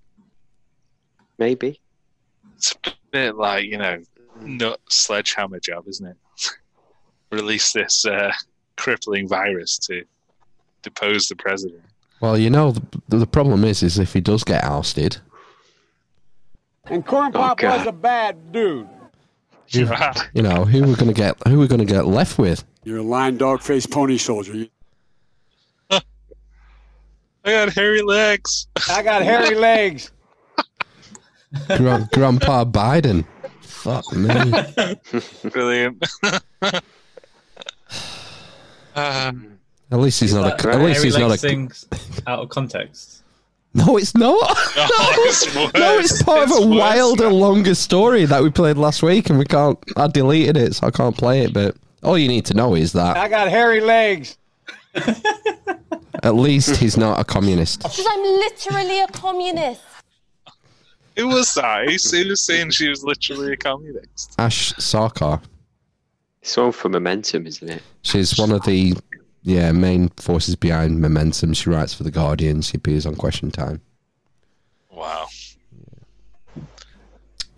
Speaker 2: Maybe.
Speaker 3: It's a bit like you know,
Speaker 2: Mm.
Speaker 3: nut sledgehammer job, isn't it? [laughs] Release this uh, crippling virus to depose the president.
Speaker 1: Well, you know, the, the problem is, is if he does get ousted,
Speaker 22: And Corn Pop
Speaker 1: God.
Speaker 22: was a bad dude.
Speaker 1: you, you [laughs] know, who we're going to get, who we're going to get left with?
Speaker 22: You're a lying dog faced pony soldier.
Speaker 3: I got hairy legs.
Speaker 22: I got hairy legs.
Speaker 1: Gra- Grandpa Biden. Fuck me.
Speaker 3: [laughs] Brilliant. [laughs] um,
Speaker 1: At least he's not a. At least he's not a.
Speaker 5: things out of context.
Speaker 1: No, it's not.
Speaker 3: [laughs] No, it's worse.
Speaker 1: No, it's part of a
Speaker 3: worse.
Speaker 1: wilder, longer story that we played last week, and we can't. I deleted it, so I can't play it. But all you need to know is that
Speaker 22: I got hairy legs.
Speaker 1: at least he's not a communist.
Speaker 23: Because I'm literally a communist.
Speaker 3: Who was that? Who's- Who was saying she was literally a communist?
Speaker 1: Ash Sarkar.
Speaker 2: Someone for momentum, isn't
Speaker 1: [sighs]
Speaker 2: it?
Speaker 1: She's one of the yeah main forces behind Momentum. She writes for the Guardian. She appears on Question Time.
Speaker 3: Wow.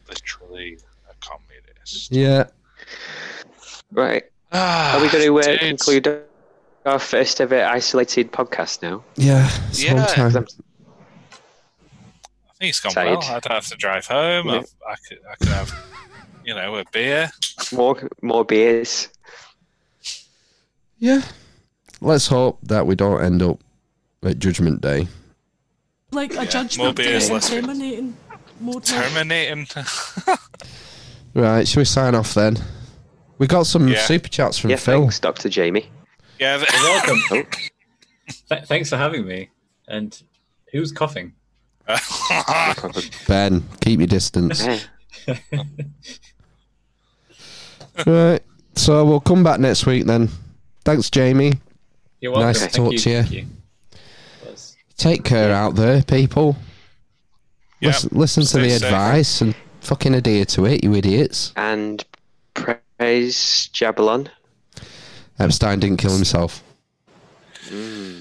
Speaker 3: Literally a communist.
Speaker 1: Yeah.
Speaker 2: Right.
Speaker 1: Ah,
Speaker 3: Are
Speaker 2: we going to uh, conclude our first ever isolated podcast now?
Speaker 1: Yeah. It's
Speaker 3: Yeah.
Speaker 1: long time.
Speaker 3: I think it's gone
Speaker 2: Tired.
Speaker 3: well. I don't have to drive home. I've, I, could, I could have, you know, a beer.
Speaker 2: More, more beers.
Speaker 1: Yeah. Let's hope that we don't end up at Judgment Day.
Speaker 24: Like a
Speaker 3: Yeah,
Speaker 24: judgment
Speaker 3: more beers,
Speaker 24: day and
Speaker 3: less beers.
Speaker 24: terminating more time.
Speaker 3: Terminating. [laughs]
Speaker 1: Right. Shall we sign off then? We got some
Speaker 3: Yeah.
Speaker 1: super chats from
Speaker 2: Yeah,
Speaker 1: Phil.
Speaker 2: thanks, Dr. Jamie.
Speaker 3: Yeah, th- [laughs] Oh.
Speaker 5: welcome. Th- thanks for having me. And who's
Speaker 3: [laughs]
Speaker 1: [laughs]
Speaker 5: coughing? [laughs]
Speaker 1: Ben, keep your distance. right. So we'll come back next week then. Thanks, Jamie.
Speaker 5: You're welcome.
Speaker 1: Nice to
Speaker 5: Thank
Speaker 1: talk
Speaker 5: you,
Speaker 1: to you.
Speaker 5: thank you.
Speaker 1: Take care out there, people. Listen, listen to
Speaker 2: Stay
Speaker 1: the
Speaker 2: safe. eh?
Speaker 1: advice and fucking adhere to it, you idiots.
Speaker 2: And praise Jabalon.
Speaker 1: Epstein didn't kill himself.
Speaker 3: Uh,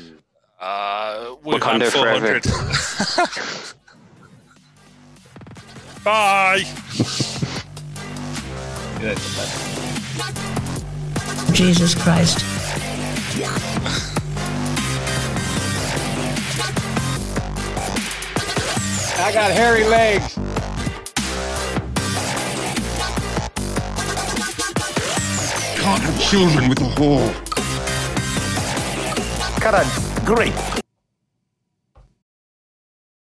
Speaker 3: we've had
Speaker 2: Wakanda forever.
Speaker 3: 400. [laughs] Bye.
Speaker 25: Jesus Christ.
Speaker 22: I got hairy legs.
Speaker 26: Can't have children with a whore.
Speaker 24: Cut a great